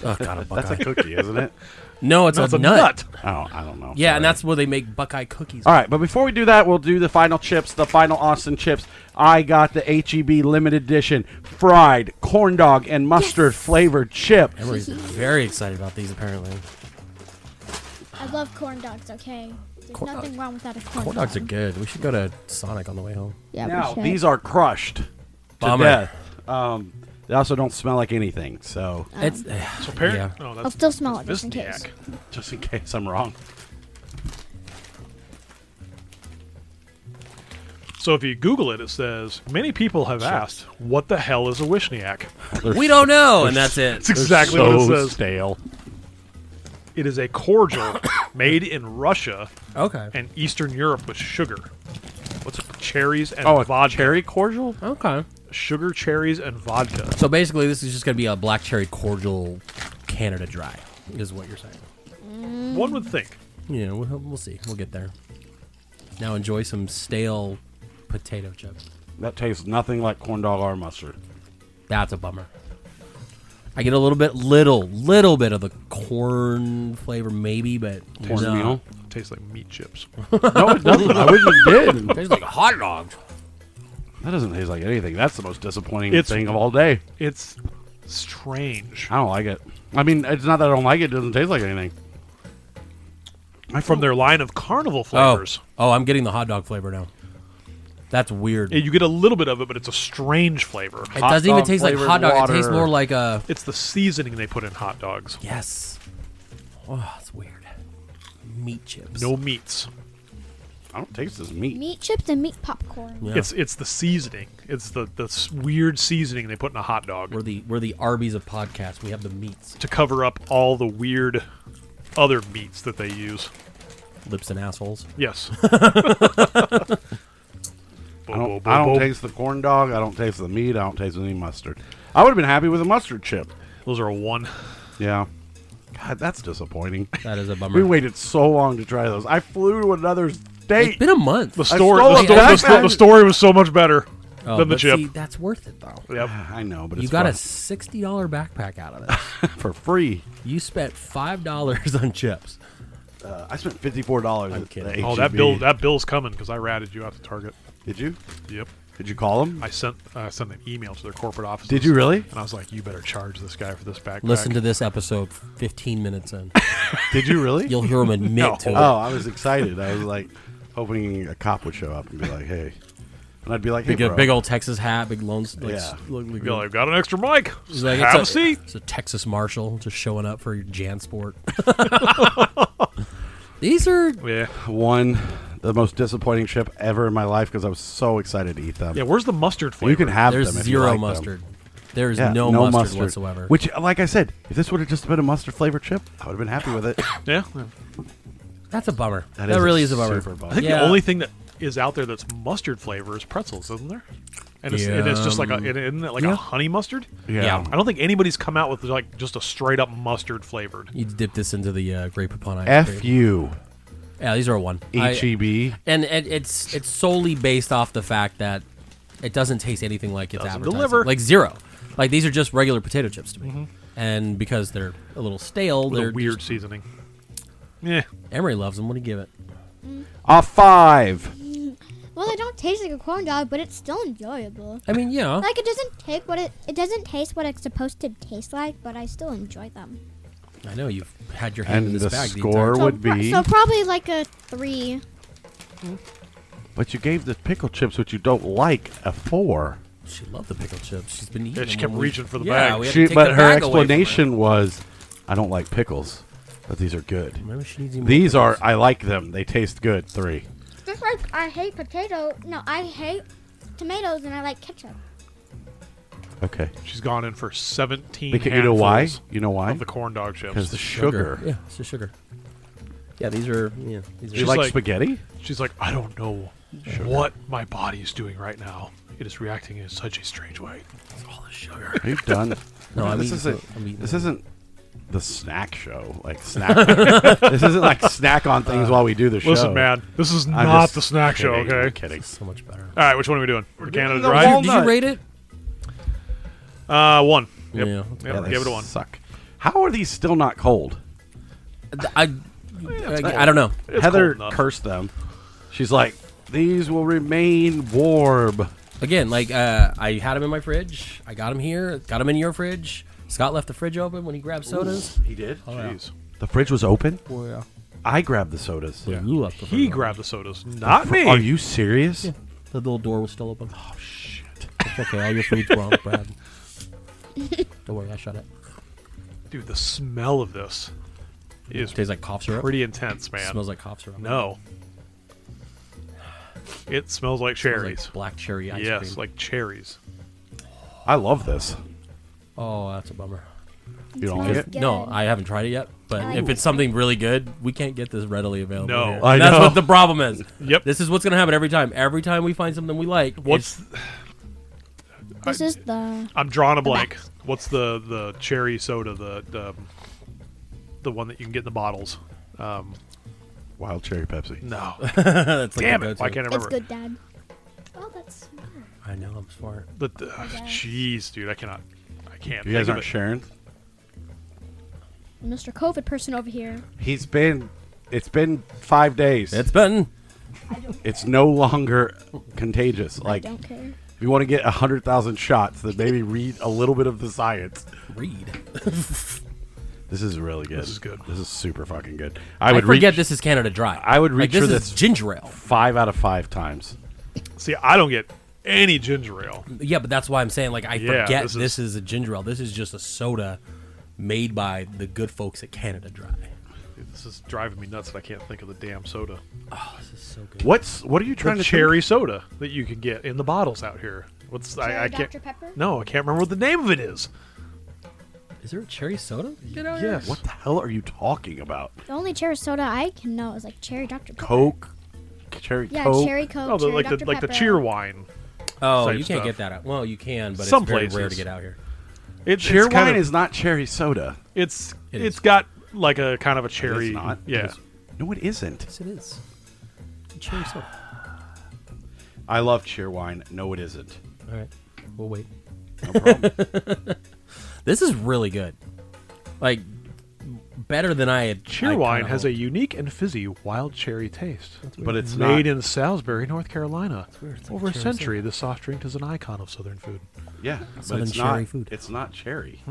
Oh god, a
you. That's a
buckeye.
cookie, isn't it? [LAUGHS]
no, it's a,
That's a
nut.
nut.
Oh, I don't know.
Yeah,
Sorry.
and that's where they make buckeye cookies.
All right, but before we do that, we'll do the final chips, the final Austin chips. I got the HEB limited edition fried corn dog and mustard flavored chip.
Everybody's very excited about these. Apparently,
I love corn dogs. Okay, there's
Corn
nothing
dog-
wrong with that. A corn,
corn dogs are
dog.
good. We should go to Sonic on the way home.
Yeah,
Now, these are crushed to
Bummer.
death. Um, they also don't smell like anything, so
It's
So parent.
Yeah.
No,
I'll
that's
still smell it
that's
just in case.
Visniak.
just in case I'm wrong.
So if you Google it, it says many people have asked, "What the hell is a wishniak?"
we don't know, and that's it.
That's exactly what it says.
stale.
It is
[COUGHS]
a cordial made in Russia
Okay.
and Eastern Europe with sugar. What's it, cherries and
Oh, a
vodka?
cherry cordial?
Okay.
Sugar, cherries, and vodka.
So basically, this is just going to be a black cherry cordial Canada Dry, is what you're saying.
Hmm.
One would think.
Yeah, we'll, we'll see. We'll get there. Now enjoy some stale potato chips.
That tastes nothing like corn dog or mustard.
That's a bummer. I get a little bit, little, little bit of the corn flavor, maybe, but no. [LAUGHS]
Cornmeal.
Tastes like meat chips.
No, it doesn't. I wish it did.
Tastes like hot dogs.
[LAUGHS] That doesn't taste like anything. That's the most disappointing
It's-
thing of all day.
It's strange.
I don't like it. I mean, it's not that I don't like it. It doesn't taste like anything.
From their line of carnival flavors.
Oh, oh, I'm getting the hot dog flavor now. That's weird.
Yeah, you get a little bit of it, but it's a strange flavor.
It
Hot
doesn't even
dog
taste like
flavored
hot dog.
water.
It tastes more like a
It's the seasoning they put in hot dogs.
yes. Oh, it's weird. Meat chips.
No meats.
I don't taste this meat.
Meat chips and meat popcorn.
Yeah.
It's it's the seasoning. It's the the s- weird seasoning they put in a hot dog
We're the we're the Arby's of podcasts. We have the meats,
to cover up all the weird other meats that they use.
lips and assholes. [LAUGHS]
Yes.
I don't, I don't taste the corn dog. I don't taste the meat. I don't taste any mustard. I would have been happy with a mustard chip.
Those are a one.
Yeah. God, that's disappointing.
That is a bummer.
[LAUGHS] We waited so long to try those. I flew to another
it's
state.
been a month.
The story,
stole
the,
a
sto- the,
backpack.
sto- the story was so much better
Oh,
than the
but
chip.
see, E that's worth it though.
Yep.
I know, but
You
it's
got a
fun.
sixty dollar backpack out
[LAUGHS]
of this.
for free.
you spent five dollars on chips.
Uh, I spent fifty four dollars.
I'm kidding.
Oh, that
E
bill that bill's coming because I ratted you out to Target.
did you?
Yep.
Did you call him?
I sent I sent an email to their corporate office.
Did you really?
And I was like, you better charge this guy for this backpack.
Listen to this episode, fifteen minutes in.
Did you really?
You'll hear him
[LAUGHS]
admit to it.
Oh, I was excited. I was like hoping a cop would show up and be like, "Hey," and I'd be like, "Hey,
Big, uh,
bro."
big old Texas hat, big loans. Like,
Yeah.
s- look- look-
You're like, I've got an extra mic.
It's like,
Have
it's
a, seat.
It's a Texas Marshal just showing up for your JanSport.
[LAUGHS]
[LAUGHS] These are
Yeah.
one, the most disappointing chip ever in my life because I was so excited to eat them.
Yeah, where's the mustard flavor?
you can have
there's
them. if you
zero
like them.
mustard. There is
Yeah,
no, mustard, whatsoever.
Which, like I said, if this would have just been a mustard flavored chip, I would have been happy with it. [COUGHS]
Yeah.
That's a bummer. That,
is a
really is a bummer.
super bummer.
I think
Yeah.
the only thing that is out there that's mustard flavor is pretzels, isn't there? And it's, and it's just like a,
Yeah,
um,
it- isn't it like
yeah.
a honey mustard?
Yeah.
I don't think anybody's come out with like just a straight up mustard flavored.
You dip this into the uh, grape upon ice.
F
cream.
you,
Yeah, these are a one. I-
H E B.
and it, it's it's solely based off the fact that it doesn't taste anything like it's
Doesn't
advertised.
deliver.
Like zero. Like these are just regular potato chips to me.
Mm-hmm.
And because they're a little stale,
With a
they're
weird seasoning. Yeah.
Emery loves them. What do you give it?
A five.
Well, they don't taste like a corn dog, but it's still enjoyable.
I mean,
Oh.
yeah.
Like it doesn't take what it it doesn't taste what it's supposed to taste like, but I still enjoy them.
I know you've had your hand in
And
this
the
bag
score
the
would
pro-
be.
so probably like a three.
But you gave the pickle chips, which you don't like, a four.
entire She loved the pickle chips. She's been eating.
she
them
kept
when we-
reaching for the
yeah,
bag.
We had to
She,
take
but her
the bag away from
explanation was, "I don't like pickles, but these are good.
Maybe she needs even more
These are. I like them. They taste good." Three.
Just like I hate potato. No, I hate tomatoes, and I like ketchup.
Okay.
She's gone in for 17
Because you know why?
handfuls
You know why?
Of the corn dog chips.
Because the sugar.
Yeah, it's just sugar. Yeah, these are. Yeah, these
Do you
She's
are.
like,
like-
spaghetti?
She's like, I don't know what my body is doing right now. It is reacting in such a strange way.
It's all the sugar.
Are you [LAUGHS] done?
No, I'm
this
eating
isn't.
some- I'm eating
this
some. [LAUGHS]
isn't the snack show. Like snack.
[LAUGHS]
this isn't like snack on things while we do the show.
Listen, man, this is
I'm
not
just
the snack show,
kidding,
okay?
I'm kidding.
So much better.
All right, which one are we doing? Canada
doing the
Dry?
Did you rate it?
Uh, one. Yep.
Yeah.
Yep,
Yeah, they
Give it a one.
Suck. How are these still not cold?
I. I, I don't know.
It's
Heather
cold enough.
cursed them. She's like, "These will remain warm."
Again, like uh, I had them in my fridge. I got them here. Got them in your fridge. Scott left the fridge open when he grabbed sodas.
He did.
Jeez.
The fridge was open.
Boy, yeah.
I grabbed the sodas.
You left the
He
fridge
grabbed the sodas, not me.
Are you serious?
open. The little door was still open. Oh shit. It's okay. All your
[LAUGHS]
food's wrong, Brad. Don't worry, I shut it.
Dude, the smell of this is
Tastes like cough syrup.
pretty intense, man.
Smells like cough syrup.
no. It smells like
Smells
cherries.
like black cherry ice
yes,
cream.
like cherries.
I love this.
oh, that's a bummer.
You don't like it?
No, I haven't tried it yet. But
I like
if
it.
it's something really good, we can't get this readily available.
No.
here.
I
that's
know.
what the problem is.
Yep.
This is what's gonna happen every time. Every time we find something we like,
What's
it's-
This is the
I'm drawing a blank. What's the the cherry soda? The the, um, the one that you can get in the bottles. Um,
Wild cherry Pepsi.
no,
[LAUGHS] that's like
damn it!
the go-to.
Why can't I
it's
remember?
good, Dad. Oh, that's smart.
I know I'm smart.
But the- jeez, dude, I cannot. I can't.
You guys
think of
aren't
it.
sharing.
Mr. COVID person over here.
He's been. It's been five days.
It's been
it's no longer contagious. Like,
Don't care.
if you want to get hundred thousand shots, then maybe read a little bit of the science.
read.
This is really good. This
is good.
This is super fucking good. I
I
would
forget
reach
this is Canada Dry.
I would
Like,
reach for
this is
this-
ginger ale.
five out of five times.
See, I don't get any ginger ale.
Yeah, but that's why I'm saying like I
Yeah,
forget
this
this
is-
is, a ginger ale. This is just a soda made by the good folks at Canada Dry.
Dude, this is driving me nuts that I can't think of the damn soda.
Oh, This is so good.
What's what are you trying
The
to
cherry soda that you can get in the bottles out here. What's I, I
Cherry
can't.
Dr. Pepper?
No, I can't remember what the name of it is.
Is there a cherry soda?
Think?
Yes.
What the hell are you talking about?
The only cherry soda I can know is like cherry Dr. Pepper.
Coke, cherry
Yeah,
Coke.
cherry Coke.
Oh, the,
cherry
like
Dr.
the like the
Pepper.
cheer wine.
Oh,
Same
you can't
stuff.
get that out. Well, you can, but
Some
it's very rare to
places.
get out here.
It,
Cheer
it's
wine
kind of,
is not cherry soda.
It's
It
it
is.
has got like a kind of a cherry.
It's not.
Yeah.
It's- no, it isn't.
Yes, it is. Cherry soda.
I love cheer wine. No, it isn't.
[SIGHS] All right, we'll wait.
No problem.
[LAUGHS] This is really good. Like better than I had.
Cheer wine has a unique and fizzy wild cherry taste.
but it's not.
Made in Salisbury, North Carolina. Over a century, the soft drink is an icon of Southern food.
yeah, but
Southern
it's
cherry
not.
food.
It's not cherry.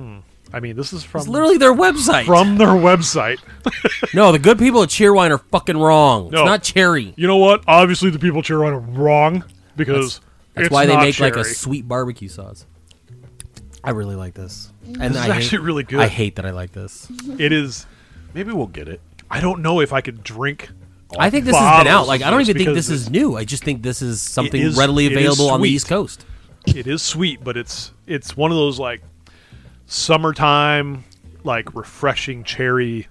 I mean, this is from
It's literally their website.
from their website.
no, the good people at Cheerwine are fucking wrong.
No.
It's not cherry.
You know what? Obviously, the people at Cheer Wine are wrong because
That's
it's
why they
not
make like a
cherry.
sweet barbecue sauce. I really like this, and
This
I
is actually
hate,
really good.
I hate that I like this.
It is.
Maybe we'll get it.
I don't know if I could drink.
I think this has been
bottles
out. Like
of
I don't
this
even think
because
this is new. I just think this is something
is-
readily
it is
available on the
sweet.
East Coast.
It is sweet, but it's it's one of those like summertime, like refreshing cherry,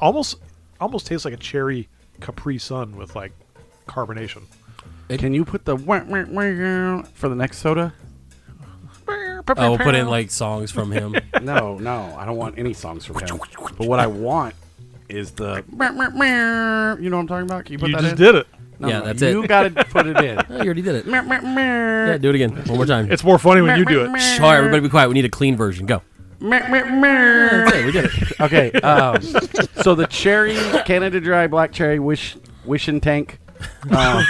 almost almost tastes like a cherry Capri Sun with like carbonation.
Can you put the wah, wah, wah for the next soda?
Oh, we'll put in like songs
[LAUGHS]
from him.
[LAUGHS] No, no, I don't want any songs from him. But what I want is the wah, wah, wah. you know what I'm talking about. Can you put
You
that
just
in?
did it.
No,
Yeah,
no,
that's
you
it.
got [LAUGHS] to put it in.
Oh, you already did it.
Wah, wah, wah.
Yeah, do it again one more time.
It's more funny when you do it.
Shh, all right, everybody, be quiet. We need a clean
[LAUGHS]
version. Go.
Meh, meh, meh.
That's it, we did it.
Okay, um, so the cherry Canada Dry black cherry wish wishing tank uh,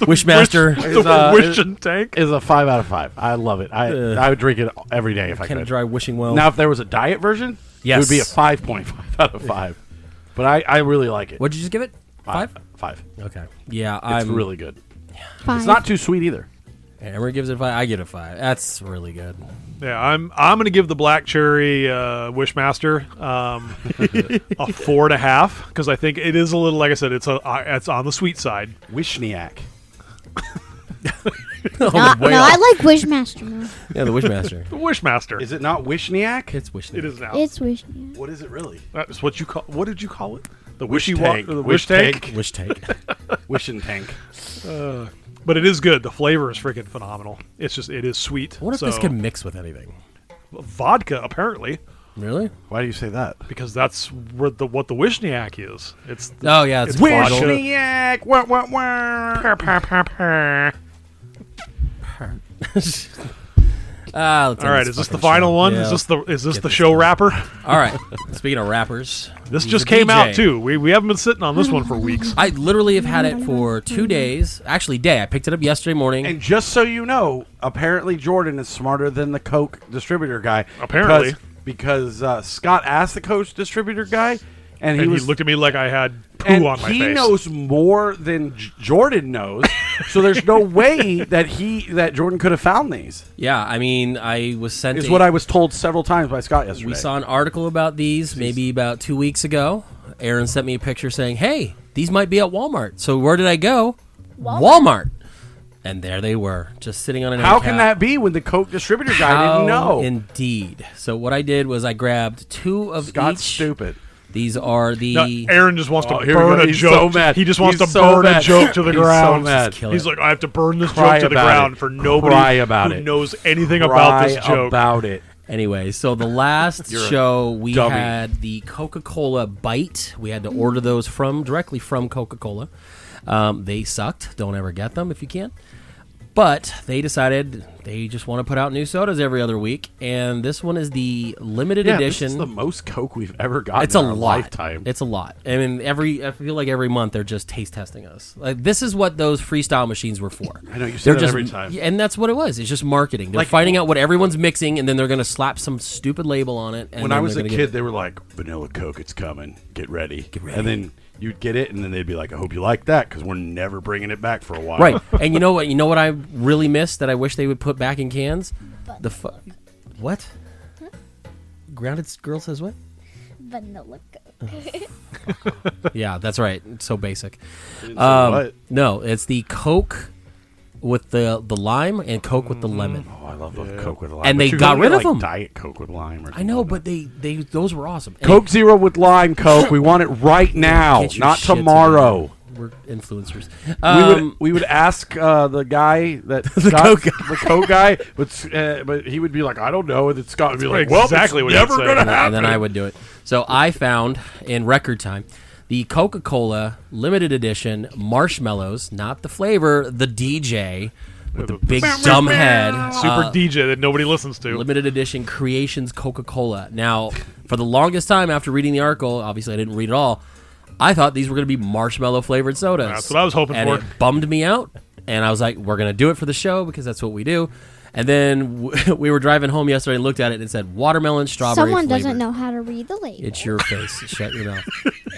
Wishmaster.
[LAUGHS] The
uh,
wishing tank.
is a five out of five. I love it. I I would drink it every day if I
Kind of
could.
dry wishing well.
Now, if there was a diet version, it would be a
Yes.
five point five [LAUGHS] out of five. But I, I really like it.
what'd you just give it? Five.
Five.
Okay. Yeah,
It's
I'm
really good.
Five.
It's not too sweet either.
Emery gives it a five. I get a five. That's really good. [LAUGHS]
Yeah, I'm I'm gonna give the black cherry uh, Wishmaster um, [LAUGHS] a four and a half because I think it is a little like I said it's a uh, it's on the sweet side.
Wishniak.
no,
No, no, I like Wishmaster more.
yeah, the Wishmaster.
The Wishmaster.
Is it not Wishniak?
It's Wish.
It is now.
It's Wishmaster.
What is it really?
That's what you call. What did you call it? The
Wish
wishy wa-
tank.
the
Wish
wish tank.
tank.
Wish take.
[LAUGHS]
Wishing tank.
But it is good. The flavor is freaking phenomenal. It's just it is sweet.
What if
so,
this could mix with anything?
vodka apparently
Really?
Why do you say that?
because that's where the what the Wishniak is. It's the,
Oh yeah, it's,
it's
bottled.
vodka.
Wishniak. Wah, wah, wah.
Ah, let's
All
end
right, is this the
fucking
final
show.
one?
Yeah.
Is this the is this
Get
the
this
show
done.
wrapper?
All right. Speaking of rappers,
This
he's
just
a
came out
DJ.
too. We we haven't been sitting on this one for weeks.
I literally have had it for two days. Actually, day. I picked it up yesterday morning.
And just so you know, apparently Jordan is smarter than the Coke distributor guy.
Apparently.
because, because uh, Scott asked the Coke distributor guy, and he
and
was
he looked at me like I had poo
and
on my
he
face.
knows more than J- Jordan knows. so there's
[LAUGHS]
no way that he that Jordan could have found these.
yeah, I mean, I was sent.
Is
a-
what I was told several times by Scott yesterday.
We saw an article about these maybe about two weeks ago. Aaron sent me a picture saying, "Hey, these might be at Walmart." So where did I go? Walmart. And there they were, just sitting on an.
How
end
can
cap.
that be when the Coke distributor guy didn't
How
know?
Indeed. So what I did was I grabbed two of
Scott's
each.
stupid.
These are the.
No, Aaron just wants
Oh,
to
here we go.
burn a
He's
joke.
so mad.
He just wants
He's
to
so
burn
mad.
a joke to the
He's so
ground.
mad.
Kill
He's
it.
like, I have to burn this
Cry
joke to the
about
ground
it.
for nobody
Cry about
who
it.
knows anything about
Cry
this joke.
about it.
Anyway, so the
[LAUGHS]
last
You're a
show we
dummy.
had the Coca Cola Bite. We had to order those from directly from Coca Cola. Um, they sucked. Don't ever get them if you can. But they decided They just want to put out new sodas every other week, and this one is the limited
Yeah,
edition.
this is the most Coke we've ever gotten.
it's a
in our
lot.
lifetime.
It's a lot. I mean, every I feel like every month they're just taste testing us. Like this is what those freestyle machines were for.
I know you say
They're
that
just
every time.
Yeah, and that's what it was. It's just marketing. They're
Like-
finding out what everyone's mixing, and then they're going to slap some stupid label on it. And
when
then
I was
they're
a
gonna
kid,
get-
they were like, "Vanilla Coke, it's coming. Get ready." Get
ready.
And then you'd get it, and then they'd be like, "I hope you like that because we're never bringing it back for a while." [LAUGHS]
right? and you know what? You know what I really miss that I wish they would put back in cans. The fu- what? Grounded girl
[LAUGHS]
says what?
Vanilla Coke.
yeah, that's right. It's so basic.
So
Um,
what?
No, it's the Coke with the the lime and Coke with the lemon.
Oh, I love the Coke with lime.
And
But
they
you
got
can
rid
get, like,
of them.
Diet Coke with lime. Or
I know, but they they those were awesome. And
Coke Zero with lime Coke. We want it right now,
Get your
not
shit together.
tomorrow.
We're influencers.
we would
Um,
we would ask uh, the guy that
[LAUGHS] The
Scott-
Coke
the Coke guy, but s- uh, but he would be like, I don't know, and then Scott would be like, Well, exactly
exactly what
it's
he'd
never
say.
gonna
And
and
happen.
then I would do it. So I found in record time the Coca Cola limited edition marshmallows, not the flavor, the DJ with the big dumb head.
Uh,
Super DJ that nobody listens to.
limited edition creations coca-cola now for the longest time after reading the article obviously i didn't read it all i thought these were going to be marshmallow flavored sodas
That's what I was hoping
and
for.
it bummed me out and i was like we're going to do it for the show because that's what we do and then [LAUGHS] w- we were driving home yesterday and looked at it and it said watermelon strawberry
Someone
flavored.
doesn't know how to read the label.
it's your face shut your mouth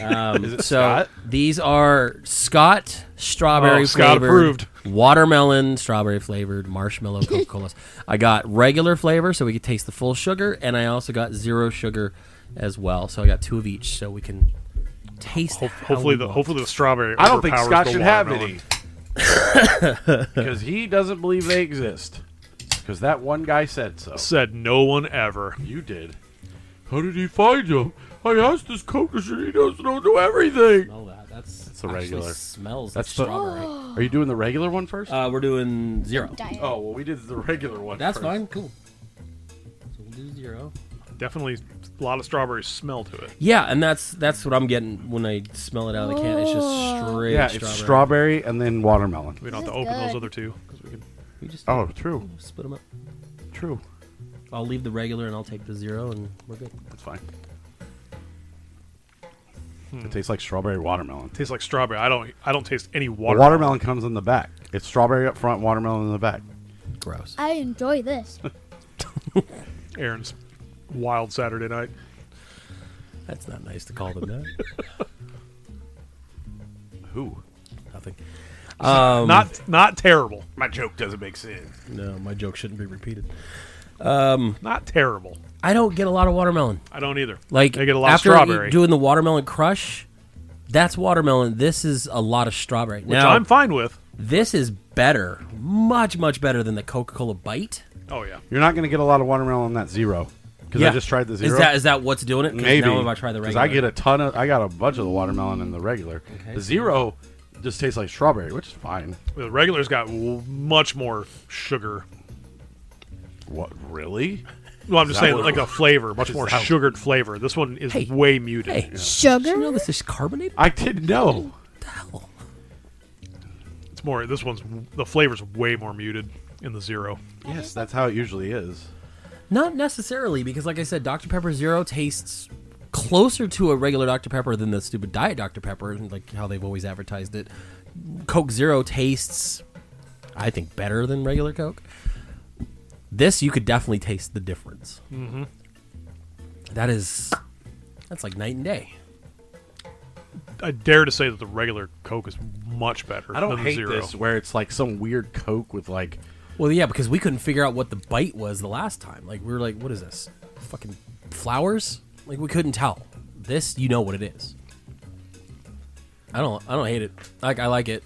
um, so
Scott?
these are scott strawberry
Oh, Scott
flavored
approved.
watermelon strawberry flavored marshmallow coca colas i got regular flavor so we could taste the full sugar and i also got zero sugar as well so i got two of each so we can taste
Ho-
how
hopefully,
we
the
want.
hopefully the strawberry.
I don't think
overpowers
Scott
the
should have
watermelon.
any because he doesn't believe they exist. Because that one guy said so.
Said no one ever.
You did. How did he find them? I asked this coach, and he doesn't know everything.
oh that that's
a
actually
regular.
smells
That's the-
like strawberry
Are you doing the regular one first?
uh, we're doing zero
Diet.
oh well, we did the regular one.
that's
first.
fine cool so we'll do zero
Definitely a lot of strawberry smell to it.
Yeah, and that's that's what I'm getting when I smell it out of the can. It's just straight
Yeah,
strawberry.
it's strawberry and then watermelon.
We don't have
This
to
is
open those
good.
other two.
We just
Oh, true,
split them up.
true.
I'll leave the regular and I'll take the zero, and we're good.
That's fine. It tastes like strawberry watermelon.
Tastes like strawberry. I don't. I don't taste any water.
Watermelon. comes in the back. It's strawberry up front, watermelon in the back.
Gross.
I enjoy this.
Aaron's wild Saturday night.
That's not nice to call them that.
Who?
Nothing.
not not terrible.
Um, My joke doesn't make sense.
No, my joke shouldn't be repeated.
Not terrible.
I don't get a lot of watermelon.
I don't either.
Like
I get a lot
after
of strawberry,
doing the watermelon crush. That's watermelon. This is a lot of strawberry.
which
now
I'm fine with.
this is better, much much better than the Coca-Cola Bite.
Oh yeah.
You're not going to get a lot of watermelon on that zero because I just tried the zero.
Is that is that what's doing it? 'Cause
Maybe
now if I try the
'cause
regular,
I get a ton of. I got a bunch of the watermelon in the regular. The zero just tastes like strawberry, which is fine.
The regular's got w- much more sugar.
What really?
Well, I'm just
that
saying,
what-
like the flavor, much
Is
more
that-
sugared flavor. This one is
Hey.
way muted.
Hey,
[LAUGHS] Sugar?
you know this is carbonated.
I didn't know.
Hell.
It's more. This one's the flavor's way more muted in the zero.
Yes, that's how it usually is.
Not necessarily, because like I said, Dr. Pepper Zero tastes closer to a regular Dr. Pepper than the stupid diet Dr. Pepper, and like how they've always advertised it. Coke Zero tastes, I think, better than regular Coke. This you could definitely taste the difference. Mm-hmm. That is, that's like night and day.
I dare to say that the regular Coke is much better.
I don't
than
hate
the zero.
this where it's like some weird Coke with like
Well, yeah, because we couldn't figure out what the bite was the last time. Like we were like, what is this? Fucking flowers? Like we couldn't tell. This, you know what it is. I don't. I don't hate it. Like I like it.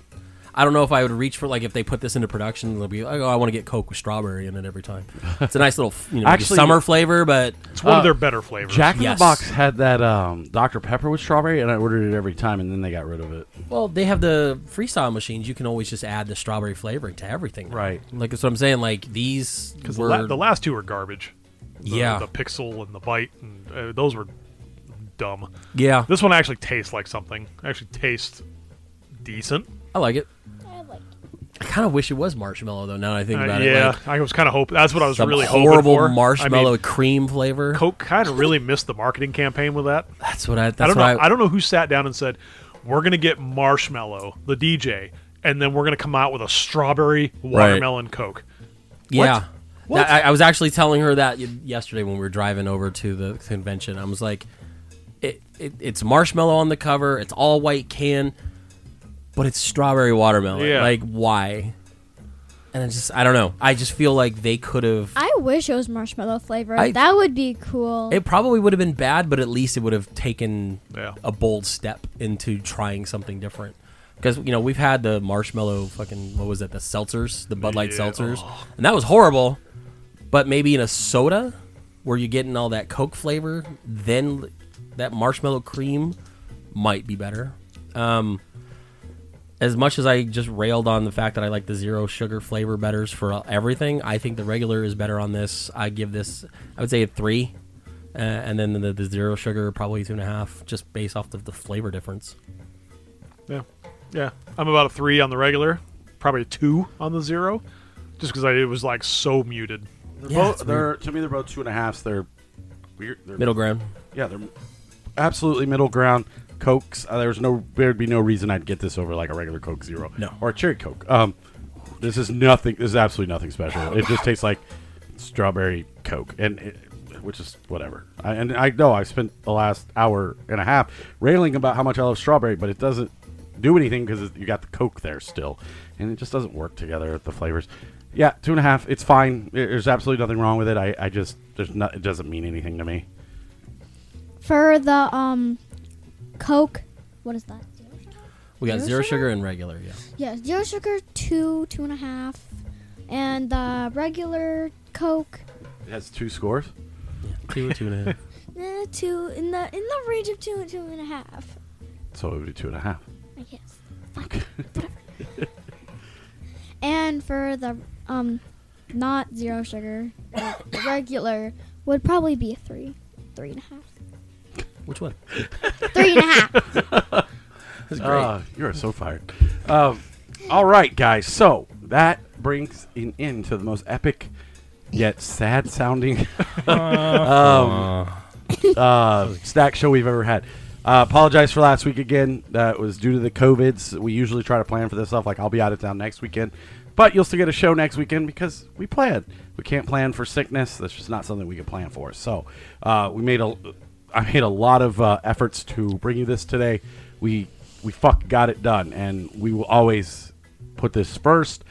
I don't know if I would reach for like if they put this into production, they'll be like, oh, I want to get Coke with strawberry in it
[LAUGHS]
every time. It's a nice little you know,
Actually-
summer flavor, but
It's one of their better flavors.
Jack in
Yes.
the Box had that um, Dr Pepper with strawberry, and I ordered it every time, and then they got rid of it.
well, they have the freestyle machines. You can always just add the strawberry flavoring to everything, now.
Right.
Like that's what I'm saying. Like these
because the,
were
la- the last two were garbage. The,
Yeah.
the pixel and the bite, and uh, those were dumb.
yeah.
This one actually tastes like something. Actually tastes decent.
I like it.
I like it.
I kind of wish it was marshmallow though. Now that I think
Uh,
about it,
yeah,
like
I was kind of hoping. That's what I was
some
really
horrible
hoping for.
marshmallow
I mean,
cream flavor.
Coke kind of really missed the marketing campaign with that.
that's what I. That's
I don't know.
what
I, don't know who sat down and said, "We're gonna get Marshmallow, the DJ, and then we're gonna come out with a strawberry watermelon Coke."
Yeah.
What?
That- I, I was actually telling her that y- yesterday when we were driving over to the convention. I was like, it, it, it's marshmallow on the cover, it's all white can, but it's strawberry watermelon.
Yeah.
Like, why? And I just, I don't know. I just feel like they could have.
I wish it was marshmallow flavor.
I-
that would be cool.
It probably would have been bad, but at least it would have taken
Yeah.
a bold step into trying something different. Because you know we've had the marshmallow fucking what was it the seltzers the Bud Light
Yeah. Oh.
seltzers and that was horrible, but maybe in a soda where you're getting all that Coke flavor, then that marshmallow cream might be better. Um, as much as I just railed on the fact that I like the zero sugar flavor betters for everything, I think the regular is better on this. I give this, I would say a three, uh, and then the, the zero sugar probably two and a half, just based off of the flavor difference.
Yeah, yeah. I'm about a three on the regular, probably a two on the zero, just because it was like so muted.
They're
Yeah,
both,
it's
they're to me they're both two and a halfs. They're weird. They're,
Middle ground.
Yeah, they're absolutely middle ground. Cokes. Uh, there's no there'd be no reason I'd get this over like a regular Coke Zero.
No.
or a cherry Coke. Um, this is nothing. This is absolutely nothing special. It just tastes like strawberry Coke, and it, which is whatever. I, and I know I spent the last hour and a half railing about how much I love strawberry, but it doesn't do anything because you got the Coke there still, and it just doesn't work together. The flavors. Yeah, two and a half. It's fine. There- There's absolutely nothing wrong with it. I, I just there's not. It doesn't mean anything to me.
For the um, Coke, what is that?
We got
Zero
zero
sugar?
sugar and regular. Yeah.
Yeah, zero sugar, two, two and a half, and the regular Coke,
It has two scores.
Two, two and
[LAUGHS]
a half.
eh, two in the in the range of two and two and a half.
So it would be two and a half.
I guess. Fuck. Whatever. [LAUGHS] and for the um, not zero sugar, but the regular would probably be a three, three and a half,
Which one?
three and a half.
That's great.
Uh, you're so fired. Um, all right, guys. So that brings an end to the most epic yet sad sounding um, uh, snack show we've ever had. Uh, apologize for last week again. That was due to the COVIDs. We usually try to plan for this stuff. Like, I'll be out of town next weekend, but you'll still get a show next weekend because we planned. We can't plan for sickness. That's just not something we can plan for. So, uh, we made a, I made a lot of uh, efforts to bring you this today. We we fuck got it done, and we will always put this first.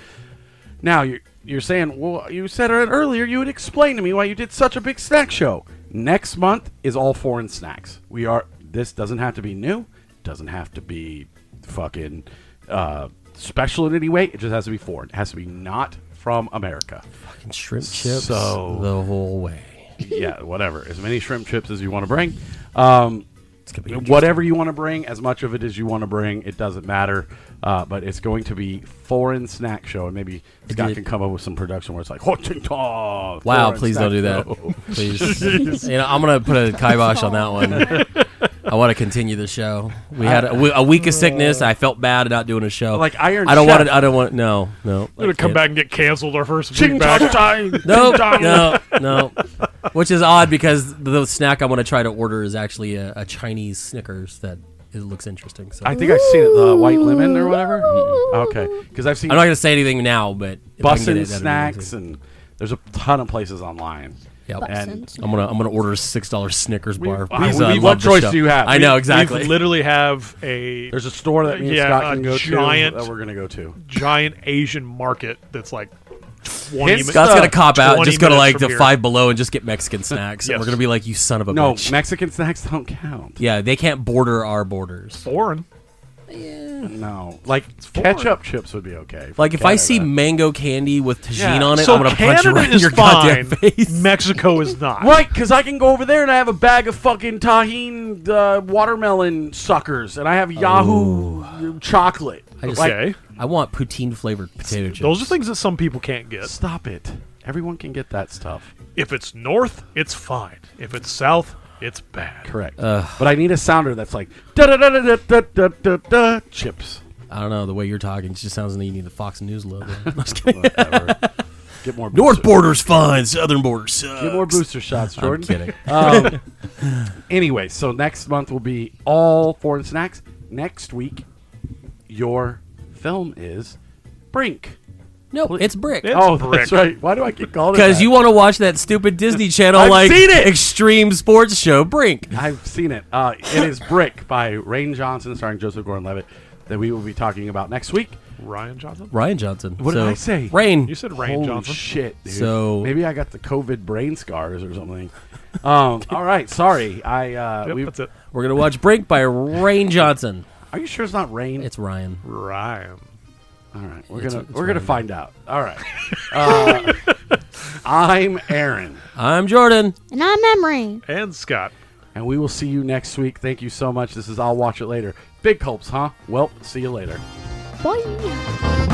Now you're you're saying, well, you said it earlier you would explain to me why you did such a big snack show. Next month is all foreign snacks. We are. This doesn't have to be new. Doesn't have to be fucking uh, special in any way. It just has to be foreign. It has to be not from America.
And shrimp chips
So-
the whole way.
yeah, whatever. As many shrimp chips as you want to bring. Um,
It's gonna be
whatever you want to bring, as much of it as you want to bring, it doesn't matter. Uh, but it's going to be foreign snack show, and maybe Scott
did-
can come up with some production where it's like hot and tall.
Wow,
foreign
please don't do
snack
that.
[LAUGHS] show."
Please. you know, I'm going to put a kibosh on that one.
[LAUGHS]
I want to continue the show. We had a, we- a week of sickness. I felt bad about doing a show.
Like Iron
I don't
Chef.
want uh, to, I don't want no, no.
We're gonna
Like,
come
it-
back and get canceled our first
Ching
week back.
[LAUGHS]
chong chong.
No, no, no. Which is odd because the snack I want to try to order is actually a, a Chinese Snickers that it looks interesting. So
I think I've seen it, the white lemon or whatever. Mm-hmm. Okay, because I've seen
I'm not going to say anything now, but if I can get
bussin'
it, that'd be
snacks,
amazing.
and there's a ton of places online.
Yep.
And
Since-
I'm gonna I'm gonna order a six dollar Snickers bar.
I-
Please,
we-
I
what
love this
choice
stuff.
do you have?
I
We-
know
we've
Oh, exactly.
We literally have a
there's a store that me and
Yeah,
Scott
a
can go
giant-
to that we're gonna go to.
giant Asian market that's like twenty.
His
mi-
stuff-
Scott's gonna cop out and
20
just go to
minutes
like
from
the
here.
five below and just
[LAUGHS]
get Mexican snacks. And
Yes.
we're gonna be like, you son of a
No,
bitch.
Mexican snacks don't count.
yeah, they can't border our borders.
foreign.
No, like
foreign.
ketchup chips would be okay.
Like if I see
Canada.
mango candy with
Yeah.
tagine on it,
so
I'm gonna punch you
Canada
right in
is
your
fine.
goddamn face.
Mexico is not.
right, because I can go over there and I have a bag of fucking tahine uh, watermelon suckers, and I have Yahoo chocolate.
I just-
Like,
Okay.
I want poutine flavored potato chips.
Those are things that some people can't get.
stop it. Everyone can get that stuff.
If it's north, it's fine. If it's south, it's bad.
Correct. but I need a sounder that's like da da da da da da da da chips.
I don't know. The way you're talking, it just sounds like you need the Fox
[LAUGHS]
News logo. I'm just kidding. [LAUGHS]
Whatever. Get more
North
booster-
border's fine. Southern border sucks.
Get more booster shots, Jordan.
I'm kidding.
Um, anyway, so next month will be all foreign snacks. Next week, your film is Brink.
No, it's brick.
oh,
Brink.
that's right. Why do I get called? it
Because
that?
you want to watch that stupid Disney Channel
I've
like
seen it.
extreme sports show Brink.
I've seen it. Uh, it is Brick by Rain Johnson, starring Joseph Gordon-Levitt, that we will be talking about next week.
Ryan Johnson?
Ryan Johnson.
What did
So,
I say?
Rain.
You said Ryan
Holy
Johnson.
shit, dude.
So-
maybe I got the COVID brain scars or something.
[LAUGHS]
Um, all right, sorry. I uh,
Yep,
we,
that's it.
We're gonna watch Brink by Rain Johnson.
Are you sure it's not rain?
It's Ryan.
Ryan.
All right, we're
It's-
gonna
it's
we're gonna
Ryan.
find out. All right, uh, [LAUGHS] I'm Aaron,
I'm Jordan.
And I'm Emery.
And Scott.
and we will see you next week. Thank you so much. This is I'll watch it later. Big culps, huh? Well, see you later.
Bye.